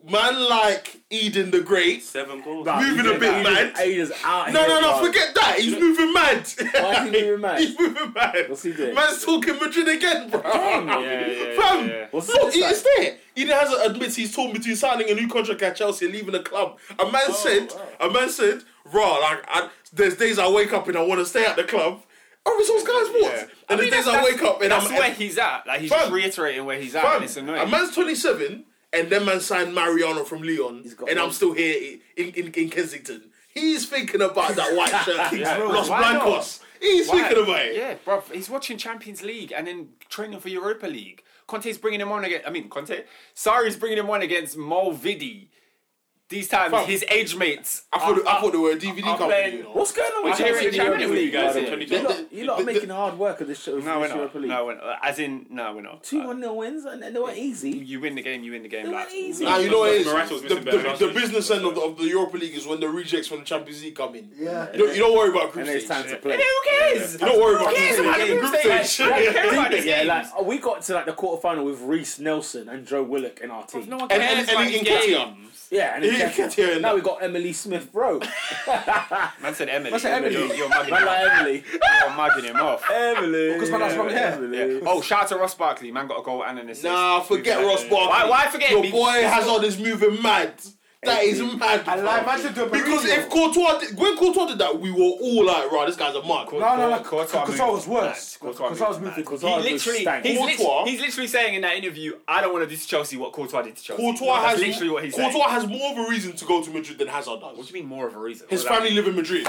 man, like Eden the Great. Seven goals. Nah, moving he a bit did that. mad. He just- he just out No, here, no, no, bro. forget that. He's moving mad. Why is he moving mad? He's moving mad. What's he doing? Man's talking Madrid again, bro. yeah, yeah, Fam, yeah. What's look, this it like? is there. Eden Hazard admits he's torn between signing a new contract at Chelsea and leaving the club. A man Oh, said, a man said, raw, like, I, there's days I wake up and I want to stay at the club. Oh, it's those guys' Yeah. sports. And mean, there's days that's- I wake up and that's I'm where he's at. Like he's Fam. just reiterating where he's at. Fam, and it's annoying. A man's 27, and then man signed Mariano from Leon, got and I'm one. still here i- in, in, in Kensington. He's thinking about that white shirt. bro, Los why not? Blancos. He's Why? thinking about it. Yeah, bro, he's watching Champions League and then training for Europa League. Conte's bringing him on again. I mean, Conte. Sarri's bringing him on against Malvidi. These times, Fam. his age mates. I, thought, I thought they were a DVD I'm company. playing- You know. What's going on I'm with hearing Chelsea in the Champions Europa League, League? guys, by the yeah. way? The- You're not- the- You're not the- making hard work of this show. No, we're not. Europa League. No, we're not. Uh, As in, no, we're not. Two Uh, one nil wins, and and they were easy. you win the game, you win the game. They were Like, easy. Nah, you know what it is? Morata's The, missing better the, the chances. business end of the, of the Europa League is when the rejects from the Champions League come in. Yeah. You don't, you don't worry about group And it's stage. time to You play. And who cares? don't worry about Who cares about the group group stage. Group stage? I don't stage. care about these Yeah, games. like we got to like the quarterfinal with Reese Nelson and Joe Willock in our team. No one And- cares and- about and these Nketiah. games. Yeah, and Yeah, then you Kepa. kept hearing now that. we got Emily Smith Rowe. Man said Emily. That's Emily. You're, you're Man mugging him like Emily. off. You're mugging him off. Emily. Because my dad's from here. Yeah. Oh, shout out to Ross Barkley. Man got a goal and an assist. Nah, forget Ross Barkley. Why, why forget Your him? boy Hazard is moving mad. That is mad. I bro. like imagine doing Because Mourinho. if Courtois, did, when Courtois did that, we were all like, "Right, this guy's a mug." No, no, no. Courtois Courtois was moved worse. mad. Courtois Courtois was moved moving. Because Courtois. He literally, he's, Courtois- literally, he's literally saying in that interview, I don't want to do to Chelsea what Courtois did to Chelsea. Courtois That's has literally what he's Courtois saying. has more of a reason to go to Madrid than Hazard What does. do you mean more of a reason? His Well, family live in Madrid.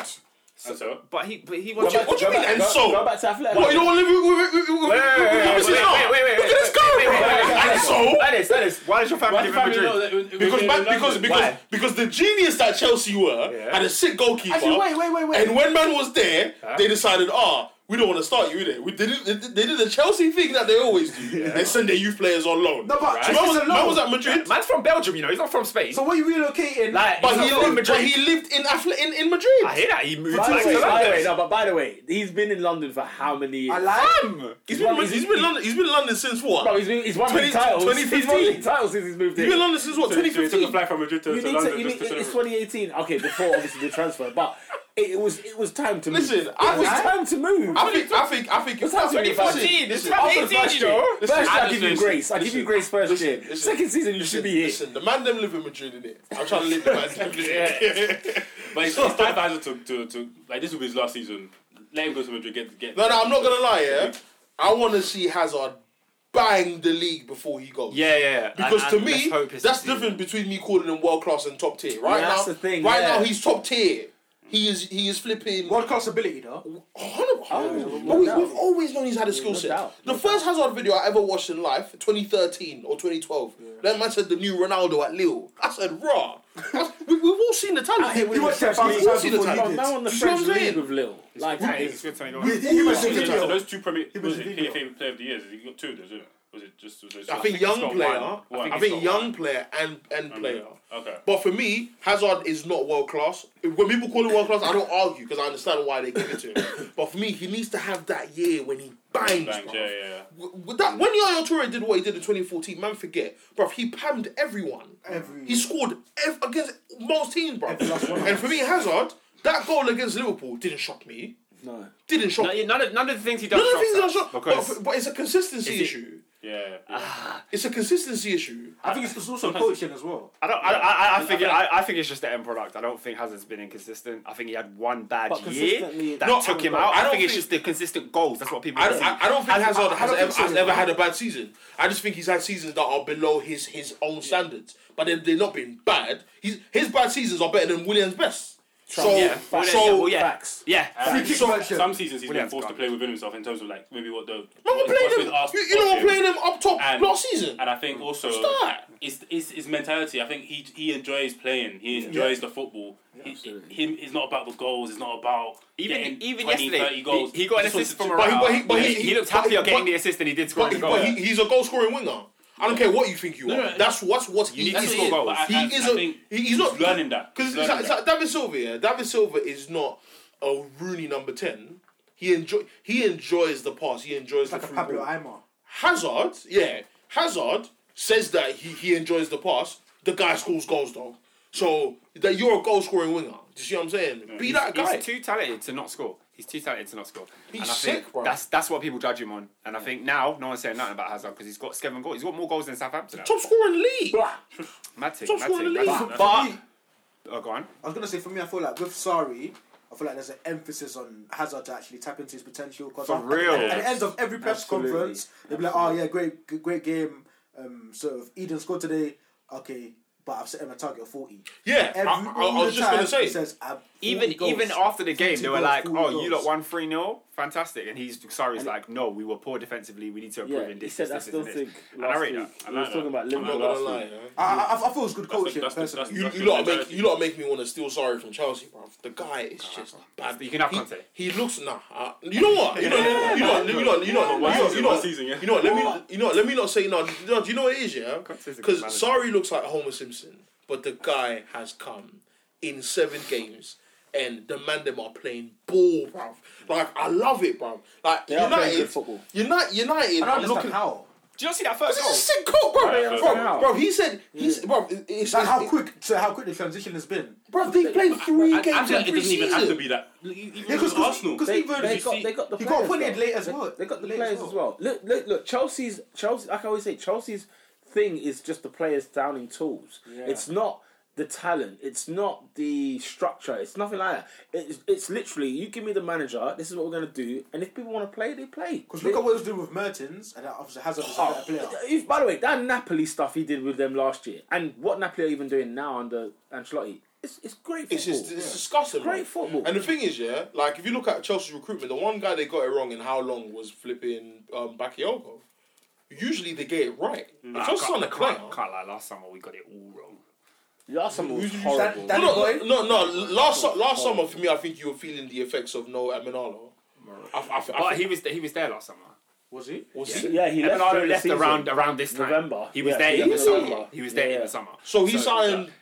And so that- But he, but he What wants. do you, what do you mean? and so, Go back to Athletic. what you don't want to live with- with- with- with- Wait, wait, with wait, your wait, missus wait, now? wait, wait, wait, Look at this guy, wait, wait, wait, wait, bro. And wait. so, That is, that is. Why does your family live in Madrid? because man, because because Why? because the genius that Chelsea were had a sick goalkeeper. Actually, wait, wait, wait, wait. And when man was there, they decided, ah, we don't want to start you in it. We did it. They did- they did the Chelsea thing that they always do. They send their youth players on loan. No, but So this man, was, is a man loan. was at Madrid, Man's from Belgium, you know. He's not from Spain. So what are you relocating? like, but he's he not from lived. But Madrid. he lived in Afla in, in Madrid. I hear that. He moved By back the, way, to by the way, London. no, but by the way, he's been in London for how many years? I like. Fam! He's been, he's been in London. He's been in London since what? Bro, he's, been, he's won many 20 titles. He's won 2015. many titles since he's moved he's been in in. London since what? so you took a 2015. flight from Madrid to, You to need to, London you just need, to it's celebrate. 2018. Okay, before obviously the transfer, but it, it was it was time to move. Listen, it I was think- time to move. I think. I think. I think. It's hard to be Listen, 2014, it's listen, not after the 18, first you year- know? First year, listen, I listen, give you listen, grace. I give listen, you grace first listen, year. listen. Second season, you should be here. Listen, the man them live in Madrid, innit? I'm trying to live the man's life, innit? But it's, it's time for Hazard to, to, to like this will be his last season. Let him go to Madrid. Get get. No, no, I'm not gonna lie. Yeah, I want to see Hazard bang the league before he goes. Yeah, yeah, yeah. Because And- to and me, let's hope it's that's the different between me calling him world class and top tier. Right Yeah, now, that's the thing, right yeah. now he's top tier. He is he is flipping. World class ability though. Hundred- Oh, no but we, doubt. we've always known he's had a skill no set. doubt. The first Hazard video I ever watched in life, 2013 or 2012, that man said the new Ronaldo at Lille. I said, raw. we, we've all seen the talent. You watched that five We've all times seen the before you talent. did. Now on the Do you know French what I'm league saying? with Lille, like that It's is good something We going. he was a So, so video. those two Premier Give us was a it video. PFA Player of the Years. You got two of those, didn't it? Was it just? Was it I just- think he's young got player. one. One. I he's think got young player and and one. player. Okay. But for me, Hazard is not world class. When people call him world class, I don't argue because I understand why they give it to him. but for me, he needs to have that year when he bangs. Thanks, bruv. yeah, yeah. W- with that, when Yaya Toure did what he did in 2014, man, forget, bruv, he pammed everyone. Every- he scored ev- against most teams, bruv. Every last one of and for me, Hazard, that goal against Liverpool didn't shock me. no. Didn't shock. me. None, none of none of the things he does. None of the things shocks that shocked, us, because but, but it's a consistency Is it- issue. Yeah. It's a consistency issue. I think it's, it's also coaching as well. I don't. I, I, I, I think. I, I think it's just the end product. I don't think Hazard's been inconsistent. I think he had one bad But consistently- year that No, took him I- out. I I, don't think it's think- just the consistent goals. That's what people. I don't, see. I, I don't think Has- Hazard I- I has, don't ever, think so. has ever had a bad season. I just think he's had seasons that are below his his own standards. But they've, they've not been bad. He's, his bad seasons are better than William's best. So, Yeah. so, Willian- yeah, well, yeah. Facts. Yeah. Free kick so- version. Some seasons he's been Williams forced to gone. play within himself in terms of like maybe what the. no one what's played with him. us- You, you know, him. playing him up top And- last season. And I think also Start. it's, it's his mentality. I think he he enjoys playing. He enjoys the football. He- absolutely. him it's not about the goals. It's not about Even getting even 20, yesterday, 30 goals. he, he got an just wants assist to- from But he- Morata. but he- but Yeah, he- he looked but- happier but- getting the assist than he did But, scoring the goal. but he, he's a goal scoring winger. I don't care what you think you are. No, no, no. That's what's what You he need to is. score goals. He I- I- is I a- think he- he's not he's learning that. because He's it's, like, learning it's like David Silva. Yeah, David Silva is not a Rooney number ten. He enjoy he enjoys the pass. He enjoys Like a the free Pablo ball. Aymar. Hazard, yeah, Hazard says that he, he enjoys the pass. The guy scores goals though, so that you're a goal scoring winger. Do you see what I'm saying? Be that he's, guy. he's too talented to not score. He's too talented to not score. He's and I think sick, bro. That's that's what people judge him on. And I think now no one's saying nothing about Hazard because he's got seven goals. He's got more goals than Southampton. now. Top scorer in the league. Mad take, top mad scorer in the take, league. mad For take. me, Oh, go on. I was gonna say for me, I feel like with Sari, I feel like there's an emphasis on Hazard to actually tap into his potential. Cause For at- real. at, at the end of every press Absolutely. conference, they'll be like, "Oh yeah, great, g- great game. Um, sort of Eden scored today. Okay, but I've set him a target of 40. Yeah, I- Every, I, I all was the just gonna time, say. he says, "I've 40 Even goals." even after the game, they were goals, like, forty "Oh, you goals. lot won three 0 fantastic." And he's sorry, he's like, "No, we were poor defensively. We need to improve Yeah, in he this." said this, that this, and still this." thing. And I Last rate week. that. I He was like talking that. about I'm I'm not Liverpool gonna last lie. week. yeah. I, I, I feel it's good the- coaching that's the- personally. that's You, the you lot make mentality. you lot make me want to steal sorry from Chelsea, bro. The guy is just bad. You can have he, Conte. He looks nah. Uh, you know what? You know you know you know you know One you know season, you one know season, yeah. you know what, let me you know what, let me not say no. You know- Do you know what it is? Yeah, Conte's a good because manager. sorry looks like Homer Simpson, but the guy has come in seven games. And the man them are playing ball, bruv. Like I love it, bruv. Like are playing United, good football. United, United. I don't I'm understand looking. how. Do you not see that first This is a goal? sick cook, bro. Right, bro, first bro, half. he said, he's, bro, it's Like how it- quick, so how quick the transition has been. Bro, they played three I, I games feel in like it pre doesn't even have to season. be that. Even Yeah, with because Arsenal. because They, even they you got, see- they got the he got players. appointed though. late as They- well. They got the Late as players as well. Look, look, look. Chelsea's Chelsea. Like I always say, Chelsea's thing is just the players downing tools. It's not the talent. It's not the structure. It's nothing like that. It's, it's literally you give me the manager. This is what we're gonna do. And if people want to play, they play. Because look at what he was doing with Mertens, and that obviously Hazard was a better player. If, by the way, that Napoli stuff he did with them last year, and what Napoli are even doing now under Ancelotti, it's, it's great football. It's just it's disgusting. Great man. football. And the thing is, yeah, like if you look at Chelsea's recruitment, the one guy they got it wrong in how long was flipping um, Bakayoko. Usually they get it right. Nah, I Chelsea's can't- on a I can't- clown. Can't lie. Last summer we got it all wrong. last summer was Who's- who's horrible. that- No, no, no, no. Last su- last summer for me, I think you were feeling the effects of no Aminalo. I, I, I, But he was he was there last summer. Was he? was he? yeah, he left, during Bernardo the left season. around around this time. November. He was Yeah, there he in the left summer. November. He was there Yeah. in the summer. So he signed.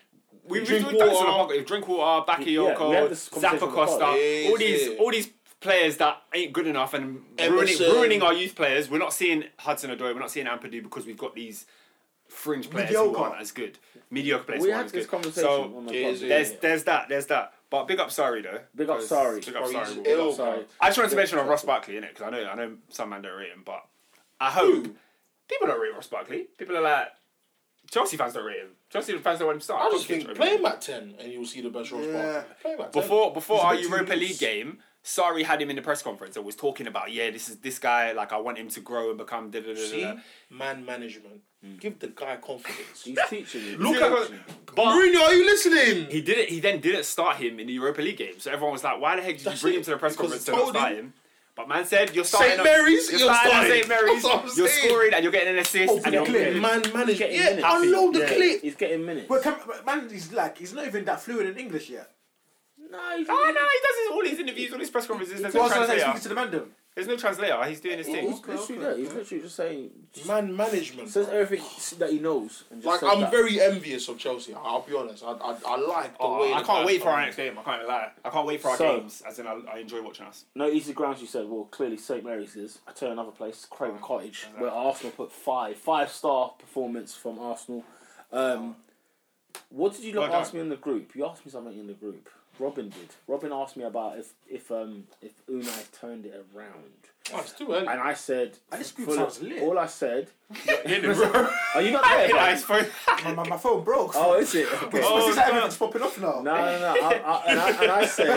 We we Drinkwater. doing that on the podcast. Drinkwater, Yeah, we had Bakayoko, this conversation Zappa on the pod. Costa, Yeah, all these yeah. all these players that ain't good enough and ruining, Emerson. ruining our youth players. We're not seeing Hudson Odoi. We're not seeing Ampadu because we've got these fringe players who Mediocre. aren't as good. Mediocre players. We who aren't had as this good. conversation So, on the yeah, podcast. yeah, There's there's that there's that. But big up Sari though. Big up 'Cause- Sari. Big up Bro, Sari. he's will- ill. Sorry. I just wanted to mention on Ross Barkley in it because I know I know some man don't rate him, but I hope people don't rate Ross Barkley. People are like, Chelsea fans don't rate him. Chelsea fans don't want him to start. I just Pochettino think don't play rate him. him at ten, and you'll see the best Ross Yeah. Barkley. Play him at 10. Before before He's a our bit too Europa loose. League game, Sari had him in the press conference and was talking about, yeah, this is this guy. Like I want him to grow and become. Da, da, da, da, See, da. man management. Give the guy confidence. He's teaching you. Look Yeah. at But- Mourinho. Are you listening? He did it. He then didn't start him in the Europa League game. So everyone was like, why the heck did That's you bring it, him to the press because conference it's to not told start him. him? But man said, you're starting. St. on- Mary's, You're, you're starting, on starting. St. Mary's. That's what I'm You're saying. scoring and you're getting an assist. Open and the you're clip. getting- Man management. getting Yeah, minutes. unload the Yeah. clip. He's getting minutes. But can, but man, he's like he's not even that fluent in English yet. no, he's Oh no, he does his, all his interviews, all his press conferences. There's So no I was like speaking translator. to the man them. There's no translator. He's doing his thing. He's literally that. He's literally just saying. Just Man management. says bro. everything that he knows. And just Like says I'm that. very envious of Chelsea. I'll be honest. I I, I like the way. Ah, Oh, I the can't guys wait for are. our next game. I can't lie. I can't wait for our So- games. As in, I, I enjoy watching us. No easy grounds, you said. Well, clearly St Mary's is. I turn another place, Craven Cottage, where Arsenal put five five star performance from Arsenal. Um, what did you lot Well done. ask me in the group? You asked me something in the group. Robin did. Robin asked me about if if um if Unai turned it around, Oh, it's too early. and I said, And this group full- sounds lit. all I said, Yeah, are you not there? I bro? suppose. My, my, my phone broke. oh, is it? Okay. It's- Oh, it's like everything's popping off now. No, no, no. I, I, and, I, and I said,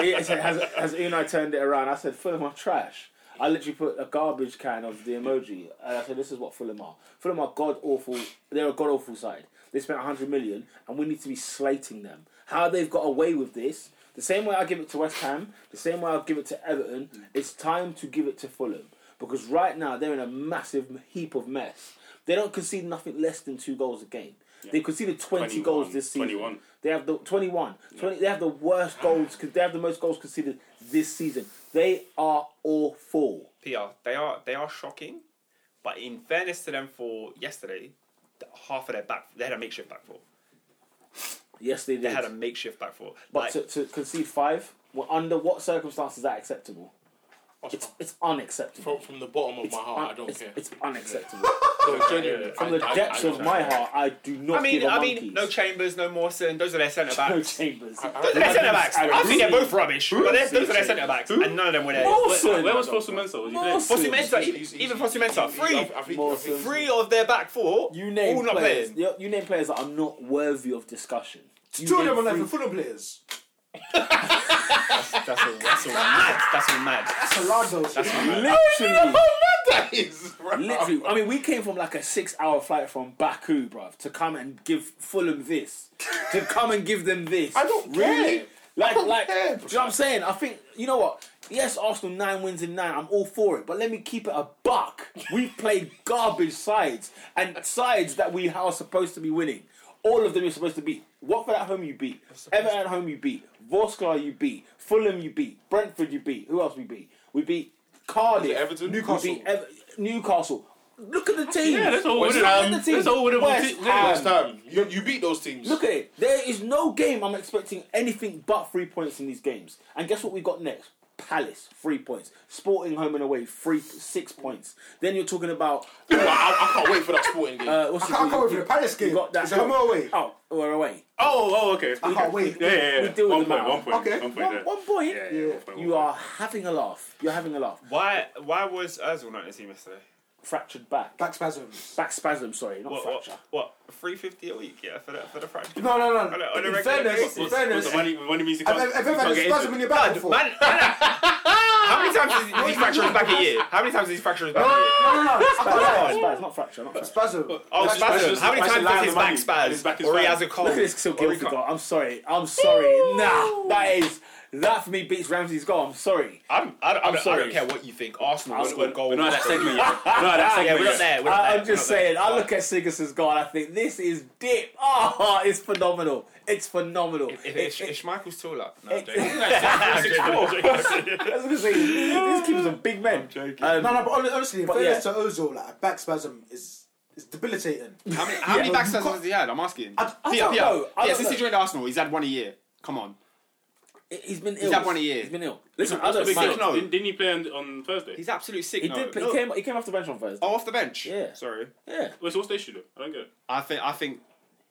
he said has, has Unai turned it around? I said, Fulham are trash. I literally put a garbage can of the emoji. And I said, this is what Fulham are. Fulham are god awful. They're a god awful side. They spent 100 million and we need to be slating them. How they've got away with this, the same way I give it to West Ham, the same way I give it to Everton, it's time to give it to Fulham. Because right now they're in a massive heap of mess. They don't concede nothing less than two goals a game. They conceded 20 21, goals this season. 21. They have the 21. 20, they have the worst goals. Cause they have the most goals conceded this season. They are awful. PR. They are they are shocking, but in fairness to them for yesterday, th- half of their back they had a makeshift back four. Yes, they did. They had a makeshift back four. but Like, to, to concede five, well, under what circumstances is that acceptable? It's it's unacceptable. From, from the bottom of It's my heart, I un- don't it's, care. It's unacceptable. No, genuinely. From the I- I- depths I- of my heart, I do not. I mean, give a I mean, monkeys. no Chambers, no Mawson. Those are their centre No backs. chambers. Those are their centre backs. I think they're both rubbish, but they're- those are their Chambers. centre backs, and none of them were there. Mawson. Where, where was Fosu Mensah? Was he there? Mawson. Fosu-Mensah, He's- he's- even- even he's- Fosu-Mensah, he's- free. I think- I think- Mawson. Three of their back four, You name all not players. playing. You, you name players that are not worthy of discussion. You Two of name them are like three- the Fulham players. That's all. That's all mad. That's all mad. Solardo. That's all mad. Literally, Oh, That is right. literally. I mean, we came from like a six-hour flight from Baku, bruv, to come and give Fulham this, to come and give them this. I don't really. care. Like, don't like, care, do you know what I'm saying? I think you know what. Yes, Arsenal nine wins in nine. I'm all for it, but let me keep it a buck. We played garbage sides and sides that we are supposed to be winning. All of them you're supposed to beat. Watford at home you beat. Everton at home you beat. Vorskla you beat. Fulham you beat. Brentford you beat. Who else we beat? We beat Cardiff. Everton? Newcastle. We beat Ever- Newcastle. Look at the team. Yeah, that's all Look winning. at the team. That's all winning. West Ham. Next time, you, you beat those teams. Look at it. There is no game I'm expecting anything but three points in these games. And guess what we got next? Palace, three points. Sporting home and away, three six points. Then you're talking about Well, I, I can't wait for that sporting game. uh, what's I can't come over the Palace game. You got that. Is it home or away? Oh, we're away. Oh, oh, okay. I can't wait. Yeah, yeah, yeah. We deal with one the point, matter. one point. Okay. One point One, there. one point. Yeah, yeah, Yeah. one point, You one are having a laugh. You're having a laugh. Why? Why was Özil not in the team yesterday? Fractured back. Back spasms. Back spasm. Sorry, not What? fracture. What? what Three fifty a week? Yeah, for the for the fracture. No, no, On a- no. on a In regular fairness, basis. in point. Was fairness, the money, money music I've I've ever had a Okay, spasm in your back before. Man, man, how many times has he fractured his back a year? How many times has he fractured his back a year? No, no, no. I can't lie. Spasm, spasm, not fracture. Not fracture. Spasm. Oh, That's- that's spasm. just- How many that's times a line does his of money. back spasm? His back is Or he fine. has a cold. Look at this so Or he guilty can't- goal. I'm sorry. I'm sorry. Nah, that is that for me beats Ramsey's goal. I'm sorry. I'm, I, don't- I, I'm don't- I sorry. don't care what you think. Arsenal Arsenal- scored goal. We're not at that segment yet. We're not at that Yeah, segment we're not yet. there. We're not I, there. I'm just We're not saying. I look at Sigurdsson's goal. I think this is dip. Oh, it's phenomenal. It's phenomenal. there. If, It- if, it- if Schmeichel's taller, no, it- I'm joking. I'm joking. I was gonna say these keepers are big men. joking. Um, No, no, but hon- honestly, in But fairness yeah. to Ozil, like, a back spasm is, is debilitating. How many, how many back spasms has he had? I'm asking. I- I Pia, don't Pia. know. I Yeah, don't since he know. joined Arsenal, he's had one a year. Come on. he's been ill. had one a year. He's been ill. Listen, I What's the don't big Sick mind. deal? no. Didn't didn't he play on, on Thursday? He's absolutely sick. He no. did. Play, No. He came. He came off the bench on Thursday. Oh, off the bench. Yeah. Sorry. Yeah. Wait, so what's the issue though? I don't get it. I think. I think.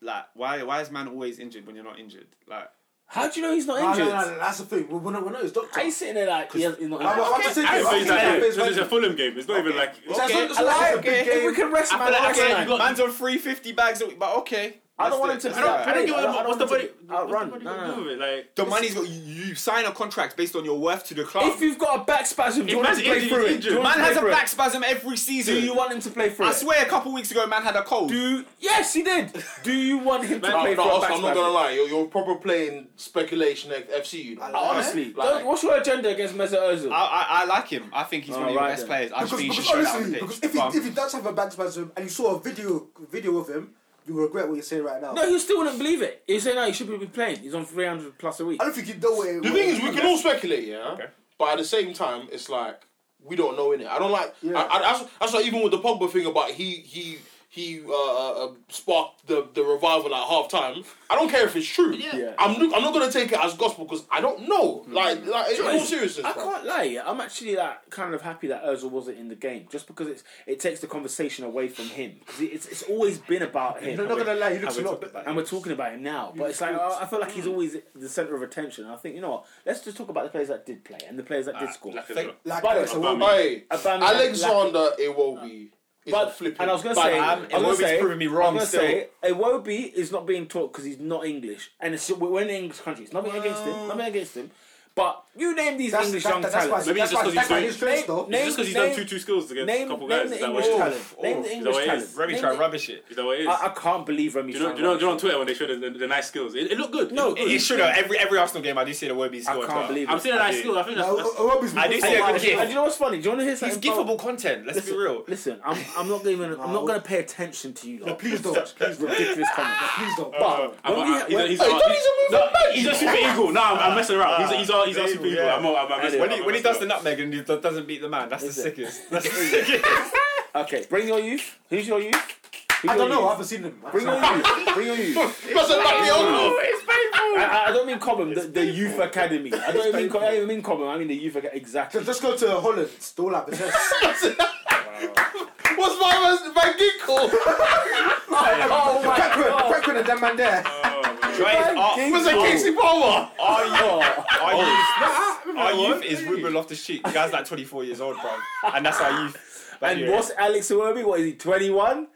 Like, why? Why is man always injured when you're not injured? Like, How do you know he's not No, no, injured? no, no, that's the thing. We we're not, we're not his doctor. Are you sitting there like he has, he's not injured? I'm about to say I this. didn't say I'm saying he's not that injured, it's because it's a like- Fulham game. It's not even like. So it's Okay. not- it's not like Like, it's a big if we game. can rest I my feel like- I life feel like tonight. you got- Man's on three fifty bags a week, but okay. I don't want Let's do him it. to. Let's do it. I don't get I what don't- I the- don't what's the want him body. to outrun. What's the No, no, body gonna do no. with it? Like. The money's got you, you sign a contract based on your worth to the club. If you've got a back spasm, do you If want him man's to play injured, through it? Do he's you injured. want man him to has play a through it? back spasm every season. Do you want him to play through I it? swear, a couple weeks ago, man had a cold. Do yes, he did. Do you want him to Man, play for No, no, a Oscar, back I'm not gonna spasm? lie. You're, you're proper playing speculation at FC. You know? Honestly, Like- don't- what's your agenda against Mesut Ozil? I, I, I like him. I think he's one of the Alright then. best players. I just Because, think he because should show that on honestly, the pitch. because if But- he, if he does have a back spasm and you saw a video video of him, you regret what you're saying right now. no, he still wouldn't believe it. He'd say no, he should be playing. He's on three hundred plus a week. I don't think you know what it The what thing it- is, we can all speculate, yeah. Okay. But at the same time, it's like we don't know in it. I don't like. Yeah. I, I, that's that's like even with the Pogba thing about he he he uh, uh, uh, sparked the, the revival at half time. I don't care if it's true. Yeah. Hmm. I'm look, I'm not gonna take it as gospel because I don't know. Like like in all seriousness, I bro. can't lie. yeah, I'm actually like kind of happy that Özil wasn't in the game, just because it's it takes the conversation away from him because it's it's always been about him. No, not gonna lie, he looks and a we're lot talk- better. And we're talking about him now, but it's like oh, I feel like Mm. he's always the center of attention. And I think you know what? Let's just talk about the players that did play and the players that did score. Ah, Like a- Thank- Like, By the it's a way, woman. Hey, Aubameyang, Alexander Iwobi is But a flipping. and I was gonna banger. say, um, I was Iwobi's gonna say, proving me I wrong was still. gonna say, Iwobi is not being taught because he's not English, and it's, we're in an English country. It's nothing against him, nothing against him. But you name these That's, English that- young that's talents. why, Maybe it's that's why, just 'cause that's why he's he's stressed though. Name- Just because he's done name- two two skills against Name, a couple name guys. Is the that English what it is? talent. Name the Is that English what it is? talent. Remy Name try the- rubbish it. Is that what it is? I, I can't believe Remy. Do you know, Tran do you know, do you know on rubbish it. Twitter when they showed us the, the nice skills? It, it looked good. No, it, it- it, It should have. Every, every Arsenal game, I did see the Wobie score. I can't believe it. I'm seeing a nice skill. I think that's, No, that's Iwobi's uh, I did been- see a And- good and gift. you know what's funny? Do you want to hear He's something? about- givable content. Let's Listen, be real. listen, I'm, I'm not even. I'm not going to pay attention to you. Lot. Please don't. Please don't. Ridiculous comments. Please don't. But I'm, when I'm, we, he's, a, when- Oh, he's, Hey, a, Tony's a no, moving man. he's a super eagle. No, I'm, I'm messing around. He's a, he's a, Ah, he's a Eagle, super eagle. yeah. I'm, not- I'm, I'm messing When around. he, when he does the nutmeg and he do- doesn't beat the man, that's the Is it? sickest. That's the sickest. okay, bring your youth. Who's your youth? Who's I your don't know. I youth? haven't seen him. Bring your youth. Bring your youth. That's a knock me on. I, I- I don't mean common. The, the youth academy. I don't mean. Co- I don't mean common. I mean the youth academy. Exactly. Just just go to Holland. It's all I possess. What's my my ginkgo? Oh my god! Quick with that man there. Right, Was it Casey Palmer? Our youth, our youth, our youth is Ruben Loftus Cheek. The guy's like 24 years old, bro, and that's our youth. And Nigeria. what's Alex Iwobi? What is he? Twenty one.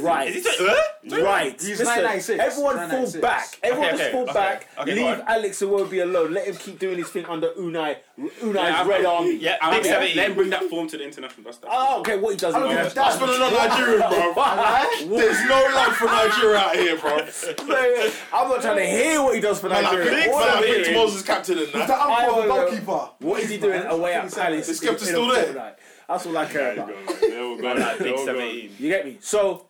Right. Is he twenty- huh? Right. He's Listen, 996. Everyone fall 996. back. Everyone Okay, just okay, fall okay. back. Okay, go Leave on. Alex Iwobi alone. Let him keep doing his thing under Unai. Unai's Yeah, I'm- red army. Yeah, um, I'm big happy. Let 70. him bring that form to the international. That's that. I don't care what he does. I don't in give the a game. damn. That's been a Nigerian, bro. There's no love for Nigeria out here, bro. Man, I'm not trying to hear what he does for I Nigeria. picked, All man, I I'm picked hearing- Moses captain in He's the that. uncle of a I don't know. goalkeeper. What is he doing away at Palace? This skeptic's in a still there. fortnight? That's all I care about. There we go. There Like big we go. 17. You get me? So,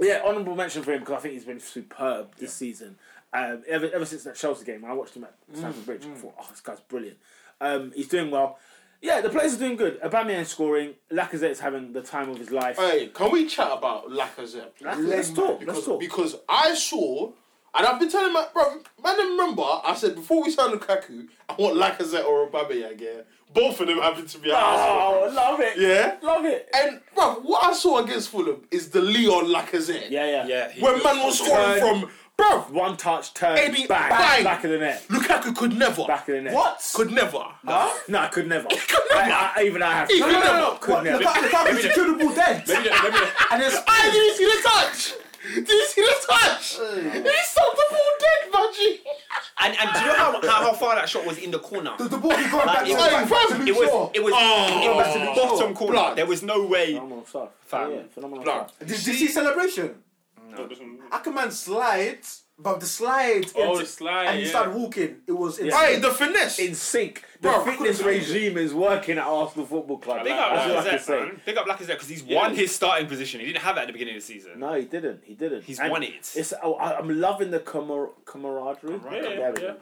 yeah, honourable mention for him because I think he's been superb this season. Um, ever, ever since that Chelsea game, I watched him at Mm, Stamford Bridge. I thought, oh, this guy's brilliant. Um, he's doing well. Yeah, the players are doing good. Aubameyang scoring. Lacazette's having the time of his life. Hey, can we chat about Lacazette? Let's- let's talk. let's Because, talk. because I saw, and I've been telling my bro, man, remember I said before we signed Lukaku, I want Lacazette or Aubameyang. Yeah, both of them happen to be at Arsenal. Oh, love it. Yeah, Love it. and bro, what I saw against Fulham is the Leon Lacazette. Yeah, yeah. Yeah, he- when man was scoring from bro, One touch, turn, Eddie, bang, bang. back of the net. Lukaku could never. Back of the net. What? Could never. No, I could never. never. I, I, even I have He to. could never. Could Look never. at look at how he threw the ball dead. Maybe that- maybe that- And it's I didn't see the touch. Did you see the touch? He stopped the ball dead, man. G. And, and do you know how, how, how far that shot was in the corner? the, the ball he got back to it the was- back to It Luke was, Shaw. it was, it was the bottom corner. Blood. There was no way. Phenomenal stuff. Fam. Yeah, phenomenal Blood. stuff. Did you see celebration? Ackerman slides, but the slide. Oh, into- the slide. and he yeah. started walking. It was insane. Hey, the finesse. in sync. The Bro, fitness regime is working at Arsenal Football Club. Big up That's all I can Lacazette, say. man. Big up Lacazette because he's won his starting position. He didn't have that at the beginning of the season. No, he didn't. He didn't. He's And won it. It's, oh, I, I'm loving the camar- camaraderie. Yeah, There we go. yeah.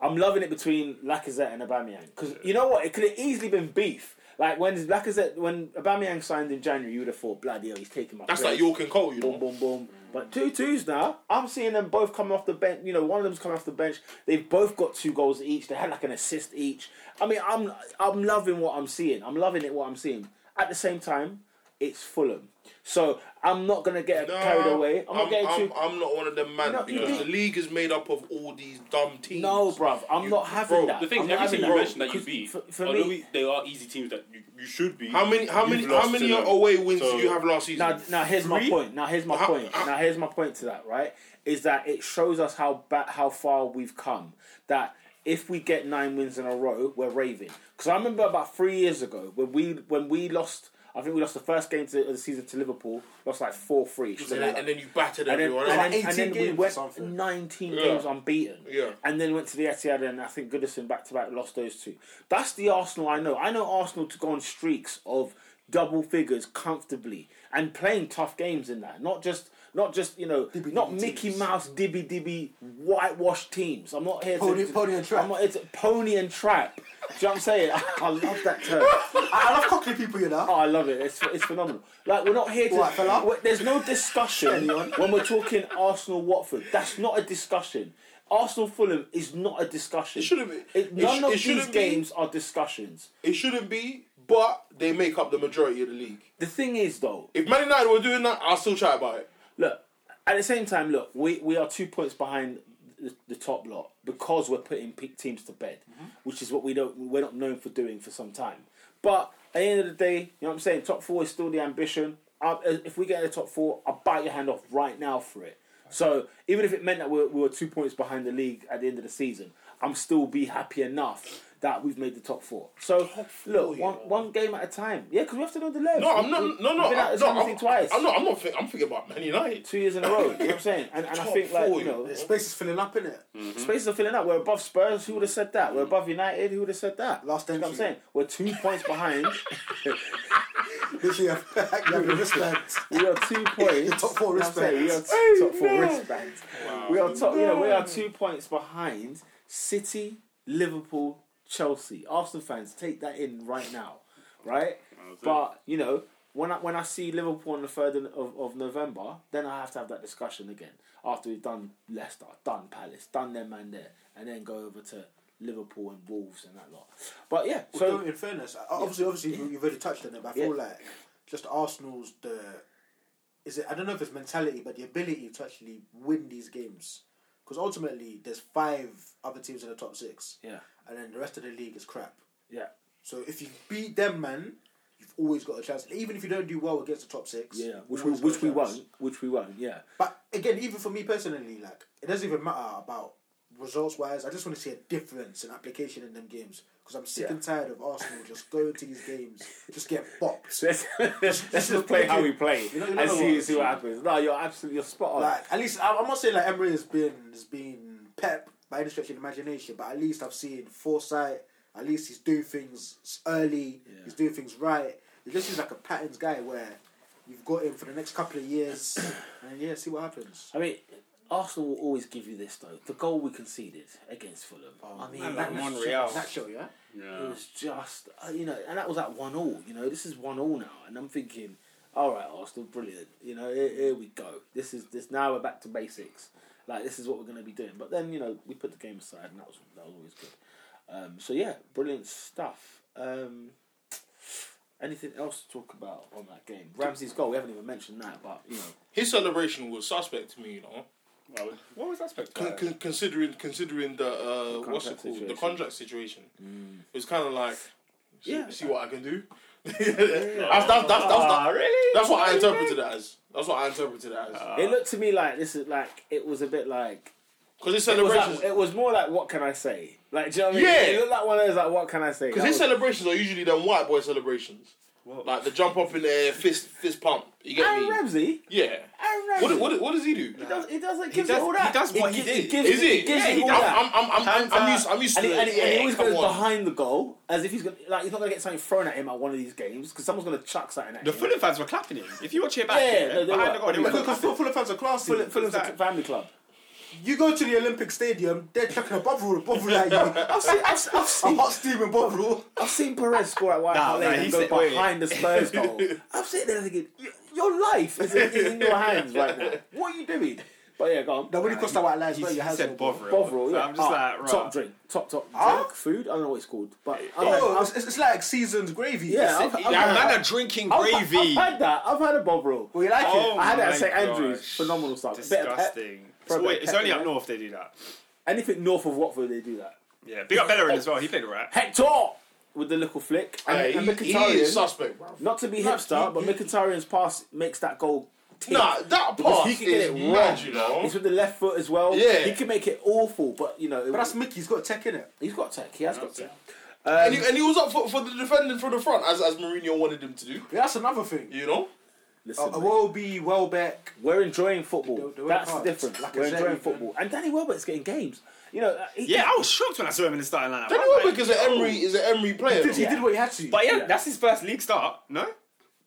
I'm loving it between Lacazette and Aubameyang because you know what? It could have easily been beef. Like when Lacazette, when Aubameyang signed in January, you would have thought, bloody hell, he's taking my. That's place. like York and Cole, you boom, know. boom, boom. But two twos now. I'm seeing them both coming off the bench. You know, one of them's coming off the bench. They've both got two goals each. They had like an assist each. I mean, I'm I'm loving what I'm seeing. I'm loving it. What I'm seeing. At the same time, it's Fulham. So I'm not gonna get Nah, carried away. I'm, I'm, not getting I'm, too. I'm not one of them man No, you because did- the league is made up of all these dumb teams. no, bruv, I'm You- not having bro, that. The thing I'm is, not every team having you mentioned that you Because beat, For, for although me, we- they are easy teams that you, you should be. How many? How you've many? lost How many to them. away wins So- do you have last season? Now, now here's my Three? point. Now here's my How- point. how- now here's my point to that. Right, is that it shows us how ba- how far we've come. That if we get nine wins in a row, we're raving. Because I remember about three years ago when we when we lost. I think we lost the first game to, of the season to Liverpool. Lost like four three. and, then, and then you battered And then, everyone. and Like, then- and 18 then we games or went something. 19 Yeah. games unbeaten. Yeah. And then went to the Etihad and I think Goodison back to back lost those two. That's the Arsenal I know. I know Arsenal to go on streaks of double figures comfortably and playing tough games in that. Not just not just, you know, not dibby Mickey teams. Mouse dibby dibby whitewash teams. I'm not here Pony- to pony and trap. I'm not here to, pony and trap. Do you know what I'm saying? I, I love that term. I, I love cockney people, you know. Oh, I love it. It's, it's phenomenal. Like we're not here to. What, fella? we- there's no discussion when we're talking Arsenal Watford. That's not a discussion. Arsenal Fulham is not a discussion. It shouldn't be. It none sh- of it these shouldn't be. games are discussions. it shouldn't be, but they make up the majority of the league. The thing is, though, If Man United were doing that, I'll still chat about it. look. At the same time, look, we, we are two points behind the, the top lot because we're putting peak teams to bed, Mm-hmm. which is what we don't we're not known for doing for some time. But at the end of the day, you know what I'm saying. Top four is still the ambition. I, if we get in the top four, I'll bite your hand off right now for it. So even if it meant that we we were two points behind the league at the end of the season, I'm still be happy enough that we've made the top four. So look, one, one game at a time. Yeah, because we have to know the legs. No, I'm We- not. we- No, we've no, been out I'm, of no. Champions I'm, League twice I'm not. I'm not. Think, I'm thinking about Man United. two years in a row. you know what I'm saying? And, and I Top think like four, you know, The space is filling up, innit? spaces are filling up. We're above Spurs. Who would have said that? We're above United. Who would have said that? Last You know what I'm entry. saying we're two points behind. Literally, you have, you have your wristbands. We are two points. Top four You know what I'm saying? wristbands. We are two, top four wristbands. We are top. You know, we are two points behind City, Liverpool, Chelsea. Arsenal fans, take that in right now, right? But you know, when I when I see Liverpool on the third of, of November, then I have to have that discussion again after we've done Leicester, done Palace, done their man there, and then go over to Liverpool and Wolves and that lot. But yeah, So, so in fairness, I- Uh, obviously, obviously, you- you've already touched on it, but I feel like just Arsenal's the is it? I don't know if it's mentality, but the ability to actually win these games because ultimately there's five other teams in the top six, yeah, and then the rest of the league is crap. yeah, So if you beat them, man, you've always got a chance. Even if you don't do well against the top six, yeah, you've which we always got a which we chance. won't, which we won't, yeah. But again, even for me personally, like it doesn't even matter about results wise. I just want to see a difference in application in them games because I'm sick Yeah. and tired of Arsenal just going to these games, just get bopped. Let's, let's just play how we play You know- you know and see, what? see what happens. No, you're absolutely you're spot on. Like at least I- I'm not saying like Emery has been has been pep by any stretch of the imagination, but at least I've seen foresight. At least he's doing things early. He's doing things right. He just seems like a patterns guy where you've got him for the next couple of years, and yeah, see what happens. I mean, Arsenal will always give you this though. The goal we conceded against Fulham. I mean, man, that, like was Monreal. just- Oh, That show, yeah. it was just uh, you know, and that was at one all. You know, this is one all now, and I'm thinking, all right, Arsenal, brilliant. You know, here, here we go. This is this now we're back to basics. Like this is what we're going to be doing. But then you know we put the game aside, and that was that was always good. Um, so yeah, brilliant stuff. Um, anything else to talk about on that game? Ramsey's goal. We haven't even mentioned that, but you know, His celebration was suspect to me, you know. What was that spec? Con- con- considering considering the, uh, what's it contract called the situation. Mm. contract situation, it was kind of like, see, Yeah. see what I can do. that's, that's, that's, that's, Uh, Ah, really? that's what I interpreted it as. That's what I interpreted it as. it looked to me like this is like it was a bit like Because his it was, like- celebrations, it was more like what can I say? Like do you know what I mean? Yeah. It looked like one of those like what can I say? because That his was- celebrations are usually them white boy celebrations, like the jump up in the air, fist fist pump. You get Aaron me? Ramsey. Yeah. Aaron Ramsey. What, what what does he do? he does, he does, like, gives does- it all that. he does what he gi- did. gives Is He it? gives Yeah, it he all does. that. I'm, I'm, I'm, I'm, I'm used, I'm used to and he, it. and, he, and he Yeah, always come goes on. behind the goal as if he's gonna like he's not gonna get something thrown at him at one of these games because someone's gonna chuck something at The him. Fulham fans were clapping him. If you watch it back, Yeah, yeah, no, they behind were. the goal, they They were were. Look, Fulham Fulham's a class. Fulham, Fulham's a Exactly. family club. You go to the Olympic Stadium, they're chucking a bubble a bubble at you. I've seen, I've, I've seen a hot steaming bubble. I've seen Perez score at White Nah, Hart Lane nah, and he's go sit- wait. behind the Spurs goal. I'm sitting there thinking, "Y- your life is in, is in your hands right now. What are you doing? But yeah, go on. Nobody Costa White lies, He's- but he you have said Bovril. Bovril, So yeah. I'm just Ah, like, right. top drink, top top Huh? drink food. I don't know what it's called, but I don't know. Ah. Oh, it's, it's like seasoned gravy. Yeah, It's- I've- That I've- man are drinking I've- gravy. I've, had that. I've had a Bovril. well, you like Oh it. I had it at my St Andrews. gosh. Phenomenal stuff. Bit of pep. Disgusting. It's, For a bit always- of it's pep only in up there. north they do that. Anything north of Watford, they do that. Yeah, big up Bellerin as well. He played alright. Hector with the little flick and, Hey, and he, he Mkhitaryan- is suspect, bro. Not to be No, hipster, he- but Mkhitaryan's pass makes that goal. tick. Nah, that Because pass he can get is it mad, wrong. you know. It's with the left foot as well. Yeah. he can make it awful, but you know, it- But that's Mickey's got tech in it. he's got tech. He has got tech. and, he, and he was up for, for the defending from the front, as, as Mourinho wanted him to do, Yeah, that's another thing. you know? Listen, Uh, mate. Welby, Welbeck. We're enjoying football. They- they were That's the cards. difference. Like I We're said, enjoying man. football. And Danny Welbeck's getting games. You know, uh, he, Yeah, I was shocked when I saw him in the starting lineup. Danny I was like, Welbeck is an Emery, Oh. is an Emery player. Did, he though. did what he had to. But yeah, Yeah. that's his first league start. No,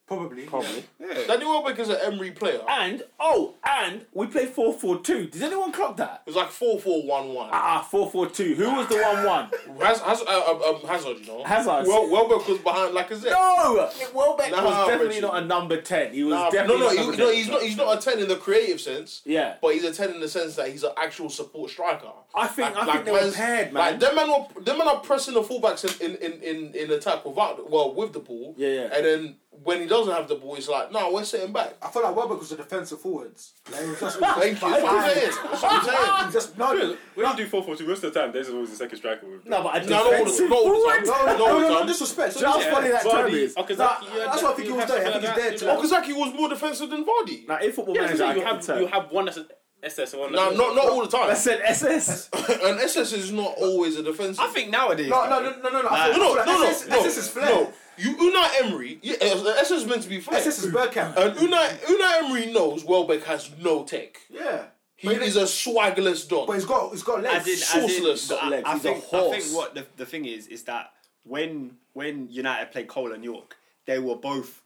probably. probably. Danny Welbeck is an Emery player. And oh, and we play 4-4-2. Does anyone clock that? It was like 4 4 1 1. Ah, 4-4-2. Who was the one one? Haz, Haz, uh, um, um, Hazard, you know? Hazard. Well, Welbeck was behind Lacazette. No, Welbeck Nah, was definitely Richie. not a number ten. He was Nah, no, definitely no, not he, number no, 10. he's not. He's not a ten in the creative sense. Yeah. but he's a ten in the sense that he's an actual support striker. I think- I think they were man's- paired, man. Like them man, were, them man are pressing the fullbacks in in, in, in in attack without well with the ball. Yeah, yeah. And then when he doesn't have the ball, he's like, no, we're sitting back. I feel like Welbeck was a defensive forwards. Like, it was just, it was Thank just you. That's what I'm fine. saying. That's what I'm saying. He just no, no, When you do 4 4 2, most of the time, there's always the second striker with. No, but a No, no, defensive no, no, forward. no, no, no, no Tom. disrespect. So that's funny that term is. Okazaki, you had Nah, that's that- what I think you he have was doing. I something think he's like there that, to. you know? Okazaki was more defensive than Vardy. Now, in football Yeah, manager, I you, can't have, tell. you have one that's an SS and one No, that's not not all the time. I said SS. and SS is not always a defensive. I think nowadays. No, no, no, no, no. I No, feel- I no, feel like no, no. SS no, SS is flair. No, you Unai Emery. Yeah, SS is meant to be flair. SS is Burkham. And Unai, Unai Emery knows Welbeck has no tech. Yeah, He is a swaggerless dog. but he's got he's got I legs. did. I did. Sourceless. Got legs. I He's a think. I horse. think what the the thing is is that when when United played Cole and York, they were both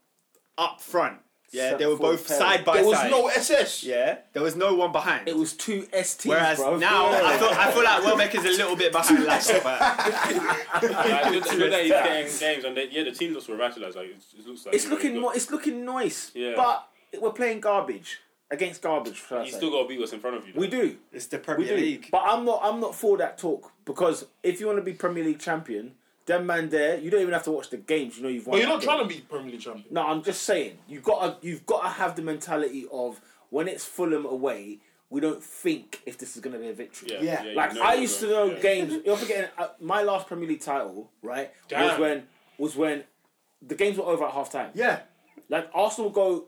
up front. Yeah, they were Centre-forward both pair. side by there was side. no SS. Yeah, there was no one behind. It was two STs, Whereas bro. now, I, feel, I feel like Welbeck is a little bit behind Lacazette. Like, good, good that he's getting games, and they, yeah, the team looks revitalized. Like it's, it looks like It's he's looking got- ni- it's looking nice, Yeah. but we're playing garbage against garbage. should I You say. still got to beat what's in front of you. though. we do, It's the we Premier do. League. But I'm not I'm not for that talk because if you want to be Premier League champion, then man, there you don't even have to watch the games. You know you've won. But you're not that trying to game. be Premier League champion. No, I'm just saying you've got to you've got to have the mentality of when it's Fulham away, we don't think if this is going to be a victory. Yeah, Yeah. yeah, you Like know I that, used to bro. know Yeah. games. You're forgetting uh, my last Premier League title, right? Was Damn. when was when the games were over at half time. Yeah, Like Arsenal go,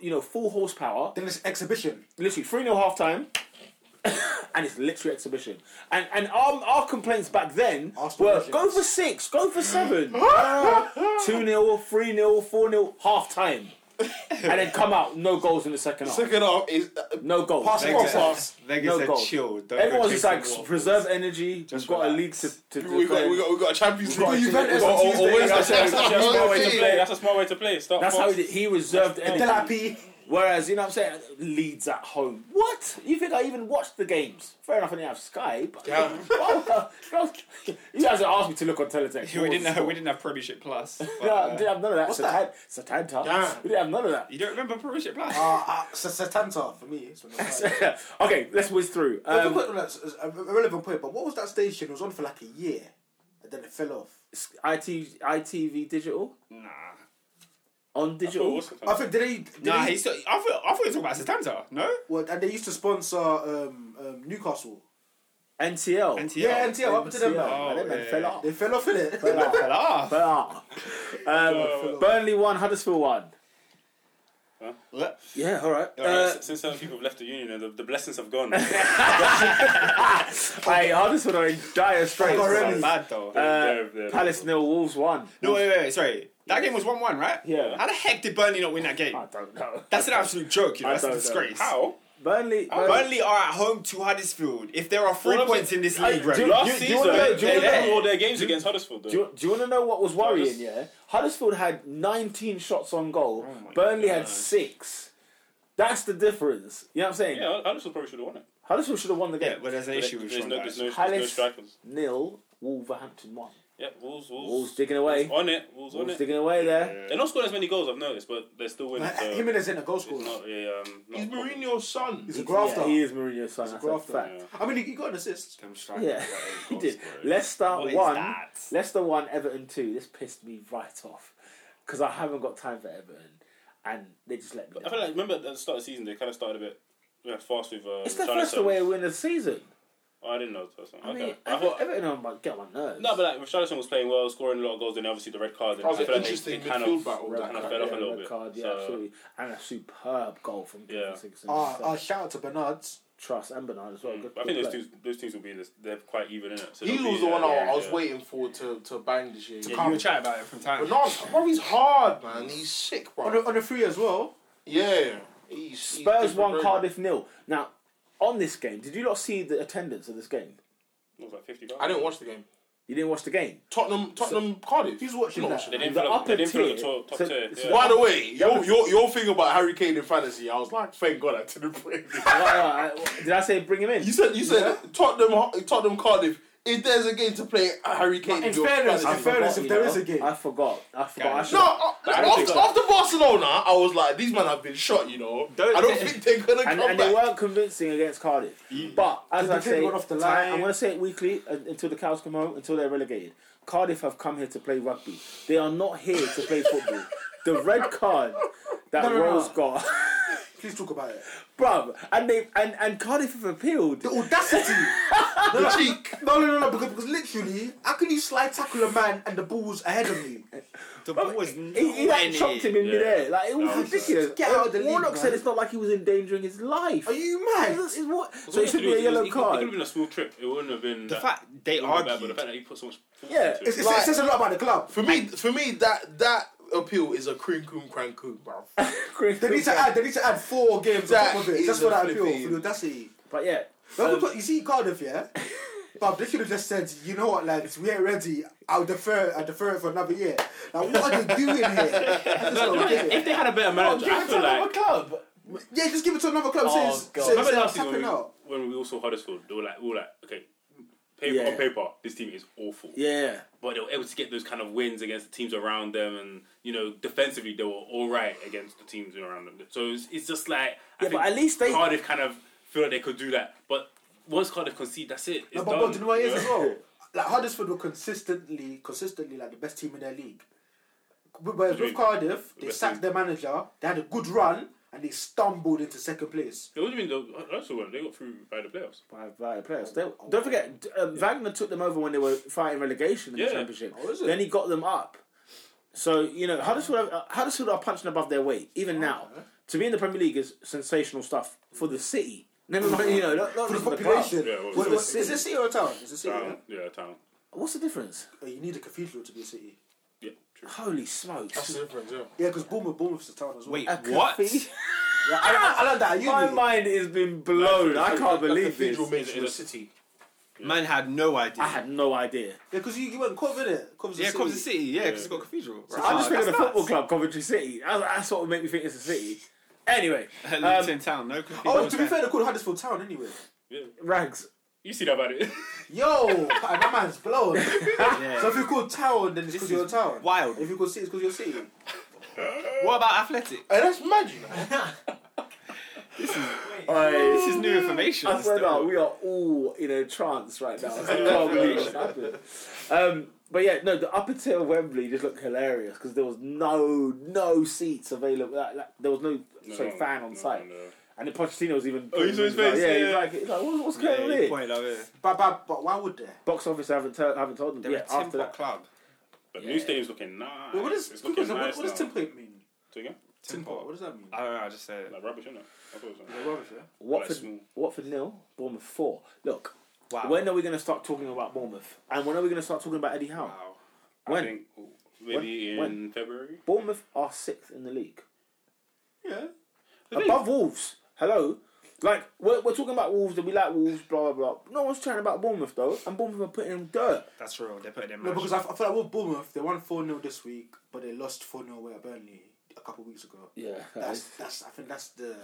you know, full horsepower, then it's exhibition. literally three 0 half time, and it's literally exhibition. And and our, our complaints back then Arsenal were legends. go for six, go for seven, two 0 three 0 four 0 half time, and then come out no goals in the second half, Second half is uh, no goals. Pass Vegas Come on, said- boss. Vegas No said goal. chill. Don't Everyone's go just chasing like waffles." preserve energy. Just we've got a league relax. to to we to got we got we got a Champions League. got Or- Juventus or- on or Tuesday. Wednesday. That's- that's- That's a smart way to play. That's a smart way to play. Start That's how fast. he, he reserved energy. Delapi. Whereas you know what I'm saying, Leeds at home. What? You think I even watched the games? Fair enough, I didn't have Sky, but Yeah. you guys asked me to look on teletext. We didn't have we didn't have Premiership Plus. but, Yeah, uh, didn't have none of that. What's Satan- Satanta. Yeah. We didn't have none of that. you don't remember Premiership Plus? Ah, Uh, uh, S- Satanta for me. it's on the side. okay, let's whiz through. But Um, quick, that's that's a relevant point, but what was that station? It was on for like a year, and then it fell off. IT, ITV Digital nah. on Oh, digital. what's the I time? think did they? Did Nah, they he's. I thought I thought you were talking about Satanta. No. well, and they used to sponsor um, um, Newcastle. NTL. NTL. Yeah, NTL up to them. NTL. man. Oh, And then man yeah. fell off. They fell off in it. Fell off. Fell off. Fell off. Um, Burnley one, Huddersfield one. Yeah, all right. Uh, Uh, since- since certain people have left the union, and the, the blessings have gone. Hey, Huddersfield are in dire straits. Oh, really? Not bad though. Uh, They're- they're- Palace nil, Wolves one. no, wait, wait, wait, sorry. That game was one-one, right? Yeah. How the heck did Burnley not win that game? I don't know. That's an absolute joke. You I know, that's a don't know. disgrace. How? Burnley. Burnley. Oh, Burnley are at home to Huddersfield. If there are three Well, I'm points in this league, bro, do- Last do season, you wanna know- do you they wanna won know- all their games against Huddersfield. Though. Do you, do you want to know what was worrying? Just- Yeah, Huddersfield had 19 shots on goal. Burnley had six. That's the difference. You know what I'm saying? yeah, Huddersfield probably should have won it. Huddersfield should have won the yeah, game. but there's an issue with there's Sean no, Dyche. there's no, there's no Palace strikers. nil, Wolverhampton one. Yeah, Wolves, Wolves. Wolves digging away. On it, Wolves on Wolves it. digging away there. They're not scoring as many goals, I've noticed, but they're still winning. Like, uh, So him and his a goal it's scorer. not a, um, not He's a problem. Mourinho's son. He's a Yeah, grafter. he is Mourinho's son. He's a That's a grafter. fact. I mean, he, he got an assist. Them strikers Yeah, got eight he goals, did. bro. Leicester What is one. that? Leicester one. Everton two. This pissed me right off because I haven't got time for Everton, and they just let me. I feel Down. like remember at the start of the season they kind of started a bit yeah, fast with. Uh, It's their Richarlison. first away win of the season. Oh, I didn't know. That's not, I okay. mean, I thought. Everton on my get on my nerves. No, but like Richarlison was playing well, scoring a lot of goals, and obviously the red card. And That was I an feel like they- interesting they kind midfield of, battle, Red that. kind of card, fell off a yeah, little red bit. Card, yeah, So- absolutely. And a superb goal from Yeah. Sixon. Ah, So, ah, shout out to Bernard's. uh, Trust and Bernard as well. Good, Mm. I good think those play. two, those teams will be in this, they're quite even in it. So He they'll was be, the one uh, I, yeah, I was yeah. waiting for to, to bang this year. You were chatting about it from time. But no, bro, he's hard, man. He's sick, On the, bro. on the free as well. Yeah. He's, he's Spurs one, different, Cardiff nil. Now, on this game, did you not see the attendance of this game? It was like 50 bro. I didn't watch the game. You didn't watch the game. Tottenham, Tottenham, Cardiff. He's watching No, that. so They didn't The feel, they upper didn't feel the tier. top, top So- tier. so Yeah. By the way, your, your, your thing about Harry Kane in fantasy, I was like, thank God I didn't bring it. Why- why- did I say bring him in? You said you said Tottenham, Tottenam, Cardiff. If there's a game to play, Harry Kane. In will fairness, play. I in fairness, forgot, if you there know. is a game. I forgot. I forgot. I Guys, should- No, uh, I don't think after, so. after Barcelona, I was like, these men have been shot, you know. Don't- I don't think they're gonna and, come and back. they weren't convincing against Cardiff. But as The I kid say, got off the time- line. I'm going to say it weekly uh, until the cows come home, until they're relegated. Cardiff have come here to play rugby. They are not here to play football. The red card that No, no, no. Rose got, Please talk about it. bruv, and they and, and Cardiff have appealed. The audacity. the cheek. no, no, no, no, because, because literally, how can you slide tackle a man and the ball's ahead of you? The ball was He, he like nowhere chopped near. him in Yeah. midair. Like it was No, ridiculous. Uh, get out of the league, Warnock said man. it's not like he was endangering his life. Are you It's- mad? it's- it's what- so All it should he be had to a do was- yellow he- It could have card. been a small trip. It wouldn't have been The that- fact they it wouldn't have been bad, but argued. the fact that he put so much. force Yeah, into it. It's, it's, Like- it says a lot about the club. For me, for me, that that appeal is a cream coon crankoon, bro. They need to add. They need to add four games That on top of it. is Just for that a appeal, flipping- for the audacity. But yeah, Don't Um, put- you see Cardiff, yeah. But they should have just said, you know what, lads, we ain't ready. I'll defer. I defer it for another year. Now, what are they doing here? I just don't get If it. they had a better manager, I feel like. club. Yeah, just give it to another club. Oh, since, God. since, Remember since last season when tapping we, out. when we all saw Huddersfield, they were like, we were like, okay, paper Yeah. on paper, this team is awful. Yeah. But they were able to get those kind of wins against the teams around them, and you know, defensively they were all right against the teams around them. So it's, it's just like, I Yeah, but think at least they- Cardiff kind of feel like they could do that, but once Cardiff concede, that's it. It's No, done, but, but do you know what it you is know? as well? Like Huddersfield were consistently, consistently like the best team in their league. But whereas Agreed. with Cardiff, they Best sacked team. their manager. They had a good run and they stumbled into second place. It wouldn't have been the also one. They got through by the playoffs. By, by the players. They, don't forget, d- um, Wagner took them over when they were fighting relegation in Yeah. the championship. Oh, is it? Then he got them up. So you know, Huddersfield, uh, Huddersfield are punching above their weight even now. To be in the Premier League is sensational stuff for the city. No, no, no, you know, not, not For the just for the population, Yeah, What- well, what- it's a is it a city or a town? It's a Oh, city. Town, yeah, town. club. What's the difference? yeah? Oh, you need a cathedral to be a city. Yeah, true. Holy smokes! That's the difference, yeah. Yeah, because Bournemouth, Bournemouth's a town as well. Wait, A what? cafe- yeah, I, I, I learned that. at uni. My mind has been blown. I can't believe this. Cathedral makes Is you it- a city. Man had no idea. I had no idea. Yeah, because you, you went Cov, innit? Cov's a yeah, city. Coventry City. Yeah, because it's got a cathedral. Right. I'm just thinking Like, of the football club, Coventry City. That's, that's what would make me think it's a city. Anyway, Um, at Luton Town, no cathedral. Oh, to be fair, they called Huddersfield Town anyway. Rags. You see that about it. Yo, that man's blown. Yeah. So if you call town, then it's because you're a town. wild. If you call city, it's because you're a city. What about athletic? And that's mad, you know. This is new information. I swear still. now, we are all in a trance right now. I can't believe what's happened. Um, but yeah, no, the upper tier of Wembley just looked hilarious because there was no no seats available. Like, like, there was no, sorry, fan on no, site. no. And the Pochettino was even. Oh, you saw his face, Yeah, yeah. He's like, he's like what, what's Yeah, going on you here? pointed out, yeah. But, but, but why would there? Box office haven't, tell haven't told them. They're Yeah, a tin after pot that. club. But the new stadium's looking nice. Well, what does it's looking what, nice what does now. template mean? Say again? Tin pot. What does that mean? I don't know. I just said it. Like rubbish, isn't it? I thought it was. Rubbish, yeah? Watford, Quite small. Watford nil, Bournemouth four. Look, Wow. when are we going to start talking about Bournemouth? And when are we going to start talking about Eddie Howe? Wow. When? I think maybe When? in February. Bournemouth are sixth in the league, Yeah. above Wolves. Hello, like we're, we're talking about Wolves and we like Wolves, blah blah blah. No one's chatting about Bournemouth though, and Bournemouth are putting in dirt. That's real. They put it in. No, motion. because I, I feel like with Bournemouth, they won 4 0 this week, but they lost 4 0 away at Burnley a couple of weeks ago. Yeah, That's, that's, I think that's the.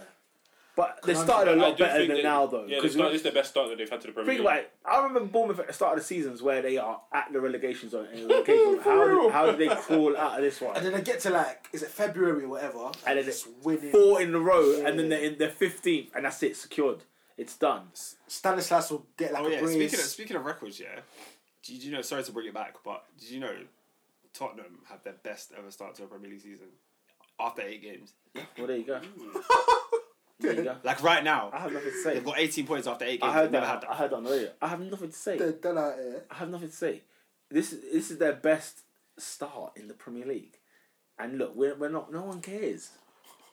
But they Conundrum. started a I lot do better think than they- now, though. Yeah, 'cause this is the best start that they've had to the Premier Think League. about it. I remember Bournemouth at the start of the seasons where they are at the relegation zone. And the relegation zone. how, did, how did they crawl out of this one? And then they get to like, is it February or whatever? And then it's it's winning. Four in a row, Yeah. and then they're in their fifteenth, and that's it, secured. It's done. Stanislas will get like Oh a yeah, brace. speaking of speaking of records, yeah. Did you know? Sorry to bring it back, but did you know Tottenham had their best ever start to a Premier League season after eight games? Well, there you go. there you go. Like right now, I have nothing to say. they've got 18 points after eight I games. heard They've that. never had that. I heard that on the radio. I have nothing to say. They're done out here. I have nothing to say. This is this is their best start in the Premier League, and look, we're, we're not. No one cares.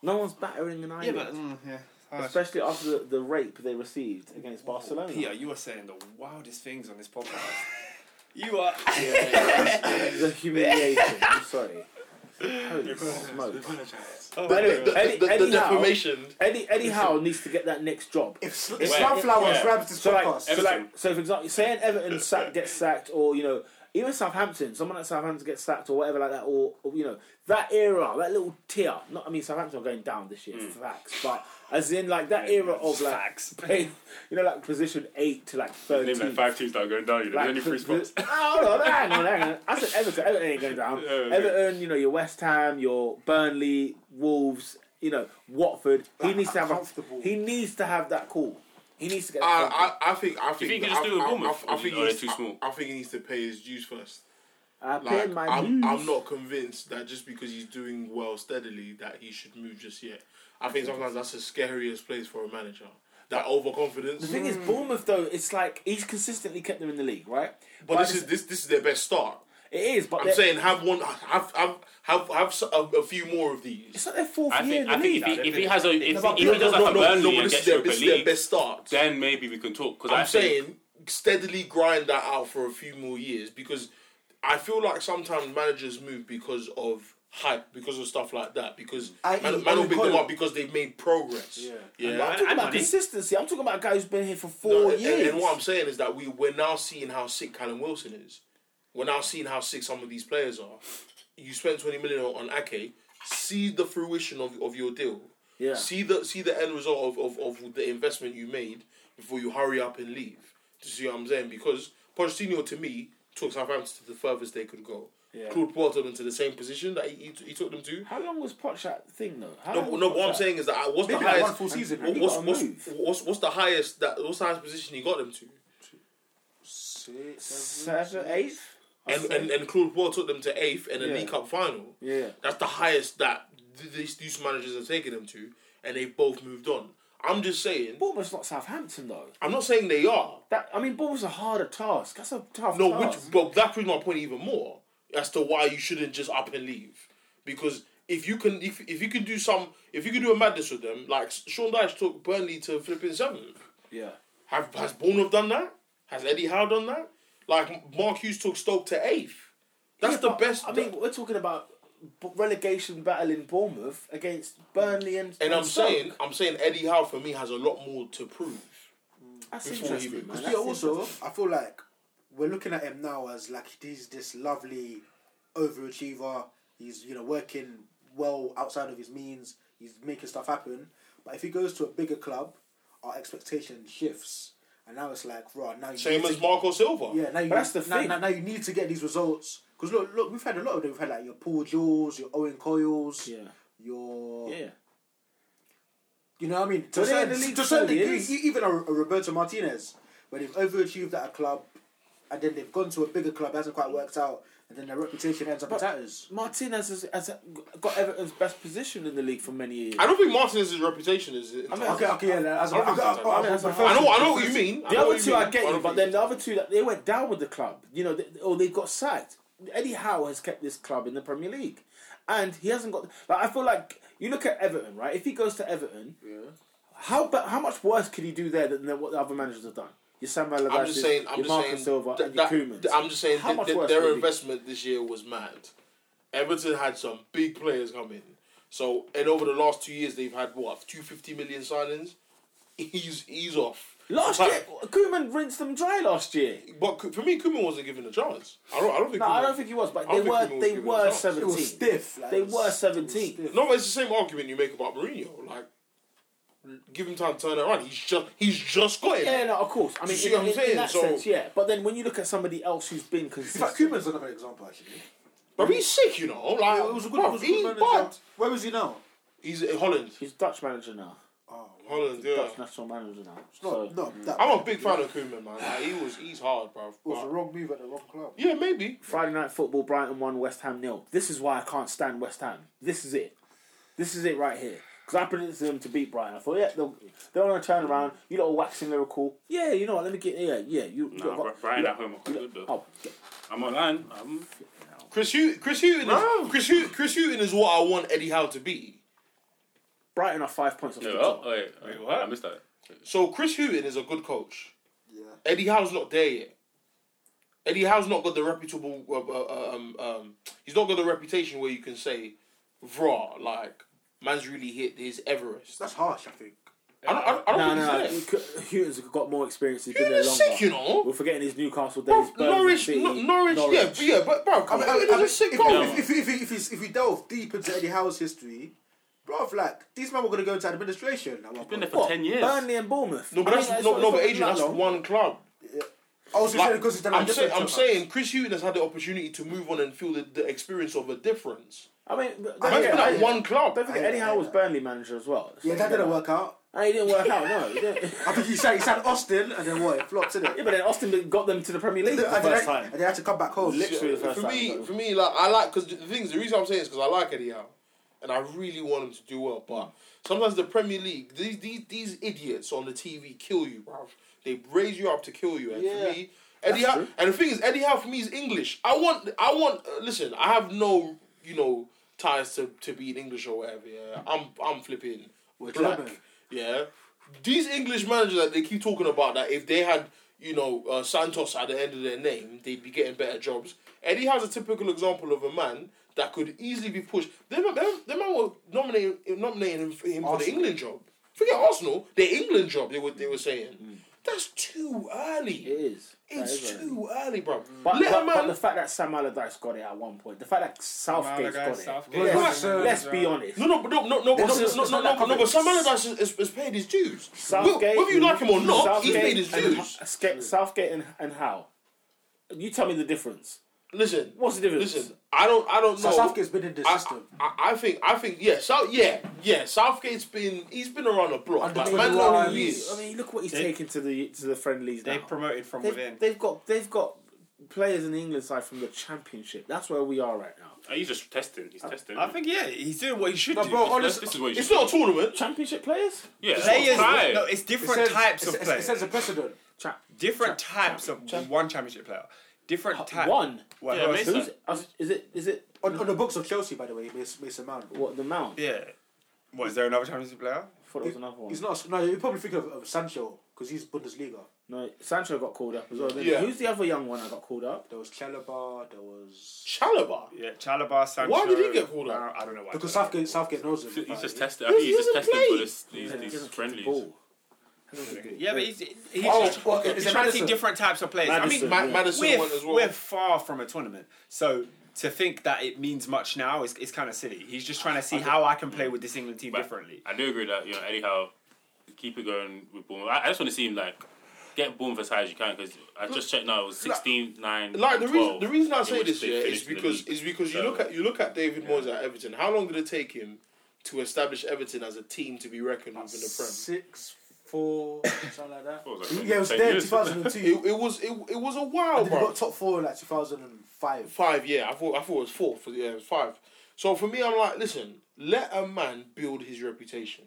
No one's battering an Yeah, eyelid, but mm, yeah. Alright. especially after the, the rape they received against Oh, Barcelona. Peter, you are saying the wildest things on this podcast. you are. the humiliation. I'm sorry. Holy smoke. Oh, But my anyway, God. Eddie, The, the Eddie Howe, defamation. Eddie, Eddie Howe needs to get that next job. If, Sl- if Where? Sunflower Yeah. grabs this So like, podcast, so Everton. like, so for example, saying Everton sack, gets sacked, or you know, even Southampton, someone at Southampton gets sacked, or whatever like that, or, or, you know, that era, that little tier. Not, I mean, Southampton are going down this year, facts, but as in like that era of like, Facts. playing, you know, like position eight to like Name thirteen. like five teams that are going down. You know, the only three spots. Oh, no, hang on, hang on. I said Everton. Everton ain't going down. okay. Everton, you know, your West Ham, your Burnley, Wolves, you know, Watford. He needs to have a, Comfortable. he needs to have that call. He needs to get. That phone call. I, I, I think I think think he I- just do it with I- Bournemouth, I, I or think are they he's too small? I, I think he needs to pay his dues first. I Like, paid my I'm, dues. I'm not convinced that just because he's doing well steadily that he should move just yet. I think sometimes that's the scariest place for a manager. That overconfidence. The thing is, Bournemouth though, it's like he's consistently kept them in the league, right? but this it's- is this this is their best start. it is, but I'm they're- saying have one, have have have, have s- a, a few more of these. it's not their fourth I year think. in the I league. think if I he, if don't he has a if, No, he- no, if he does no, like a no, Burnley but and this is gets their, Europa this is their League, best start. then maybe we can talk. Because I'm I think saying steadily grind that out for a few more years because I feel like sometimes managers move because of hype, because of stuff like that, because I- man, man will pick them Cole. up because they've made progress. Yeah, I'm And- talking and about money. consistency. I'm talking about a guy who's been here for No, four and, and- years. and what I'm saying is that we we're now seeing how sick Callum Wilson is. We're now seeing how sick some of these players are. You spent twenty million on, on Ake. See the fruition of, of your deal. yeah. See the see the end result of, of, of the investment you made before you hurry up and leave. Do you see what I'm saying? Because Pochettino to me took Southampton to the furthest they could go. Yeah. Claude Puel took them to the same position that he, he, he took them to. How long was Poch that thing though? How No, long was no. Poch What I'm that? saying is that I- what's Maybe the like highest one full season, What's, maybe what's, got a what's, move. what's, what's the highest that what's the highest position he got them to? seven, eight. and, and and Claude Puel took them to eighth in a Yeah. League Cup final. Yeah. That's the highest that th- these these managers have taken them to, and they both moved on. I'm just saying. Bournemouth's not Southampton though. I'm not saying they are. That I mean, Bournemouth's a harder task. That's a tough. No, which task. but that proves my point even more as to why you shouldn't just up and leave. Because if you can, if, if you can do some, if you can do a madness with them, like Sean Dyche took Burnley to flipping seventh. Yeah. Have has Bournemouth done that? Has Eddie Howe done that? Like Mark Hughes took Stoke to eighth. That's Yeah, the but, best. I mean, we're talking about b- relegation battle in Bournemouth against Burnley and. and I'm Stoke. saying, I'm saying Eddie Howe for me has a lot more to prove. that's before he interesting. moves. Man. Yeah, That's yeah, also, interesting. I feel like we're looking at him now as like he's this lovely overachiever. He's you know working well outside of his means. He's making stuff happen. But if he goes to a bigger club, our expectation shifts, and now it's like, right now you Same need as to, Marco Silva. yeah. Now you But that's the now, thing. Now, now you need to get these results because look, look, we've had a lot of them. We've had like your Paul Jules, your Owen Coyles, Yeah. your Yeah. you know what I mean? To Well, they're in certain, the league to certain for degree, years. e- even a, a Roberto Martinez, where they've overachieved at a club, and then they've gone to a bigger club, hasn't quite worked out, and then their reputation ends up But- in tatters. Martinez has, has got Everton's best position in the league for many years. I don't think Martinez's reputation is. Okay, okay, yeah, that's. I, I, I don't think I, so. I, I mean, that's a- I know, I know what you mean. The know other what you two mean. I get don't you, but think- then the other two that they went down with the club, you know, they, or they got sacked. Eddie Howe has kept this club in the Premier League, and he hasn't got. Like I feel like you look at Everton, right? If he goes to Everton, how ba- how much worse could he do there than, than what the other managers have done? Your Samuel I'm just saying. Allardyce, I'm your just Marco saying. Silva, that- and your that- Koemans. I'm just saying. How that- much that worse could their it be? investment this year was mad. Everton had some big players come in. So and over the last two years, they've had what two fifty million signings. He's he's off. Last But- year, Koeman rinsed them dry last year. But Ku- for me, Kuman wasn't given a chance. I don't. I don't think. No, I Koeman- don't think he was, but I they don't were think Koeman was they given were a chance. It seventeen. was stiff. Like, They it was- were seventeen. it was stiff. No, but it's the same argument you make about Mourinho. Like give him time to turn it around. He's just he's just got it. Yeah, no, of course. I mean, See in, what I'm in- in saying? that So- sense, yeah. But then when you look at somebody else who's been In fact, consistent, Koeman's another example actually. But he's sick, you know. Like Uh, It was a good, bruv, it was a he's good bad. manager. Where is he now? He's in Holland. he's Dutch manager now, Oh, Holland, yeah. Dutch national manager now. it's not, so, mm. not that. I'm a big fan of Koeman, man. Like, he was he's hard, bro. It was the wrong move at the wrong club. yeah, maybe. Friday night football, Brighton won, West Ham nil. This is why I can't stand West Ham. This is it. This is it right here. Because I predicted them to beat Brighton. I thought, yeah, they'll, they're on a turnaround. You lot are waxing lyrical. Yeah, you know what? Let me get. Yeah, yeah. You, you Nah, lot Bri- got- Brighton you at lot- home are good though. Oh, I'm not lying. I'm, Chris Hewton, Chris Hewton, is, Chris Hewton, Chris Hewton is what I want Eddie Howe to be. Brighton are five points off no, the oh, top. wait, wait, I missed that. So Chris Hewton is a good coach. Yeah. Eddie Howe's not there yet. Eddie Howe's not got the reputable. Uh, uh, um, um, he's not got the reputation where you can say, "Vrah, like man's really hit his Everest." That's harsh, I think. I don't, I don't, I don't No, think no, no. he's there. Hewton's got more experience. He's been Hewton there is longer. sick, you know. We're forgetting his Newcastle days. Bruv, Birmingham Norwich, City, no, Norwich, yeah, but yeah, but bro, I come mean, on, I mean, I Hewton is mean, a sick if- goal. if, if, if, if, if, if we delve deep into Eddie Howe's history, bro, like these men were going to go into administration. At one Been there point. for ten years. Burnley and Bournemouth. No, but I that's mean, it's no, not- no, it's but not Adrian, that that's long. one club. Oh, so you said Like, because he's done I'm, like saying, I'm different saying Chris Hewton has had the opportunity to move on and feel the, the experience of a difference. I mean, don't Man's forget- been at one club. Don't forget, I- Eddie Howe was Burnley manager as well. Yeah, that didn't work out. And he didn't work out. No, he didn't. I think he said he signed Austin, and then what? It flopped, didn't it? Yeah, but then Austin got them to the Premier League and, for the then, first and time. they had to come back home. Literally the first for time. me, for me, like I like because the things. The reason I'm saying is because I like Eddie Howe, and I really want him to do well. But sometimes the Premier League, these these these idiots on the TV kill you, bruv. They raise you up to kill you. And for me, Eddie Howe, and the thing is, Eddie Howe for me is English. I want, I want. Uh, listen, I have no, you know, ties to to being English or whatever. Yeah, I'm I'm flipping black. clever. Yeah, these English managers that they keep talking about that if they had you know uh, Santos at the end of their name, they'd be getting better jobs. Eddie has a typical example of a man that could easily be pushed. Them them, them man were nominating nominating him, for- him for the England job. Forget Arsenal, their England job. They were they were saying that's too early. Mm. It is. That It's is Mm. right. too early, bro. But, Let but, a but the man. fact that Sam Allardyce got it at one point, the fact that Southgate got it. Allardyce, Southgate. Let's- Well, that's, uh, let's be honest. No, no, but no, no, no, but no, This is- no, it's no, not that no, no, complex. but Sam Allardyce has, has, has paid his dues. Southgate, whether you like him or not, he's Southgate paid his and- dues. Sca- Southgate and, and Howe. You tell me the difference. Listen, What's the difference? Listen, I don't, I don't So know. Southgate's been in the I, system. I, I think, I think, yeah, South, yeah, yeah. Southgate's been, he's been around the block. Under Like, 21. man, know who I he mean, is. look what he's taken to the to the friendlies now. They promoted from within. They've, they've got they've got players in the England side from the Championship. That's where we are right now. Oh, he's just testing. He's testing. I think yeah, he's doing what he should No, do. bro, This, honestly, this is what you It's should not a tournament. Championship players? Yeah. players, Right. no, it's it different says- types of it, players. It says a precedent. Cha- different types of one championship player. Different types. one. Well, Yeah, well, Mason. Who's, is it is it On, on the books of Chelsea, by the way, Mason Mason Mount. what the Mount? I yeah. What is there another championship player? thought it was another one. He's not. No, you're probably thinking of, of Sancho because he's Bundesliga. No, Sancho got called up as well. didn't he? Yeah. Who's the other young one that got called up? There was Chalaba. There was Chalaba. Yeah, Chalabar, Sancho. Why did he get called up? I, I don't know why. because Southgate Chalabar- Southgate knows him. He's just apparently. testing. I think he's just He hasn't testing for played. this, these, He these doesn't kick the friendlies. ball. He doesn't kick the Yeah, ball. but he's, he's, Oh, just, well, he's is it trying to Madison? see different types of players. Madison. I mean, Ma- Yeah. Madison we're, went as well. we're far from a tournament. So to think that it means much now is, is kind of silly. He's just trying to see how I can play with this England team But differently. I do agree that you know Eddie Howe, keep it going with Bournemouth. I, I just want to see him like get Bournemouth as high as you can because I just checked now it was 16, 9, like the and reason 12, the reason I in say which this they yeah is finished in the because league. is because you So- look at you look at David Moyes at Everton. How long did it take him to establish Everton as a team to be reckoned with in the Prem? six, four, something like that. What was that, yeah, it was 10 there years? 2002. It, it was it, it was a while, and then we bro. got top four in like 2005. five. Yeah, I thought I thought it was four. For yeah, it was five. So for me, I'm like, listen, let a man build his reputation.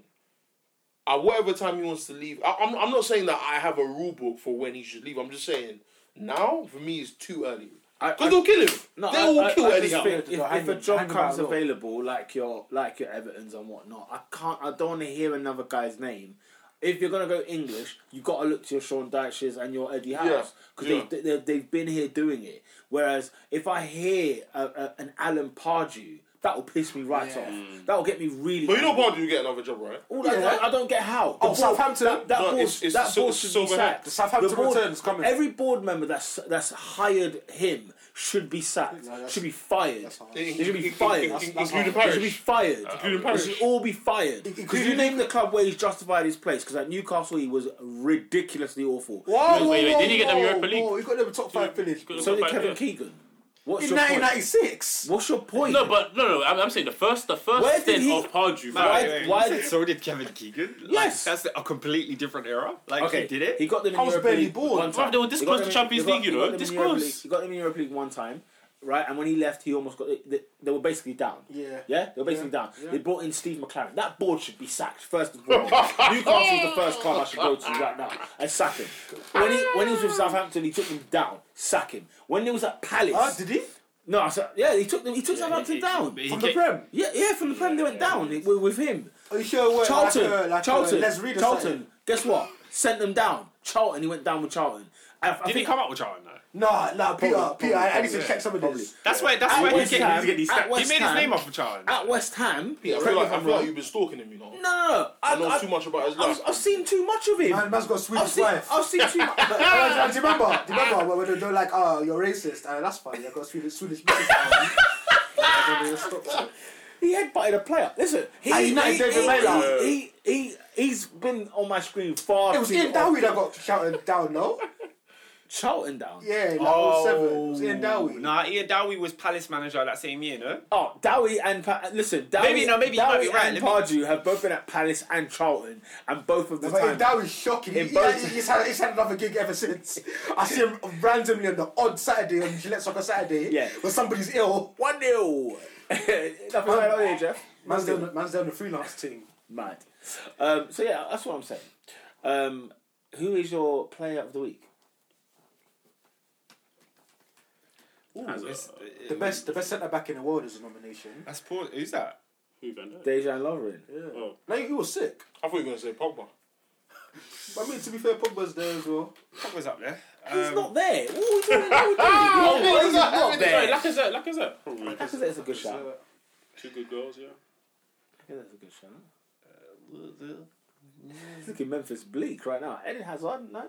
At whatever time he wants to leave, I, I'm I'm not saying that I have a rule book for when he should leave. I'm just saying now for me it's too early I- I- because they'll kill him. No, they I- will I- kill I Eddie just Howe. think They'll if, hang if a him- job hang him comes out low. available, like your like your Everton's and whatnot, I can't. I don't want to hear another guy's name. If you're gonna go English, you've got to look to your Sean Dyches and your Eddie House because yeah. they, they, they've been here doing it. Whereas if I hear a, a, an Alan Pardew, that will piss me right off. That will get me really. Mm. But you know, angry. Bardi will get another job, right? All that- Yeah. Oh, I, I don't get how. The board- Southampton? That, that No, board, it's- it's that Sil- board should be Silverhead. sacked. The Southampton board- return's coming. Every board member that's that's hired him should be sacked, No, that's- should be fired. That's how I- They They should be in- fired. in- That's- in- that's Including how- They should be Parish. fired. Including They Parish. should all be fired. Because you Including- name the club where he's justified his place. Because at Newcastle he was ridiculously awful. Whoa, Wait, wait, whoa, didn't he get them whoa, Europa League? Whoa, he got them top five finish. Good In So did fight, Kevin yeah. Keegan. What's your point? 1996. What's your point? No, but no, no. I'm, I'm saying the first, the first Where did stint he- of Pardew. No, Why- wait, wait, why- wait. so did Kevin Keegan. Like, Yes. that's a completely different era. Like Okay, he did it. He got them in I was Europa barely League born. one Bruv, time. they were this He close got them to in- Champions he got- League, you he know, got them this in Europa close. League- He got them in Europa League one time, right? And when he left, he almost got. They, they were basically down. Yeah. Yeah, they were basically Yeah. down. Yeah. They brought in Steve McLaren. That board should be sacked first and foremost. Newcastle's the first club I should go to right now and sack him. When he when he was with Southampton, he took them down. Sack him. When he was at Palace, Ah, did he? no, I said, yeah, he took them. He took Southampton he- down. he- From he- the Prem. Yeah, yeah, from the Prem they went down with, with him. Are you sure? it weren't Charlton, Like a, like Charlton, A, let's read Charlton. Guess what? Sent them down. Charlton. He went down with Charlton. I, I Did think, he come out with Charlton though? Nah, nah, Peter, Probably, Peter, I, I need to yeah. check some of this. That's where. That's At where he's West getting, Ham- he's getting these at stats. He West made his Ham- name off of Charlton. at West Ham. correct me Yeah, I feel, like, if I I'm feel like wrong. you've been stalking him, you know. No, no, no. I, I know too much about his I've, life. I've seen too much of him. Man, man's got Swedish I've seen, wife. I've seen too much. Uh, uh, do you remember? Do you remember when they were like, "Oh, you're racist"? Uh, that's funny. I got Swedish Swedish bitches. Uh, and they stopped it. he headbutted a player. Listen, he, Ah, you know he, David he, Miller. he, he, he, has been on my screen far It was too Ian often. Dowie that got shouted down, no? Charlton down. Yeah, like Oh. all seven. It was Ian Dowie. Nah, Ian Dowie was Palace manager that same year, no? Oh, Dowie and pa- listen, Dowie, Maybe- no, maybe you might Dowie be right. and Let Pardew have both been at Palace and Charlton, and both of the No, but time. Ian Dowie's shocking. He, In he, both- he's, had, he's had another gig ever since. I see him randomly on the odd Saturday on Gillette Soccer Saturday Yeah. when somebody's ill. One nil. Nothing right on here, Jeff. Man's down, the- man's down the freelance team. Mad. Um, so yeah, that's what I'm saying. Um, who is your player of the week? It's- The best, the best centre back in the world is a nomination. That's poor. Who's that? Who, Van Dijk? Dejan Lovren. Yeah. Oh. Like he was sick. I thought you were going to say Pogba. But I mean, to be fair, Pogba's there as well. What was up there? He's Um, not there. What are we doing? What are we doing? What are we doing? not Sorry, there. Lacazette, Lacazette. Probably. That's a good shot. So, Two good goals, yeah. Yeah, that's a good shot. He's looking Memphis bleak right now. Eden Hazard, no?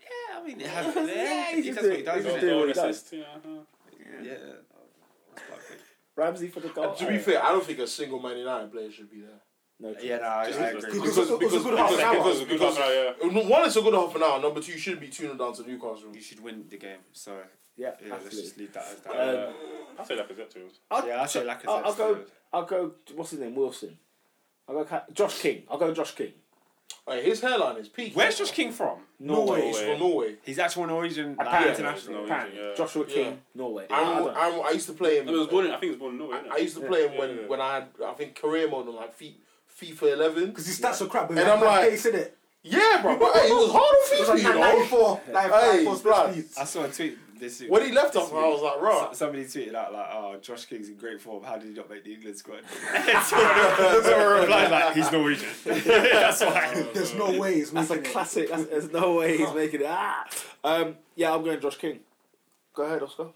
Yeah, I mean, it Yeah, happened there. he's He just does what he doing- Goal and he's just doing- what he does. innit? does. assist, yeah. uh-huh. Yeah. That's quite quick. Ramsey for the goal. to be fair, I don't think a single Man United player should be there. No, Yeah, no, I, I agree. It was a- it was a good half an hour. because, because, Half an hour, because- one, it's a good half an hour. Number two, you shouldn't be tuning down to Newcastle. You should win the game, so yeah, yeah, let's absolutely. just leave that as that. Um, I'll say Lacazette too. I'll, Uh, yeah, I say I'll, Lacazette. I'll go. I'll go. What's his name? Wilson. I'll go. Ca- Josh King. I'll go. Josh King. Like, his hairline is peak. Where's Josh King from? Norway. He's from Norway. He's actual Norwegian, like, Apparently. international. Apparently. yeah. Joshua King. Yeah. Norway. I, I'm, don't know. I'm, I used to play him. I was born in, I think he was born in Norway. I, innit? I used to play him Yeah, when, yeah. when I had, I think, career mode on like Fi- FIFA 11. Because his stats were crap, but And and I'm I'm like- like, case in it. Yeah, bro. But hey, it was hard It was on FIFA, like you know? 94, like Hey, 94 blood. speeds. I saw a tweet this week. When he left us, I This was like, So- raw. Somebody tweeted out like, "Oh, Josh King's in great form. How did he not make the England squad?" Someone replied like, "He's Norwegian. That's why." There's no way he's That's a making it. classic. That's, there's no way he's making it. Ah. Um, yeah, I'm going Josh King. Go ahead, Oscar.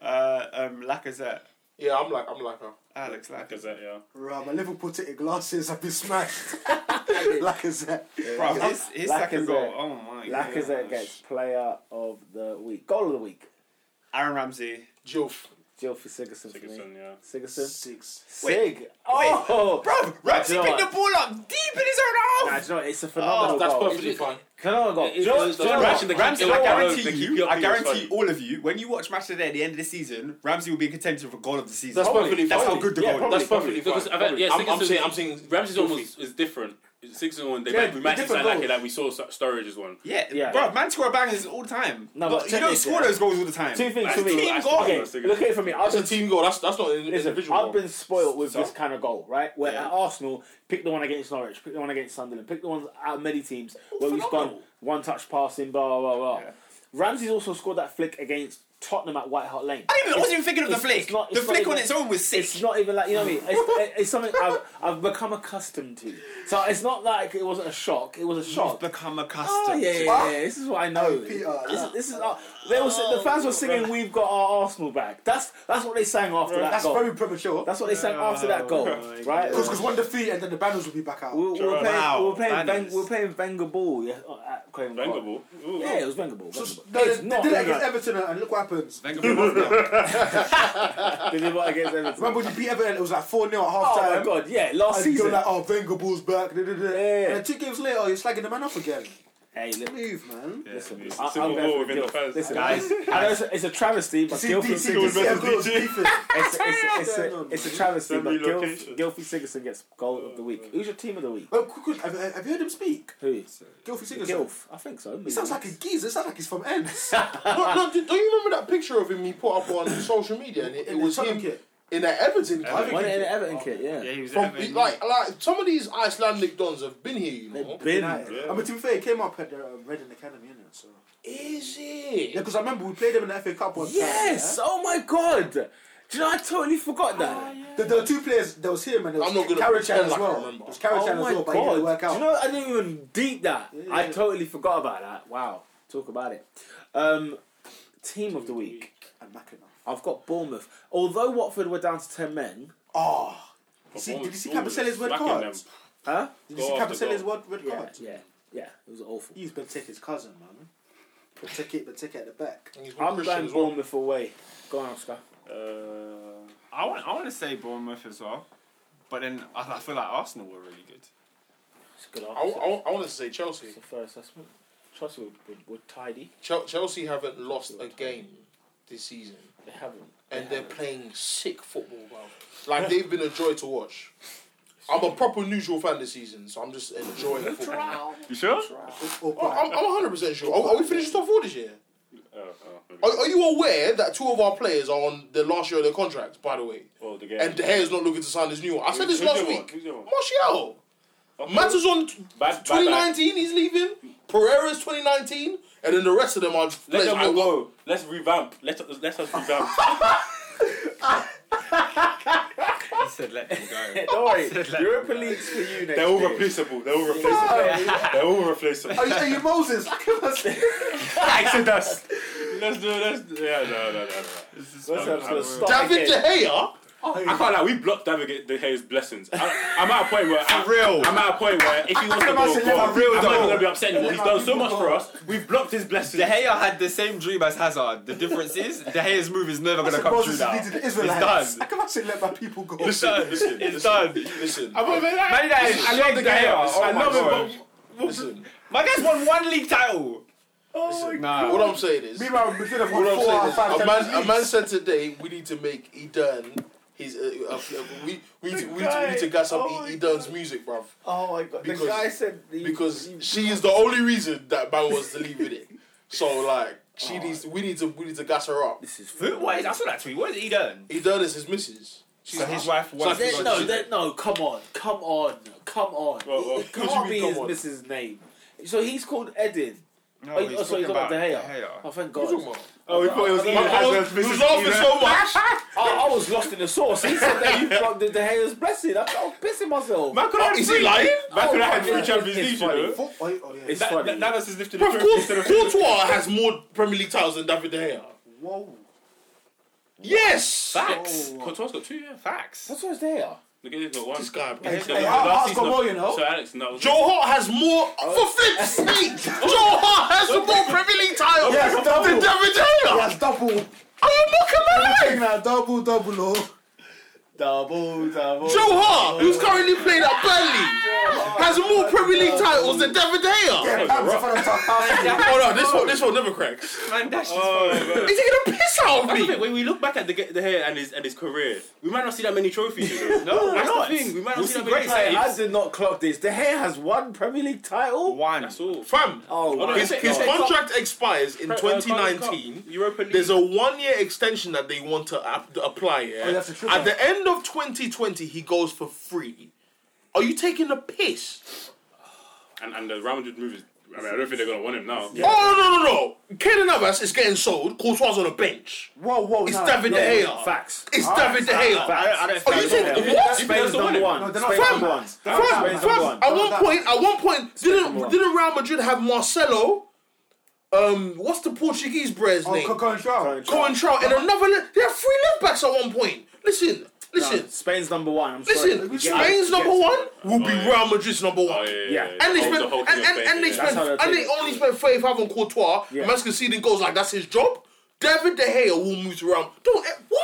Uh, um, Lacazette, Yeah, I'm like, I'm like, her. Alex Lacazette. Lacazette, yeah. Bruh, my Liverpool ticket glasses have been smashed. like is that. Bro, his, his second Lacazette. goal. Oh my god. Lacazette gets player of the week. Goal of the week. Aaron Ramsey. Jilf. Jill for Sigerson. For me. Sigurdsson, yeah. Sigerson. Six. Sig. oh, Bro, Ramsey you know picked the what? ball up deep in his own Nah, half. do you know what? it's a phenomenal That's goal. perfectly fine. Phenomenal goal. It- it- Do you know- it was- do you know Ramsey- what? the Ramsey, keeper- I the guarantee you, keeper I guarantee was fine. all of you, when you watch Match Today at the end of the season, Ramsey will be in contention for goal of the season. That's perfectly That's fine. how good the Yeah, goal probably. That's perfectly fine. Because I've had, yeah, I'm, I'm Sigurdsson's- saying, I'm saying, Ramsey's one was, is different. Six and one, they Yeah, might, we might different decide like goals. it, like we saw Stur- Sturridge's one. Yeah, Yeah. bro, man score bangers all the time. No, No, but but you don't technically, score yeah. those goals all the time. Two things for That's me. team goal. Okay, look at it for me. I've that's a been team goal. That's that's not an Listen, individual I've goal. been spoiled with So? this kind of goal, right? Where Yeah. at Arsenal, pick the one against Norwich, pick the one against Sunderland, pick the ones at many teams where we've gone phenomenal. one touch passing, blah blah blah. Yeah. Ramsey's also scored that flick against Tottenham at White Hart Lane. I, didn't even, I wasn't even thinking of the It's- flick. it's not- the it's not flick on even- its own was sick. It's not even like you know what I mean. It's, it's something I've, I've become accustomed to. So it's not like it wasn't a shock. It was a shock. become accustomed. Oh yeah, yeah, to- Oh, yeah, yeah. This is what I know. Peter, this, that- is- this is uh, they were the fans were singing "We've got our Arsenal back." That's that's what they sang after that That's goal. very premature. That's what they sang after that goal, my right? God. Because one defeat and then the banners will be back out. We were, we were Wow, playing, we were playing, that Ven- is- we were playing Wenger ball yeah, at Craven Cottage. Vengable. Ooh. Yeah, it was Wenger ball. So, Wenger ball. no, It's they not did it Wenger- against Everton and look what happens. Wenger put him off now. Did he vote against Everton? Remember when you beat Everton, it was like 4 0 at half Oh time. my god, yeah, last And you're season. like, oh, Wenger balls back. Da, da, da. Yeah. And then two games later, you're slagging the man off again. hey, look, Move, man. listen, It's I- a I'm civil going war for within the Gil. fans. Listen, Guys, I know it's, a- it's a travesty, but See, Guilford DC, Sigurdsson. see how good defense. It's, it's, it's, a, it's a travesty, but Relocation. Gilfy Sigurdsson gets goal of the week. Who's your team of the week? Well, quick, quick, have, have you heard him speak? Who? Gilfie Sigurdsson. Gilf. I think so. He sounds like a geezer. It sounds like he's from Ends. no, no, do- don't you remember that picture of him he put up on social media? And it, it In the was Tottenham him kit. in that Everton kit. Everton One in the Everton kit, yeah. Yeah, he was From, Everton. like, like some of these Icelandic dons have been here, you know. Bin. United. I mean, to be fair, he came up at the uh, Reading Academy, innit? So. Is Yeah, it? because I remember we played them in the FA Cup one Yes! time. Oh my god! Do you know I totally forgot that? yeah? There, there were two players. There was him and there was I'm not gonna Karachan pretend as like I well. remember. There was Karachan Oh as my well, but he god! didn't work Do out. you know I didn't even deep that. Yeah, I yeah. totally forgot about that. Wow. Talk about it. Um, team of the week. and Mackinac. I've got Bournemouth. Although Watford were down to ten men, Oh. You see, did you see Cabacella's red card? huh? Did you see Go after Cabacella's goal. red red Yeah, card? yeah, yeah. It was awful. He's Benteke's cousin, man. Benteke, Benteke at the back. He's got I'm Christian going as well. Bournemouth away. Go on, Oscar. Uh, I want, I want to say Bournemouth as well, but then I, I feel like Arsenal were really good. It's a good I, answer. I, I want to say Chelsea. It's a fair assessment. Chelsea were, were, were tidy. Chel- Chelsea haven't lost a game this season, They haven't. and they're playing sick football, bro. Like they've been a joy to watch. I'm a proper neutral fan this season, so I'm just enjoying football. you sure? Or Oh, Brighton. I'm, I'm 100 percent sure. Are, are we finished top four this year? Oh, oh, maybe. Are, are you aware that two of our players are on the last year of their contract, by the way? Oh, the game. And De Gea is not looking to sign this new one. I said Who's- who's this last the one? week. Who's the one? Martial. Okay. Matters on t- Bad- bad 2019, he's leaving. Pereira's 2019, and then the rest of them are Let players. them I- all go. Let's revamp. Let us let us revamp. He said let them go. Don't worry, Europa League's for you next They're all year. replaceable. They're all replaceable. oh, They're all replaceable. Are Oh, you, are you Moses? Look at us. Bags of dust. Let's do. Let's do- yeah. No. No. No. no. This is What's how- up, how so we're- stop David again. De Gea. I can't lie. We blocked David De Gea's blessings. I, I'm at a point where I, For real. I'm at a point where if he wants to go, about to let go my real I'm not dog. even gonna be upset anymore. He's Let my done so people much for go. us. We've blocked his blessings. De Gea had the same dream as Hazard. The difference is De Gea's move is never going That's to come what true Moses now. did to the It's Israelites. done. I can't actually let my people go. It's done. Listen, It's listen. done. Listen, My guy is- I love De Gea. Oh I my love God. him. listen. My guy's won one league title. Oh listen. Nah. What I'm saying is, what Meanwhile, Madrid have I'm won four out of saying five is, Champions a man, a Leagues. man said today we need to make Edern. His, uh, uh, uh, we, we, need to, we, need to, we need to get some Oh my E Edern's music, bruv. Oh my god, Because- the guy said he- because he- she is the only reason that man wants to leave with it. So like she needs we need to we need to gas her up. This is Who? What is, I saw that tweet. What has he done? He done this his missus. She's So his wife So was. they- There- no, there- no, come on, come on, come on. Well, well, it what do you can't mean, be come his on? missus' name. So he's called Edin. No, oh, oh, sorry, he's about, De Gea. Oh, thank God. Who's your mom? Oh, we thought it was My- I was- he was laughing so much. I, I was lost in the sauce. He said that you dropped the De Gea's blessing. I, I was pissing myself. Man could have Is he lying? Man could have had Oh, three it's Champions League, you funny. know. Four- oh, oh, yeah. It's That- funny. that- Navas has lifted the Bruv, trophy instead Cour- of Courtois has more Premier League titles than David De Gea. Whoa. Yes. Facts. Courtois got two, yeah. Facts. What's was there? The guy's Oh. got one. This guy, bro. Hey, So hey, the Har- last Hart's season got of- more, you know. So Alex, no. Joe Hart has more for flip's sake. Joe Hart has more Premier League titles Yes, than double. David De Gea. That's double. Are you mocking my life? Everything now, double, double, oh. Double, double. Joe Hart, who's currently playing at Burnley, has more Premier League titles than David De Gea. Yeah, Pam's in front of Tarkowski. Oh no, this one, this one never cracks. Man, that's just Is he gonna piss out of That's the thing, me? when we look back at the, the hair and his and his career, we might not see that many trophies. You know? No, that's not. the thing. We might not We'll see that see many great saves. trophies. I did not clock this. De Gea has one Premier League title. one. That's all. Fam, Oh, wow. his, his contract expires in Uh, Cardiff Cup, 2019. Europa League. There's a one-year extension that they want to ap- apply. Yeah? Oh, that's a true At the end of 2020, he goes for free. Are you taking a piss? and and the Real Madrid move is. I mean, I don't think they're gonna want him now. Oh no no no! Kaden Navas is getting sold. Courtois on a bench. Whoa, whoa, It's no, David no. De Gea. Facts. It's David De Gea. I, I don't Are you think- taking what? Spain's number one. No, they're not Spain's Fam, number one. Fam, Spain's fam, number one. at one that- point, at one point, number didn't one. didn't Real Madrid have Marcelo? Um, what's the Portuguese bread's Oh, name? Coco and Shaw. Coentrao and another. Le- they have three left backs at one point. Listen, listen, Spain's number one. I'm sorry. listen. Get out. Spain's Get number out. one will be Oh, yeah. Real Madrid's number Oh, one. yeah, yeah, Yeah. yeah. And they The spent whole- and, the whole and, thing and they is spent how they and they take it. only spent thirty five on Courtois. Yeah. Man's conceding goals like that's his job. David De Gea will move around. Don't eh, what?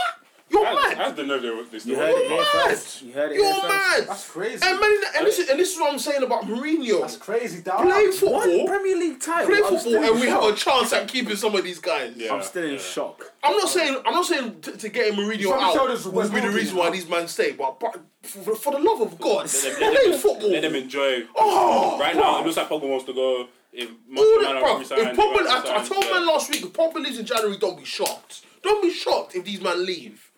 You're I, I mad. didn't know they were. They still You heard it You're here mad. first. You heard it You're here first. mad. That's crazy. And, man, and, this, is- and this is what I'm saying about Mourinho. That's crazy. That Play One football, Premier League title. play I'm football, still in and we have shock. a chance at keeping some of these guys. Yeah. I'm still in shock. I'm not saying I'm not saying to, to get Mourinho Some shoulders out were will be the moving. reason why these men stay, but, but for, for the love of God, them- play Let them football. enjoy. Oh, Right now, it looks like Pogba wants to go. If All Mason that, Mount bro. resigns, If Pogba, Mount I, I resigns, told yeah. man last week, if Pogba leaves in January, don't be shocked. Don't be shocked if these men leave.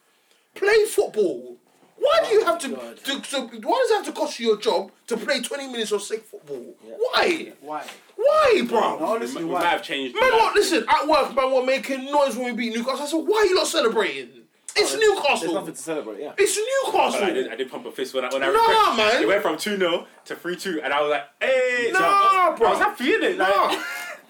Play football. Why do you Oh have to, God. to, to? Why does it have to cost you your job to play 20 minutes of sick football? Why? Why? Why, bro? No, We, honestly, we why? might have changed. Man, what? Listen, at work, man, we're making noise when we beat Newcastle. I said, why are you not celebrating? It's Oh, There's Newcastle. nothing to celebrate. Yeah. It's But I Newcastle. did, I did pump a fist when I when I Nah, refreshed. man. It went from 2 0 to 3 2, and I was like, hey, Nah, so I was- bro. I was happy in it. Like, Nah,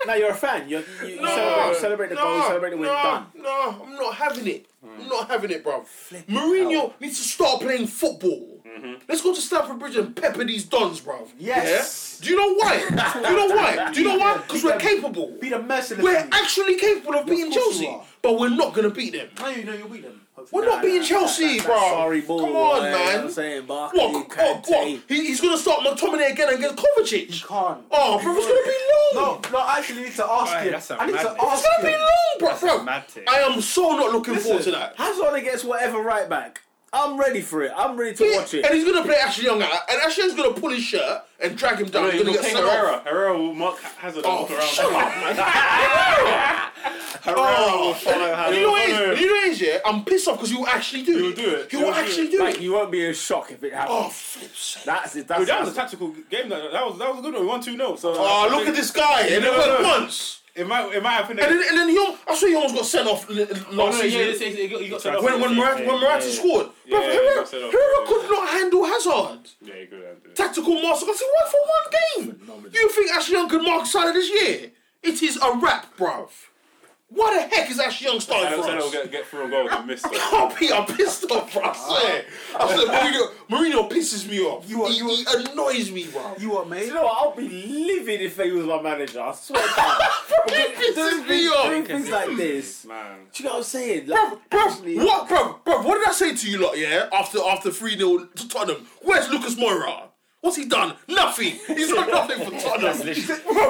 Now you're a fan. You're, you you celebrate, you celebrate the goal. You nah, celebrate the win. nah, Done. Hmm. nah, I'm not having it. I'm not having it, bro. Mourinho needs to start playing football. Mm-hmm. Let's go to Stamford Bridge and pepper these dons, bro. Yes. Do you know why? Do you know why? Do you know why? Because we're capable. Be the merciless. We're team. actually capable of beating course you Chelsea, are. but we're not gonna beat them. No, you know you'll beat them. hopefully. We're not beating Chelsea, bro. Sorry, bull. Come on, like, You know what man. I'm saying, Barkley, What? What? Kante. What? He, he's gonna start McTominay again against You Kovacic. can't. Oh, bro, it's gonna be long. No, no, I actually need to ask Alright, him. that's a I need to madness. ask It's gonna him. be long, bro. a bro. mad take. I am so not looking forward to that. Hazard against whatever right back. I'm ready for it. I'm ready to He- watch it. And he's gonna play Ashley Young out, and Ashley Young's gonna pull his shirt and drag him down. No, he's you gonna look get King sent off. Herrera. Herrera will mock Hazard and walk Oh, around. shut up, man. Oh, and you know what it is? You know what it is, yeah? I'm pissed off because you actually do He'll do it. He He'll will do actually it. do Like it. you won't be in shock if it Oh, happens. flip's sake. That's it. That's, Dude, that was a that's- tactical game. That, that was that was a good one. We won 2 0. So, Oh, look at this guy. And it No, went no. once. It might, it might happen. And then, and then he, al- I saw he almost got sent off l- l- Oh, last no, season. yeah, it's- it's- it got- you got sent off. when when Morata, when Morata scored, Yeah, Bruv, yeah, he Herrera, got sent off. Herrera Yeah. could not handle Hazard. Yeah, you could have. done it. Tactical master. I said, one for one game. You think Ashley Young could mark Salah this year? It is a wrap, bruv. Why the heck is Ashley Young starting Salah for Salah will us? get, get through and goal and miss. so. Oh, Pete, I'm pissed off, bro. I swear. I said, Mourinho, Mourinho pisses me off. You are- he, he annoys me, bro. You what, mate? You know what? I'll be livid if they was my manager. I swear to God. he pisses things, me doing off. things like this. Do Man. you know what I'm saying? Like, Bro, bro, actually- what, bro, bro? What did I say to you lot? Yeah, after after three 0 to Tottenham, where's Lucas Moira? What's he done? Nothing. He's done nothing for Tottenham. He's done nothing for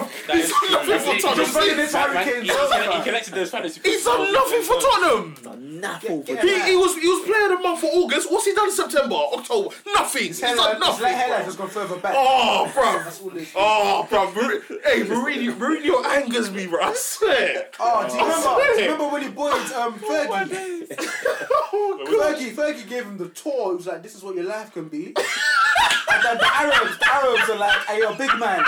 Bringing Tottenham. this Harry Kane. He, he collected those fantasy He's done nothing for Tottenham. Nothing for Get- He, he was he was playing the month for August. What's he done in September, October? Nothing. He's done His nothing. headlight bro. has gone further back. Oh, That's bro. all it is. Oh, bro. Mar- hey, Mourinho, Mourinho angers me, bro. I swear. Oh, do you remember? Do swear. you remember when he boiled um, Fergie? Fergie, Fergie gave him the tour. He was like, "This is what your life can be." and then the Arabs, the Arabs are like, "Hey, you're a big man.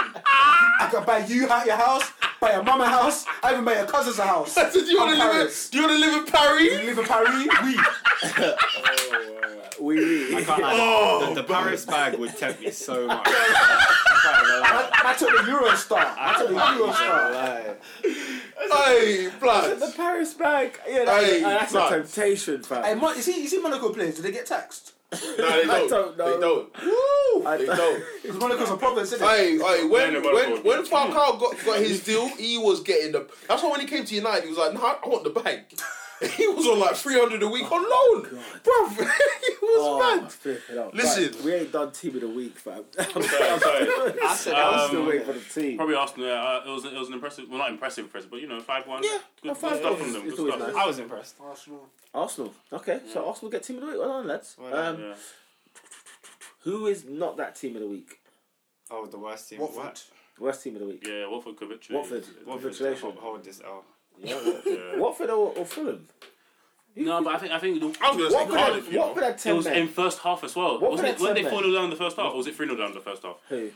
I can buy you out your house, buy your mama house, I even buy your cousins a house." I said, do you want From to live? Paris. in- Do you want to live in You Paris? live in Paris? We. We, we. Oh, The Paris bag would tempt me so much. I, I took the Eurostar. I took the Eurostar. hey, The blood. Paris bag. Yeah, that, Hey, that's right. a temptation, fam. Hey, Mon- you see, you see Monaco players? Do they get taxed? No, they I don't don't. know. They don't. Woo! They don't. Because Monaco's a province, isn't it? Hey, hey, when Man, when Monaco. when Falcao got, got his deal, he was getting the. That's why when he came to United, he was like, "Nah, I want the bag." He was on like three hundred a week on loan, bro. He was Oh, mad. flipping out. Listen. Right, we ain't done team of the week, fam. Sorry, sorry. I said that I'm was still waiting for the team. Probably Arsenal. Uh, it was it was an impressive, well not impressive, impressive, but you know five one. Yeah, good, five good stuff one from is- them. is Good always stuff. nice. I was impressed. Arsenal. Arsenal. Okay, so Arsenal get team of the week. Well done, lads. um, Yeah. Who is not that team of the week? Oh, the worst team. Watford. What? Worst team of the week. Yeah, Watford could victory. Watford. Watford. Congratulations. Hold- Hold this. Oh. Yeah. Watford or, or Fulham? No, but I think I think the, I was gonna say Watford Cardiff. had, you know. Watford had it 10 was men. in first half as well. What Wasn't were it? they Weren't they ten four men? 0 down in the first half? Or was it three 0 down in the first half? Who?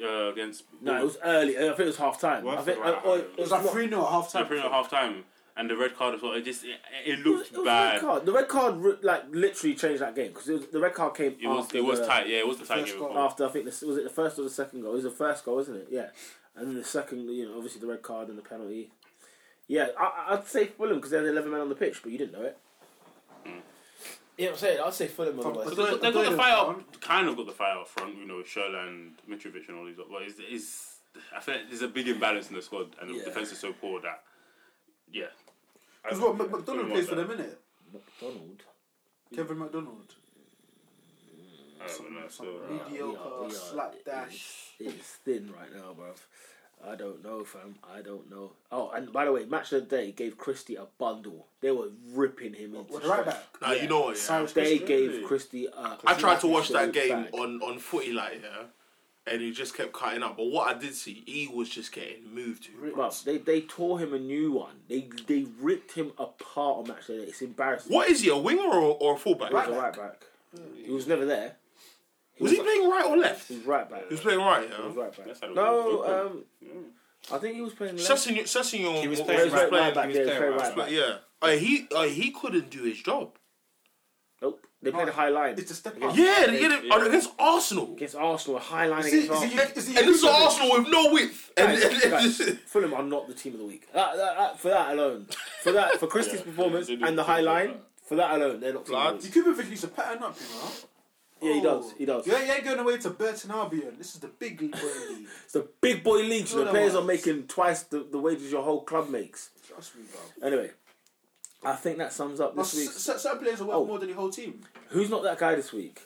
Uh, against No, it was early. I think it was half time. I think, uh, Watford, or- or- wow. It was like 3 0 at half Yeah, time. three 0 half time, and the red card as well. It just it, it It was- looked it was red bad. card. The red card re- like literally changed that game because the red card came. It was after it was the- tight. Yeah, it was the tight first game. goal. After I think this was it the first or the second goal. It was the first goal, wasn't it? Yeah, and then the second, you know, obviously the red card and the penalty. Yeah, I, I'd say Fulham because they had eleven men on the pitch, but you didn't know it. Yeah, I'm saying I'd say Fulham. otherwise. They got, they got They the got fire up, front. kind of got the fire up front, you know, Sherla and Mitrovic and all these. But it's, it's, I feel like there's a big imbalance in the squad, and the defense is so poor that, yeah, Because what Mc- McDonald plays for them, innit? McDonald. Kevin McDonald. I don't know. So, Some uh, we are- mediocre slapdash. It's thin right now, bruv. I don't know, fam. I don't know. Oh, and by the way, match of the day gave Christie a bundle. They were ripping him into Well, the right shreds. back. Nah, you know what? Yeah. Cyrus They Christie. gave Christie. A I tried to watch absolute that game bag. on on footy like yeah, and he just kept cutting up. But what I did see, he was just getting moved to. Bruv, they they tore him a new one. They they ripped him apart on match of the day. It's embarrassing. What is he, a winger or, or a fullback? He was a right back. He was never there. Was he playing right or left? He He was right back. He was playing right, yeah. was right back. how it No, was. um, I think he was playing left. Sessignon, Sessignon He was was playing playing He was right. right. right back. he was Yeah, playing playing right right But back. yeah, uh, he uh, he couldn't do his job. Nope. They played a high line. It's a step up. Yeah, they did it against Arsenal. Against Arsenal, a high line Is he, against is Arsenal. he, is he, And this is Arsenal with no width. And, Guys, and- and- guys, Fulham are not the team of the week. That, that, that, for that alone, for that for Christie's performance they do and the do high that. line, for that alone, they're not team of the You week. could be needs to pattern up, you know. Yeah, he Oh. does. He does. You ain't, you ain't going away to Burton Albion. This is the big league. boy league. It's the big boy leagues. No, The no, players no. are making twice the, the wages your whole club makes. Trust me, bro. Anyway, I think that sums up Well, this week. s- s- certain players are worth Oh. more than the whole team. Who's not that guy this week?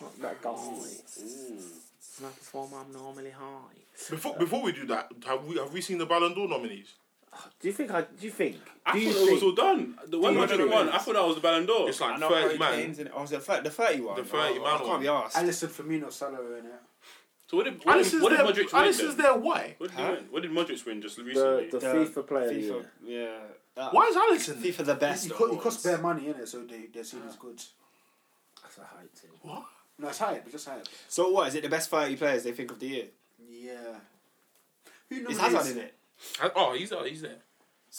Not that guy. Can I perform? I'm normally high. before before we do that, have we have we seen the Ballon d'Or nominees? Do you think? I, do you think? I do thought you it was all think? done. The one you hundred and one. I thought that was the Ballon d'Or. It's like I know thirty Harry man. Kane's in it. Oh, is it the thir- the 30 one? The 30 Oh, man I can't one. be asked. Alison Firmino, Salah in it. So what did what did, Alisson's what did there. Modric win? Alisson's then? there. Why? What did, Huh? he win? what did Modric win just The, recently? the The FIFA player. of the FIFA. year. yeah. That- Why is Allison? there? FIFA the best. He, of co- he all. costs bare money in it, so they they seen as good. That's a hype team. What? No, it's hype. It's just hype. So what? Is it the best 30 players they think of the year? Yeah. Who knows? Is Hazard in it? Oh, he's there. He's there.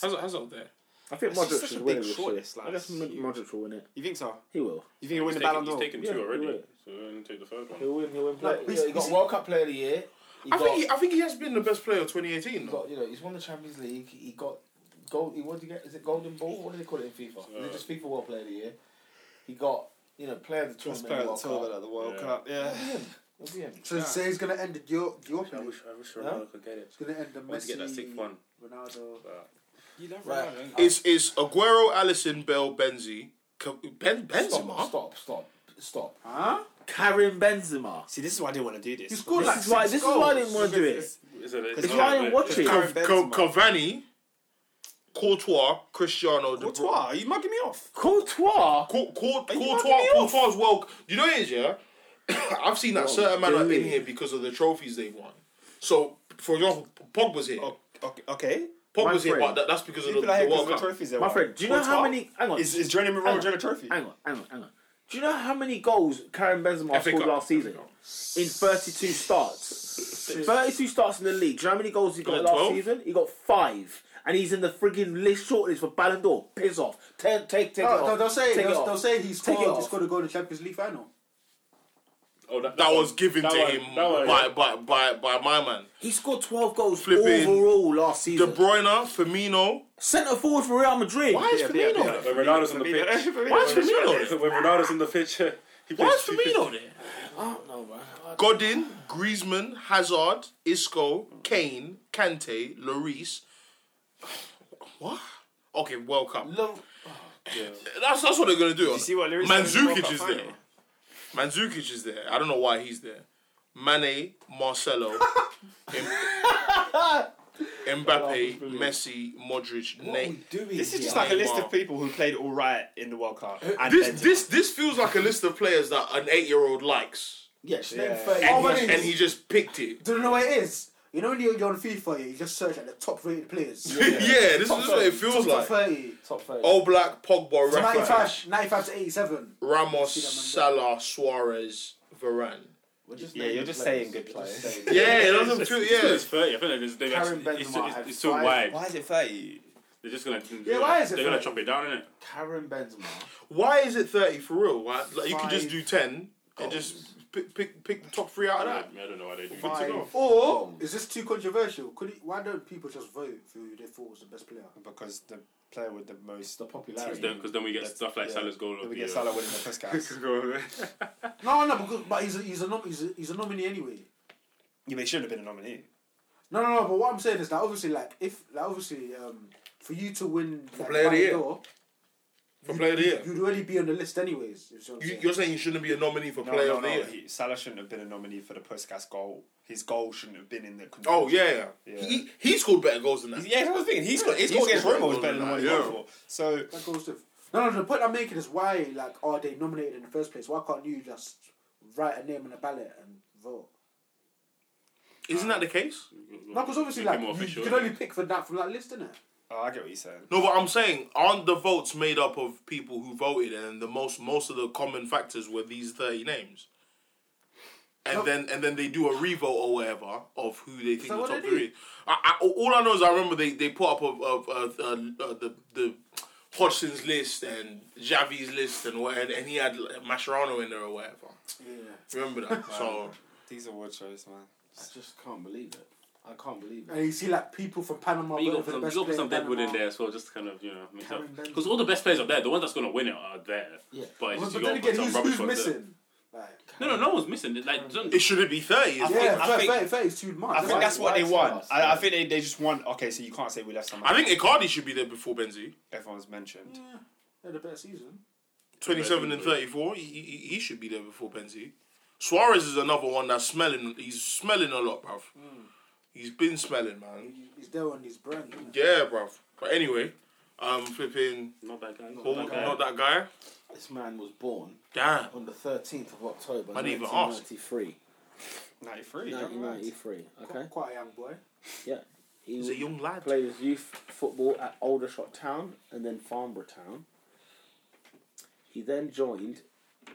Hazard, Hazard there. I think It's just Modric such a should big win it this year. shortlist, like, I guess Mod- it's Modric will win it. You think so? He will. You think he'll He's win taken, the Ballon he's d'Or? taken Yeah, two already, right. so we're gonna take the third one. He'll win. He'll win. Like, You know, he got World Cup Player of the Year. He I got, think he, I think he has been the best player of 2018. he though. got, you know, he's won the Champions League. He got gold. he- What do you get? Is it Golden Ball? What do they call it in FIFA? Uh, Is it just FIFA World Player of the Year? He got, you know, Player of the Best Tournament. player in at the World tournament Cup. at the World Yeah. Cup. Yeah. It'll be him. So say he's gonna end the Dior Dior. I thing. wish, I wish Ronaldo could get it. He's gonna end the I want to get that Messi, sixth one. Ronaldo. You love Right. Ronaldo, innit? It's it's Aguero, Allison, Bell, Benzi, Ka- Stop, Ben Benzema. stop, stop, stop. Huh? Karim Benzema. See, this is why I didn't want to do this. He scored This like is why. six This is goals. why I didn't want to do it. Because It's, a, it's It's It's not why I a didn't bit- watch it. Karim Ca- Ca- Benzema. Cavani, Courtois, Cristiano, De Bruyne. Courtois, are you mugging me off? Courtois. Cour- Cour- you Courtois, mugging me off? Courtois well. You know what it is, yeah? I've seen that certain man are in dude. here because of the trophies they won. So, for example, Pogba's here. Oh, okay. okay. my Pogba's here, friend. but that, that's because of the, People are the here because World of the Cup. trophies they My won. friend, do you know how Courtois? many? Hang on. Is, is Jeremy hang Ronaldo on, a trophy? Hang on. Hang on. Hang on. Do you know how many goals Karim Benzema FA scored Cup. last season? In 32 starts. 32 starts in the league. Do you know how many goals he got got last 12? season? He got five. And he's in the friggin' list shortlist for Ballon d'Or. Piss off. Take, take, take it No, off. they'll, they'll say take it they'll, off. they'll say he Take it scored. He off. scored a goal in the Champions League final. Oh, that, That was given That to one- him that one, by, yeah. by, by, by my man. He scored 12 goals Flipping overall last De season. Bruyne, Firmino. Centre forward for Real Madrid. Why is Yeah, yeah, Firmino yeah. there? When Ronaldo's on the pitch. Why is Firmino there? When Ronaldo's on the pitch, he Why plays is Firmino there? I don't know, man. Godin, Griezmann, Hazard, Isco, Kane, Kante, Lloris. What? Okay, World Cup. Lo- That's that's what they're gonna do. you see what Lloris did in the World Mandzukic Cup is final? there. Mandzukic is there. I don't know why he's there. Mane, Marcelo, Em- Mbappe, Messi, Modric, what are Nate. we doing This is here? just like a list Neymar. of people who played all right in the World Cup. Uh, And This Benzema. this this feels like a list of players that an eight year old likes, yeah, just name Yeah. 30. and, Oh, he, but and he just picked it. Do you know what it is? You know when you're you're on FIFA, you just search at the top rated players. Yeah, this is just what it Top feels like. thirty. Top 30. All black, Pogba, So Rafa, 95, 95 to 87. Ramos, See that man Salah, Suarez, Varane. We're just Yeah, naming you're just players. saying good We're just players. saying- Yeah, it doesn't feel yeah. It's 30. I feel like it's, they're Karim actually- it's, Benzema it's, had it's so five- wide. Why is it 30? They're just gonna. Yeah, why is it They're gonna 30? chop it down, innit? Karen Benzema. Why is it thirty for real? Why, like you could just Five do ten and just pick, pick pick the top three out of I that. don't know why they do. Good to that. go. Or is this too controversial? Could it, why don't people just vote for who they thought was the best player? Because the player with the most. The Because popularity. then, 'cause then we get stuff like yeah. Salah's goal. Then of we the, get uh, Salah winning the Puskas. No, no, because, but he's a, he's a nom- he's a, he's a nominee anyway. Yeah, but he shouldn't have been a nominee. No, no, no. But what I'm saying is that obviously, like if like obviously um, for you to win like, Player of the Ballon Year. d'Or, For player of the year. you'd already be on the list anyways. You see what I'm You, saying? you're saying he shouldn't be a nominee for No, player no, of the no. year? He, Salah shouldn't have been a nominee for the Puskas goal. His goal shouldn't have been in the. oh yeah, yeah. Yeah. He, he he scored better goals than that. Yeah, that's what I was thinking. He's got his He's goal against scored Roma was more better than than what he that, got yeah. for. So That goes to no, no. The point I'm making is why, like, are they nominated in the first place? Why can't you just write a name on a ballot and vote? Isn't that the case? No, because obviously, Make it like, more you, you official, can only pick for that from that list, innit? oh, I get what you're saying. No, but I'm saying aren't the votes made up of people who voted, and the most most of the common factors were these thirty names. And No. then and then they do a revote or whatever of who they think that the what top they three. is. I, I, all I know is I remember they, they put up of of uh, uh, uh, the the Hodgson's list and Javi's list and what and, and he had like, Mascherano in there or whatever. Yeah. Remember that? so These award shows, man. I just can't believe it. I can't believe it. And you see, like, people from Panama. You voting got for the some, you best got player some in Deadwood in Panama. there as well, just to kind of you know mix up. Karen Benzema. Because all the best players are there. The ones that's gonna win it are there. Yeah. But, it's But, just you but then gotta put again, some who's, rubbish who's ones there. missing? Like, No, no, no one's missing. It, Like, don't, it shouldn't be thirty. yeah, I, think- I 30, think- 30, 30 is too much. I think that's what they Why- want. why- I, I think they, they just want. Okay, so you can't say we left someone. think Icardi should be there before Benzi. everyone's mentioned. They had a better season. Twenty-seven and thirty-four. He, he, he should be there before Benzi. Suarez is another one that's smelling. He's smelling a lot, bruv. He's been smelling, man. He- He's there on his brand. innit? Yeah, bruv. But anyway, um, flipping. not that guy. Not Paul, that guy. Oh, Not that guy. This man was born Damn. on the 13th of October, I didn't even ask. 1993. 93. young man. 1993. Okay. Quite a young boy. Yeah. He He's a young lad. played his youth football at Aldershot Town and then Farnborough Town. He then joined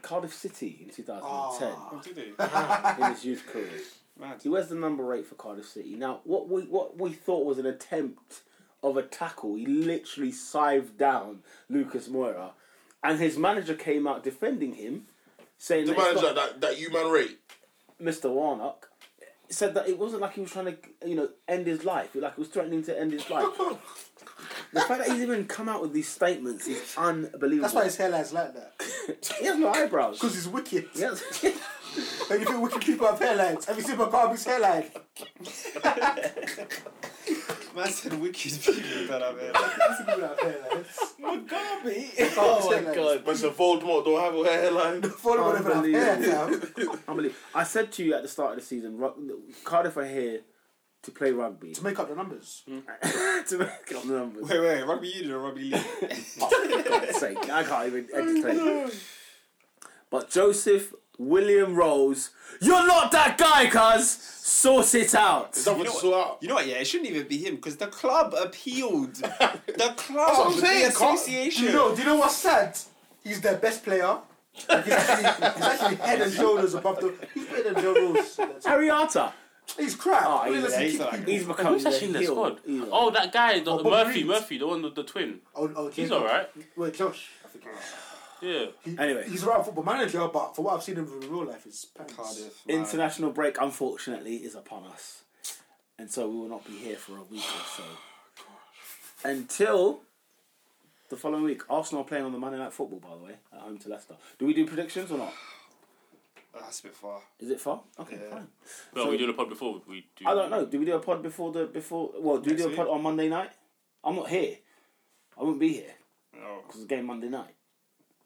Cardiff City in 2010 Ah. Oh, did he? Ah. in his youth career. Mad. He wears the number eight for Cardiff City. Now, what we what we thought was an attempt of a tackle, he literally scythed down Lucas Moira, and his manager came out defending him, saying The that it's manager not- that that you man rate. Mr. Warnock said that it wasn't like he was trying to you know end his life, like he was threatening to end his life. the fact that he's even come out with these statements is unbelievable. That's why his hairline's like that. he has no eyebrows. Because he's wicked. He has- And you think wicked people have hairlines? Have you seen Mugabe's hairline? Man said wicked people that I've heard. Wicked people have hairlines. Mugabe. Oh my god. But it's a Voldemort. Don't have a hairline. Follow whatever that hair, fam. Unbelievable. I said to you at the start of the season, Ru- Cardiff are here to play rugby. To make up the numbers. to make up the numbers. Wait, wait, rugby union or rugby league? God's sake, I can't even entertain. But Joseph William Rose, you're not that guy, cuz. Sort it out. That was so out. You know what? Yeah, it shouldn't even be him because the club appealed. the what I'm club, the saying, can't- Do you association. know, do you know what's sad? He's their best player. Like, He's actually, he's actually head and shoulders above the. He's better than Joe Rules. Ariata. He's crap. Oh, He he's- doesn't yeah, kick he's like- people. He's become Who's actually in the heel. squad? Heel. Oh, that guy, the, Oh, Bob Murphy, Reed. Murphy, the one with the twin. Oh, oh, He's Jacob. all right. Wait, Josh. I think it was. Yeah. He, Anyway. he's right football manager, but for what I've seen of him in real life, it's pants. Cardiff. man. International break, unfortunately, is upon us. And so we will not be here for a week or so. Until the following week. Arsenal are playing on the Monday Night Football, by the way, at home to Leicester. Do we do predictions or not? Oh, That's a bit far. Is it far? Okay, Yeah. fine. But So- we do the pod before we do. I don't know. Do we do a pod before the before? Well, do Next we do a pod week? on Monday night? I'm not here. I won't be here Oh. because the game Monday night.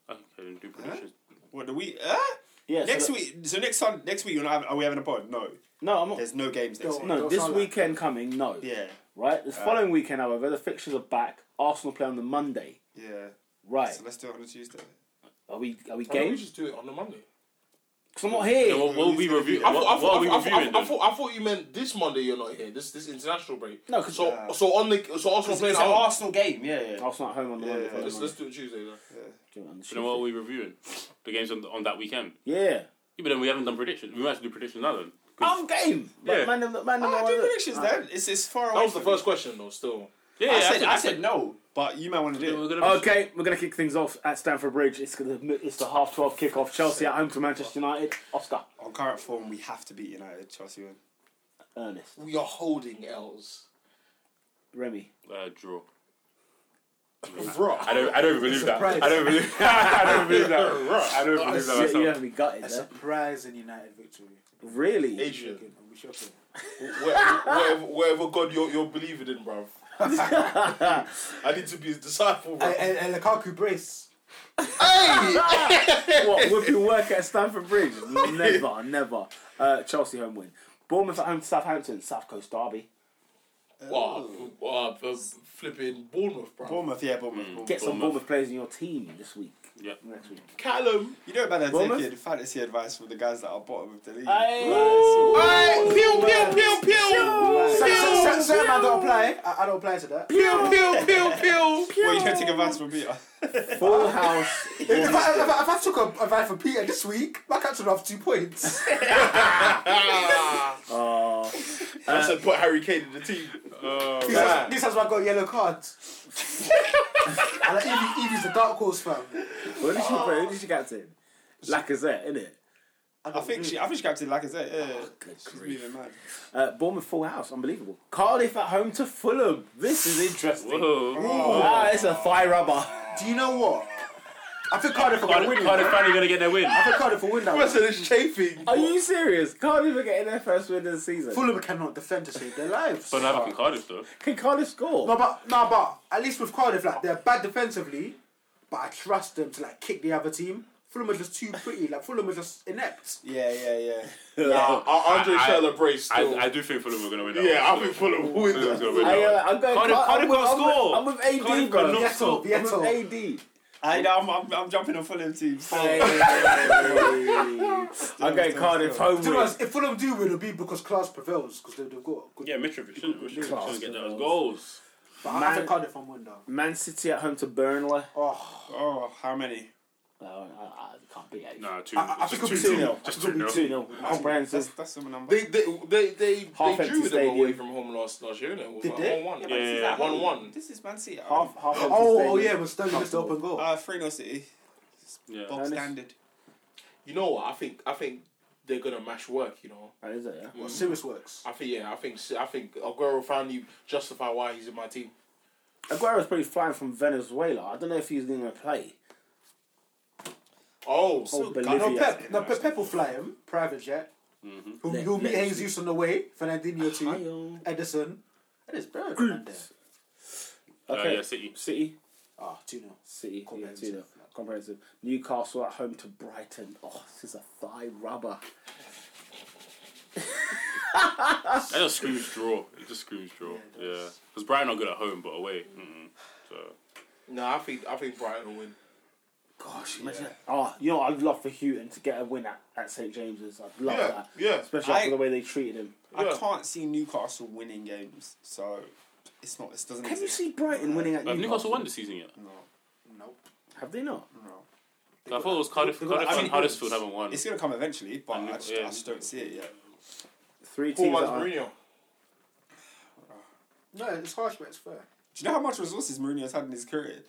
Okay, then do predictions. What do we? Uh? Yeah. so Next that- week. So next time, next week, you're not having, are we having a pod? No, No, I'm not. there's no games next week. Don't- No, this sound like- weekend coming. No. Yeah, Right. This following weekend, however, the fixtures are back. Arsenal play on the Monday. yeah. Right. So let's do it on a Tuesday. Are we? Are we Why don't game? we just do it on the Monday? Because I'm not here. Yeah, what, what will we review? I What, thought, I, what thought, are we I, thought, I, reviewing? thought, I, then? thought, I thought you meant this Monday you're not here. This this international break. No, 'cause- so Yeah. so on the so Arsenal playing It's at an home. Arsenal game. Yeah, yeah. Arsenal at home on the Yeah, Monday. yeah, following Let's, Monday. let's do it Tuesday. Then. Do it on the You know what are Tuesday. we reviewing? The games on, on that weekend. Yeah. Yeah, but then we haven't done predictions. We might have to do predictions now then. I'm game. Yeah. Like, man, man, man, Ah, man, do predictions then. It's it's far away. That was the from first question though. Still. Yeah, I yeah, said, I said no, but you might want to Yeah, do we're it. gonna be- Okay, we're going to kick things off at Stamford Bridge. It's gonna, it's the half 12 kick-off. Chelsea at home to Manchester United. Oscar. On current form, we have to beat United. Chelsea win. Ernest. We are holding L's. Remy. Uh, draw. Bro. I don't. I don't believe that. Surprise. I don't believe. I don't believe that. I don't believe that You, you myself. have me gutted A there. surprise in United victory. Really? Adrian, Shocking. Are we shocking? whatever, whatever God you're, you're believing in, bruv. I need to be his disciple, bro. And, and, and Lukaku brace. what would you work at Stamford Bridge? Never, never. Uh, Chelsea home win. Bournemouth at home to Southampton. South Coast derby. Wow, wow, uh, flipping Bournemouth, bro. Bournemouth, yeah, Bournemouth. Bournemouth. Get some Bournemouth. Bournemouth players in your team this week. Yep. Next week. Callum. You know about that Bournemouth? taking fantasy advice from the guys that are bottom of the league. Aye. Hey, pew, pew, pew, Sam- Sam pew. Sam- Sam, I don't apply. I, I don't apply to that. Pew, pew, pew, pew, pew. Well, you don't take advice from Peter. Full house. If I, if, I, if I took a, if I for Peter this week, my catch would have two points. Ah. Oh, I said put Harry Kane in the team. oh. this, has, this has why I got yellow cards. and like, Evie, Evie's the dark horse fam. who did you play? Who did you captain? Lacazette, innit? I think she, I think she captain Lacazette. Yeah, yeah. good she's grief. moving mad. Uh, Bournemouth full house, unbelievable. Cardiff at home to Fulham. This is interesting. Whoa. Ah, it's a fire rubber. Do you know what? I think Cardiff are gonna win. Cardiff, it. Cardiff I finally gonna get their win. think Cardiff will win that. I one. said it's chafing. Are you serious? Cardiff are getting their first win of the season. Fulham cannot defend to save their lives. But now in Cardiff though. Can Cardiff score? No, but no, but at least with Cardiff, like they're bad defensively, but I trust them to like kick the other team. Fulham are just too pretty. Like Fulham are just inept. Yeah, yeah, yeah. Nah, uh, Andre I- Scheller brace I, still. I do think Fulham are gonna win that. yeah, one. I think Fulham will win Fulham's that. gonna win I, that. one. uh, I'm going Cardiff- Car- Cardiff I'm, can't I'm, score. I'm with AD, Cardiff bro. cannot score. Vieto. I'm with AD. I, I'm, I'm, I'm jumping on Fulham team. So. I'm going Cardiff home Do you know win. what, if Fulham do win, it'll be because class prevails because they've got a good. Yeah, Mitrovic shouldn't, shouldn't, Class shouldn't get those goals. goals. But I I Man- think Cardiff on win though. Man City at home to Burnley. Oh, Oh, how many? No, Oh, I, I can't beat that. Nah, two. I, I just think it'll be two. two 0 Just two. no. 2 0. Oh, Branson. That's, that's some number. They they they they, Half they empty drew with them stadium. away from home last last year. It was Did like they? one one. Yeah, yeah, yeah. one one. This is Man City. Half, half empty Oh, oh stadium. yeah, with Sterling missed the open goal. Uh, 3 0 City. Yeah. Uh, Bog And it's- standard. You know what? I think I think they're gonna mash work. You know. Oh, is it, yeah? Well, Serious works. I think yeah. I think I think Aguero finally justify why he's in my team. Aguero's probably flying from Venezuela. I don't know if he's going to play. Oh, Oh, No, Bolivia. Pep, no, Pep, Pep will fly him private jet. Who Let- He'll meet let- Jesus on the way. Fernandinho too. Ayo. Edison. That is brilliant. man, there. Uh, Okay. yeah, City. City. Ah, two 0 City. Yeah, Comprehensive. 2 0. Comprehensive. Newcastle at home to Brighton. Oh, this is a thigh rubber. That just screams draw. It just screams draw. Yeah, it Yeah. does. Because Brighton are good at home, but away. Mm-mm. So. no, I think I think Brighton will win. Gosh, imagine that. Oh, you know, I'd love for Houghton to get a win at, at St James's. I'd love Yeah, that. yeah. Especially I- after the way they treated him. I Yeah. can't see Newcastle winning games, so it's not. This doesn't. Can you exist. see Brighton winning at Have Newcastle? Uh, Newcastle won this season yet? No, Nope. Have they not? no. I thought it was Cardiff. they got- Cardiff I and mean, Huddersfield haven't won. It's gonna come eventually, but And I Newca- just, yeah. I just don't see it yet. Three Poor teams. that man's are- Mourinho. No, it's harsh, but it's fair. Do you know how much resources Mourinho's had in his career?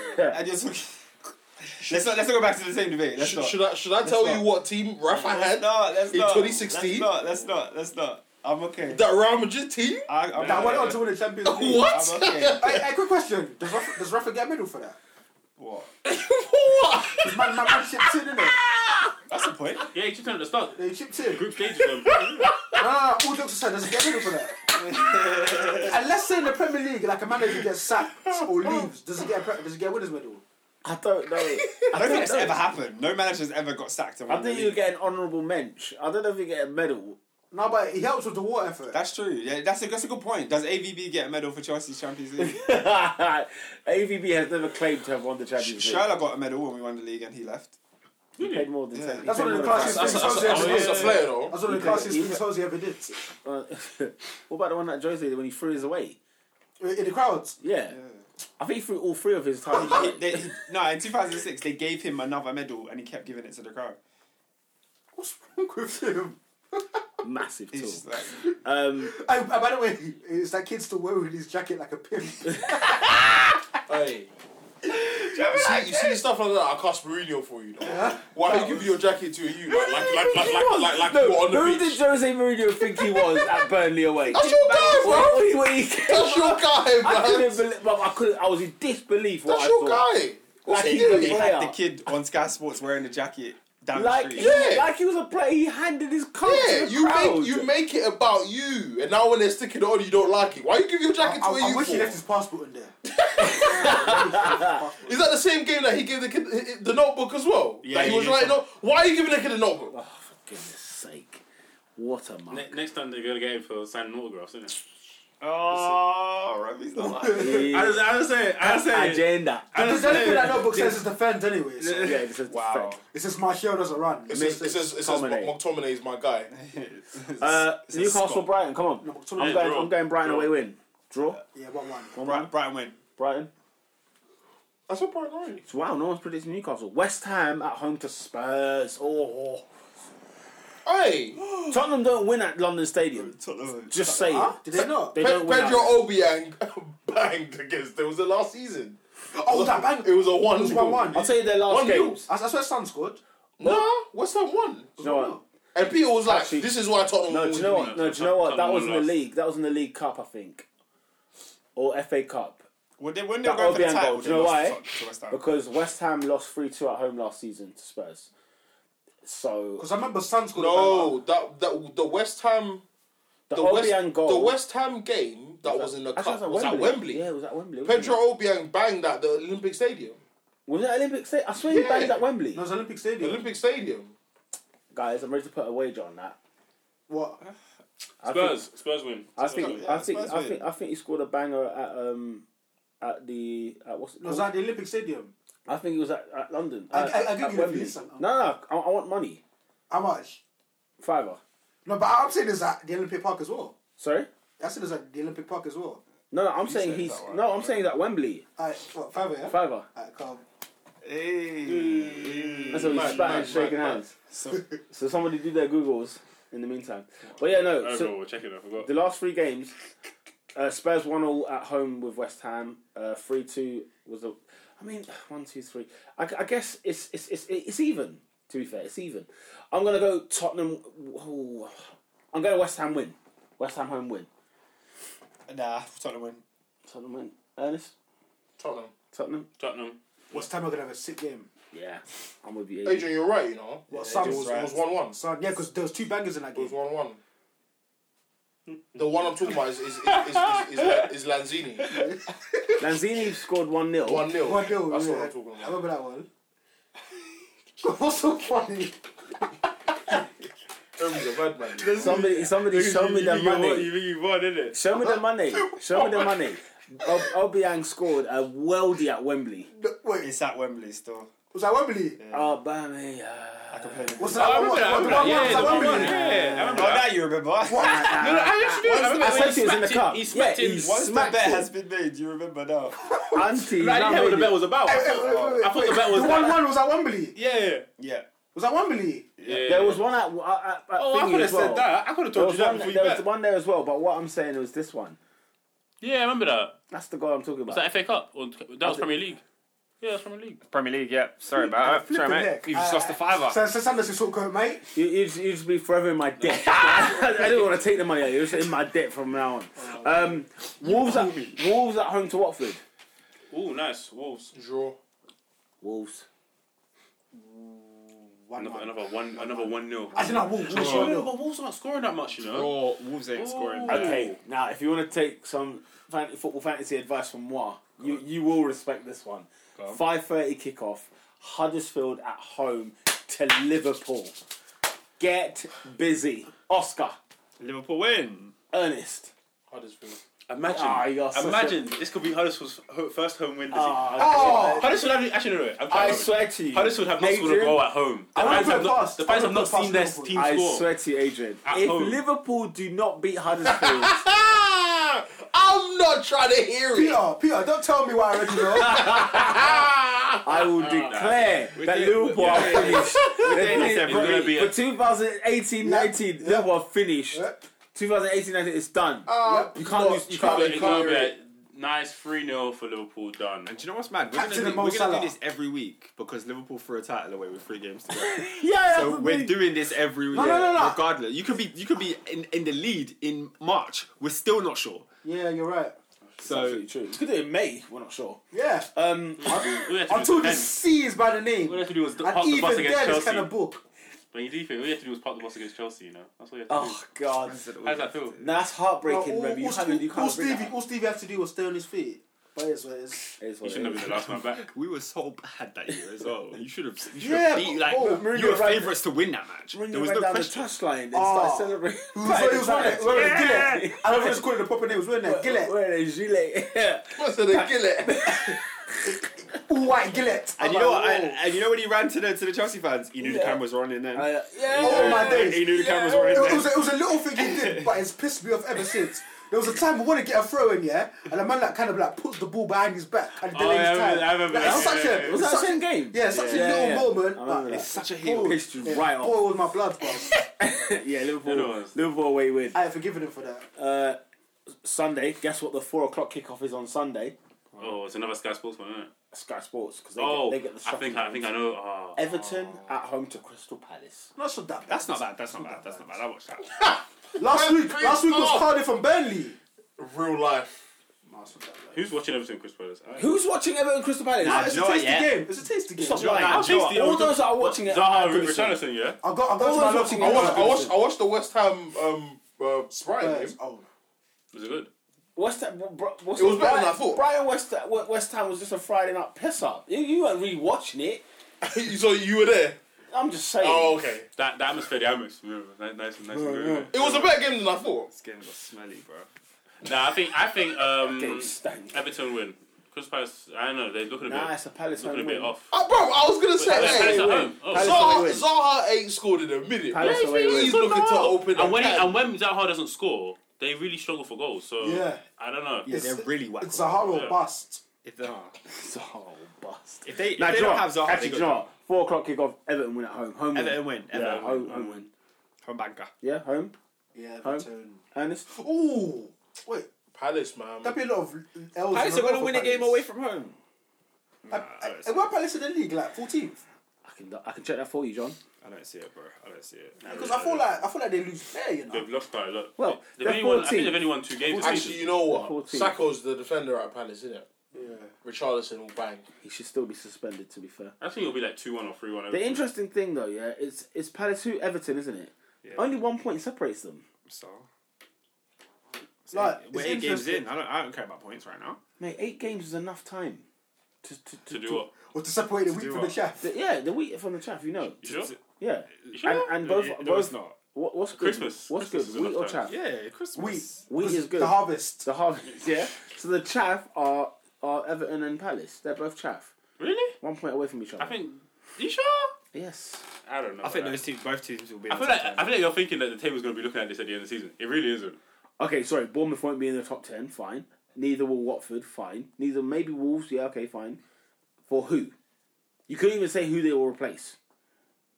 Yeah. And you're talking. let's not. Let's not go back to the same debate. Let's Should, not. should I should I tell not. you what team Rafa Let's had? not. Let's in not. 2016? Let's not. Let's not. Let's not. I'm okay. That Real Madrid team? I, I'm That went on okay. to win the Champions League. What? I'm okay. hey, hey, quick question. Does Rafa, does Rafa get a medal for that? What? what? His man, man, man chipped in, innit? That's the point. Yeah, he just turned at the start. They chipped in. No, Group stage is them. no, no, all jokes aside, does he get a medal for that? Unless say in the Premier League, like a manager gets sacked or leaves, does he get a, pre- does he get a winner's medal? I don't know. I, I don't think that's ever happened. No manager's ever got sacked. and I won the think you league. get an honourable mention. I don't know if you get a medal. No, but he helps with the water effort. That's true. Yeah, that's a that's a good point. Does AVB get a medal for Chelsea's Champions League? AVB has never claimed to have won the Champions League. Schürrle got a medal when we won the league and he left. He played more than Yeah. ten. he That's played one of the more than classiest ten. That's, things Jose that's- ever that's a did. player though. That's one of the Yeah, classiest he- things Jose ever did. Uh, what about the one that Jose did when he threw his away? In the crowds. Yeah. I think he threw all three of his times. He- they- he- no, in 2006 they gave him another medal and he kept giving it to the crowd. What's wrong with him? Massive He's tool. just like, Um, Hey, and uh, by the way, it's that kid still wearing his jacket like a pimp. Hey. You see, you see stuff like that. I cast Mourinho for you. Though. Why are you giving your jacket to a you? Like like like like like, like, like you were no, on the who beach. did Jose Mourinho think he was at Burnley away? That's your guy, When- bro. when he- when he came That's your I guy, man. couldn't believe, bro, I couldn't, I was in disbelief. What That's I saw. your guy. What's Like he he's a doing? he player. had the kid on Sky Sports wearing the jacket down Like, the he, street. Yeah. like he was a player, he handed his coat Yeah, to the you crowd. make you make it about you, and now when they're sticking it on, you don't like it. Why you give your jacket to a I, I youth wish he for? left his passport in there. Is that the same game that he gave the kid the- the notebook as well? Yeah, That he yeah, was yeah. writing. up- Why are you giving the kid a notebook? Goodness sake, what a man! Ne- next time they're gonna get him for signing autographs, isn't it? Oh, Robbie's not like I was, I was saying, I was saying, agenda. I was Because anything that saying, notebook says is defend anyway. So Yeah, it's a Wow. fact. It says Martial doesn't run. It says, it says, it says McTominay. McTominay is my guy. Uh, It's a Newcastle, Scot. Brighton. Come on, No, I'm going. McTominay- draw. I'm going Brighton Draw. away win. Draw. Yeah, one one. One Bright, Brighton. Brighton win. Brighton. That's what Brian Ryan. So, wow, no one's predicting Newcastle. West Ham at home to Spurs. Oh, Hey, Tottenham don't win at London Stadium. Just say Huh? it. Did they not? They Pe- don't win. Pedro at- Obiang banged against. It was the last season. Oh, that bang. It was a one. It was one one. I'll tell you their last One game. nil. That's, that's where Sun scored. Nah, West Ham won. You know what? And Peter was like, Actually- "This is why Tottenham." No, will do you know win." what? No, do you know what? That Tottenham was in the lost. league. That was in the League Cup, I think, or FA Cup. When they, when they were That going for the Obiang title, goal, do they you know lost why? to- to West Ham. Because West Ham lost three two at home last season to Spurs. So Because I remember Sun scored. a No, that that the West Ham, the, the West, Obiang goal. the West Ham game that was in the Actually, cup it was at Wembley. Yeah, it was at Wembley. wasn't Pedro Obiang banged at the Olympic Stadium. it? was it at Olympic Stadium? I swear he Yeah. banged at Wembley. No, it was Olympic The Stadium. Olympic Stadium. Guys, I'm ready to put a wager on that. What? I Spurs, Spurs win. I think Yeah, I think Spurs I win. think I think he scored a banger at um at the at what's it No, it was called? at the Olympic Stadium. I think it was at, at London. I- at- I- I'll give at you the Wembley. piece. No, no, I, I want money. How much? Fiver. No, but I'm saying it's at the Olympic Park as well. Sorry. I said it's at the Olympic Park as well. No, no, I'm saying said he's that one. no, I'm saying he's at Wembley. Alright, what, five yeah? Fiver. Alright, come. Hey. That's how we Man, spat man, and shaking man, hands. So- So somebody do their googles in the meantime. But yeah, no. Overall, So we're checking. I forgot. the last three games, uh, Spurs won all at home with West Ham. uh, Three two was the. I mean, one two three. I, I guess it's it's it's it's even. To be fair, it's even. I'm gonna go Tottenham. oh, I'm going to West Ham win. West Ham home win. Nah, Tottenham win. Tottenham win. Ernest. Tottenham. Tottenham. Tottenham. What's time we're gonna have a sick game? Yeah, I'm with you. Adrian, you're right. You know, What, it Sun's was right. it was one one. Son, yeah, because there was two bangers in that It was game. one one. Mm. The one I'm talking about is is is, is, is, is Lanzini. Lanzini scored one 0 One 0 One nil. That's yeah. what I'm talking I about. remember that one. What's so funny? Everybody's a bad man. Somebody, somebody, show me the money. think you won, innit? Show me the money. Show me the money. Ob- Obiang scored a worldie at Wembley. Oh, No, Wait, It's at Wembley still. was that Wembley? Aubameyang. I can play. Was Oh, that I one? remember that. I What, the remember that. one Yeah, was the that one one. Wembley? Yeah, I Oh, remember that. now you remember. Once No, no, I actually do. I remember I when he said he was in the smacked it. cup. He smacked Yeah, it. he the smacked bet it. has been made, you remember now. Auntie, I didn't hear what the bet was. was about. I thought I thought the bet The was one that. one was that Wembley. Yeah. Yeah. Was that Wembley? Yeah. There was one at. at, at Oh, I thingy could have as well. said that. I could have There told you was, that one, before you there was bet. one there as well, but what I'm saying was this one. Yeah, I remember that. That's the goal I'm talking Was about. that FA Cup? Or that was Premier League. Yeah, that's Premier League. Premier League, yeah. Sorry about that. Flip Sorry, the mate. neck. You've just lost the fiver. So, so Sanders is sort of going, mate. You, you'd, you'd just be forever in my debt. I didn't want to take the money out of you. You're just in my debt from now on. Um, Wolves, at, Wolves at home to Watford. Oh, nice. Wolves. Draw. Wolves. One Another, one. another one. Another one nil. I don't know. Wolves. Wolves. Oh, one no, nil. but Wolves aren't scoring that much, you know. Oh. Raw Wolves ain't scoring. Okay, now if you want to take some fan- football fantasy advice from moi, you, you will respect this one. on. Five thirty kickoff, Huddersfield at home to Liverpool. Get busy, Oscar, Liverpool win. Ernest. Huddersfield. Imagine. Ah, you're such imagine this could be Huddersfield's ho- first home win. This year. Ah, Huddersfield have actually no. no, I'm trying to I remember. swear to you, Huddersfield have not scored a Adrian, goal at home. The I wanna fans put have it not, past- the I fans have wanna not put it seen their past team I score. swear to you, Adrian. At if home. Liverpool do not beat Huddersfield, Ah, I'm not trying to hear it. Peter, Peter, don't tell me why I already know. I will declare that Liverpool are finished. They're It's gonna finished. be For a- 2018 19, Liverpool are finished. 2018 19 is done. Oh. Uh, Ah, You can't lose. You can't Charlie. lose. It's can't gonna be hear a it. nice 3 0 for Liverpool done. And do you know what's mad? We're Captain gonna, do, Mo we're gonna Salah. do this every week because Liverpool threw a title away with three games to go. Yeah, So we're doing this every week. no, no, no. Regardless, you could be you could be in, in the lead in March. We're still not sure. yeah, you're right. So Absolutely true. We could do it in May. We're not sure. Yeah. Um, We had to do Until the was C is by the pen. All we name. had to do was park And the bus even against then, it's Chelsea. kind of book. When you do think, all you have to do was park the bus against Chelsea. You know, that's all you have to oh God. do. How does that feel? Now that's heartbreaking, all, Remy. You all haven't. You Stevie, all, can't bring oh, Stevie, oh. that up. all Stevie had to do was stay on his feet. But it's what it is. It is You what it shouldn't have is. been the last man back. we were so bad that year as well. You should have. You should Yeah, have beat like oh, Mourinho you were ran- favourites to win that match. Mourinho there was ran no down question. the touchline and Oh. started celebrating. He was, he was wearing it. he was wearing a Gillette. I don't know if it's called it the proper name. He was wearing a Gillette. Wearing a gilet. What's the Gillette? All white Gillette. And I'm you know like, what? And, whoa. and you know when he ran to the to the Chelsea fans, he knew the Oh, Yeah. cameras were on in there. I- Oh, my Uh, Yeah. days. he knew the cameras Yeah. were It in was, it was there. a, it was a little thing he did, but it's pissed me off ever since. There was a time we want to get a throw in, yeah, and a man like kind of like puts the ball behind his back and delays Oh, yeah, I his time. remember- I remember Like, that, it was yeah, such a, yeah, yeah. it Was was that such the a- same game? yeah, such a Yeah, little yeah. moment. I remember but that. It's such a heel. Boiled- Pissed you right off. Boiled my blood, bro. Yeah, Liverpool. Yeah, no worries. Liverpool away win. I have forgiven him for that. Uh, Sunday. Guess what? The four o'clock kickoff is on Sunday. Oh, it's another Sky Sports one, isn't it? Sky Sports because they, Oh, get, they get the. I think I shopping think I games. know. Oh, Everton at home to Crystal Palace. Not so that. bad. That's not bad. That's not bad. That's not bad. I watched that. Last week, last week was Oh. Cardiff and Burnley. Real life. Who's watching Everton, Chris Palace? I- Who's watching Everton Crystal Palace? Nah, It's a do you know what, tasty yeah? game. It's a tasty game. Stop lying. Nah, do you know what? All those that are watching it. Zaha, are Goodison. Richarlison, yeah. I got, I All got those to my watching I local. watched, I watched, I watched the West Ham um, uh, Sprite game. Spurs. Oh, Was it good? What's that? What's It was better Brian, than I thought. Brian West, uh, West West Ham was just a Friday night piss up. You, you weren't really watching it. so you were there. I'm just saying. Oh, okay. That that atmosphere, the atmosphere, nice, nice, nice and good. It was a better game than I thought. This game got smelly, bro. Nah, I think I think Game um, stank. Everton win. Crystal Palace, I don't know, they're looking a bit, Nah, it's a Palace looking a home bit win. off. Uh, bro, I was gonna say, Palace, Palace hey, at home. Oh. Palace away Zaha, win. Zaha ain't scored in a minute. Palace bro. away win. He's looking to open and when he, the and when Zaha doesn't score, they really struggle for goals. So Yeah. I don't know. Yeah, they're really whack. it's Sahara Yeah. bust. If they Zaha will bust. if they, if Nah, they do you know don't what? have Zaha, Actually, they do you know got what? Four o'clock kickoff. Everton win at home. Home. win. Everton win. Yeah, Everton home, win. home win. Home banker. Yeah, home. Yeah, Home. Everton. Ernest. Ooh, wait. Palace, man. That'd be a lot of L's. Palace in row are going to for win a game Palace. away from home. I, I, Nah, I, weren't Palace in the league like 14th I can I can check that for you, John. I don't see it, bro. I don't see it. because I feel like I feel like they lose fair, you know. They've lost quite a lot. Well, they've they're only won, I 14. think they've only won two games. this Actually, season. you know what? 14. Sacco's the defender at Palace, isn't it? Yeah. Richarlison will bang. He should still be suspended. To be fair. I think it'll be like two one or three one. The interesting thing though, yeah, it's it's Palace who Everton, isn't it? Only one point separates them. So Like we're it's eight games interesting. in. I don't. I don't care about points right now. Mate, eight games is enough time. To to, to do what? Or to separate the wheat do from the what? chaff. the- yeah, the wheat from the chaff, you know. You sure? Yeah, You sure? and and both No, it's both not. what, what's good? Christmas. What's Christmas is good? Wheat enough or time. chaff? Yeah, Christmas. Wheat. Wheat is good. The harvest. The harvest, yeah. So the chaff are are Everton and Palace. They're both chaff. really? One point away from each other. I think. You sure? yes. I don't know. I think about those teams, both teams, will be. I feel like I feel like you're thinking that the table's going to be looking at this at the end of the season. It really isn't. Okay, sorry. Bournemouth won't be in the top ten. Fine. Neither will Watford. Fine. Neither maybe Wolves. Yeah. Okay. Fine. For who? You couldn't even say who they will replace.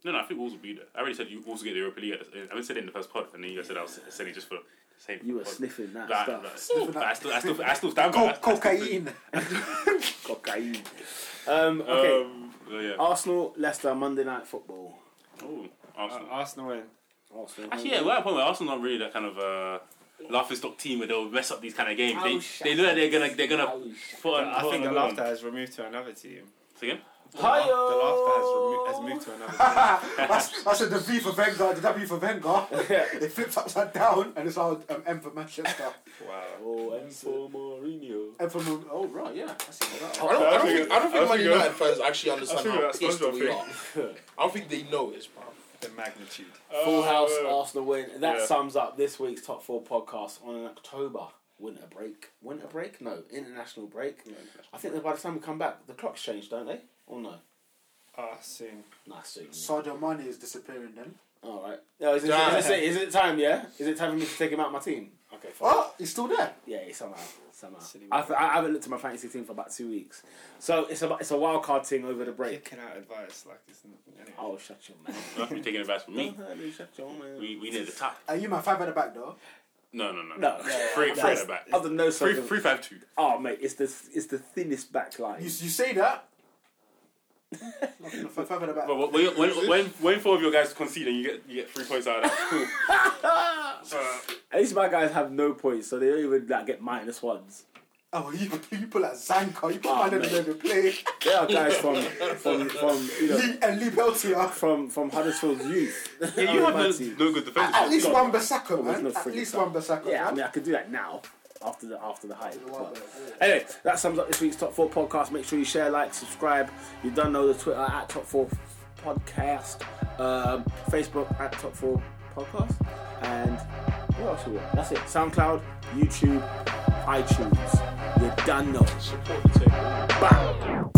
No, no, I think Wolves will be there. I already said you Wolves will get the Europa League. At the, I mean, said it in the first pod, and then you guys said I was saying it just for saying. You were pod. sniffing that, That, stuff. that- but I still, I still, I still stand by Co- that. Um, cocaine. Cocaine. Um, okay. Um, oh, yeah. Arsenal, Leicester, Monday Night Football. Oh, Uh, Arsenal. Arsenal win. Arsenal. Actually, yeah, we're at a point where Arsenal not really that kind of uh, laughing stock team where they'll mess up these kind of games. Oh, they, they know that they're gonna they're gonna put on. I put think the on a good laughter one. has removed to another team. Say again? The laughter has, remo- has moved to another team. that's, that's a, the V for Vanguard, the W for Vanguard. it flips upside down and it's all um, M for Manchester. Wow. Oh, and for Mourinho. M for Mon- oh right, yeah. I see that. I don't, I don't think, I don't I was think Man thinking- United fans actually understand I was how thinking pissed about we are. SpongeBob I don't think they know this, bro. The magnitude. Full House, Uh, Arsenal win. That yeah. sums up this week's top four podcast on an October winter break. Winter break? No, international break. I think that by the time we come back, the clocks change, don't they? Or no? Ah, soon. Nah, soon. Sadio Mane is disappearing then. All right. No, is, it, Yeah. is, it, is it time? Yeah. Is it time for me to take him out of my team? Okay. Fine. Oh, he's still there. Yeah, yeah, somehow, somehow. Silly I, I haven't looked at my fantasy team for about two weeks, so it's a it's a wild card thing over the break. Kicking out advice like it's not. Anyway. Oh, shut your mouth! You're taking advice from me. shut your mouth! We we need the top. Are you my five at the back though? No, no, no. No, Free, free at That's- the back. Other than those, Three, sort of- three, five, two. oh mate, it's the it's the thinnest back You, line. you say that. five, five at the back. But when, when, when, when four of your guys concede and you get you get three points out of that, cool. At least my guys have no points, so they don't even like, get minus ones. Oh, you, you put like Zanka, you put Ah, oh, man in the play, There are guys from from from you know, Lee, and Lee Peltier. from from Huddersfield's youth. Yeah, you Oh, have no, Matty. no good defense. At least God. one Basaka, there's man. no At freaking least time. one Basaka. Yeah, I man. mean, I could do that now after the after the hype. The one but- Bissaka, yeah. Anyway, that sums up this week's Top 4 podcast. Make sure you share, like, subscribe. You don't know the Twitter at Top 4 Podcast, um, Facebook at Top 4 Podcast, and what else we got? That's it. SoundCloud, YouTube, iTunes. You done know. Support the team. Bam!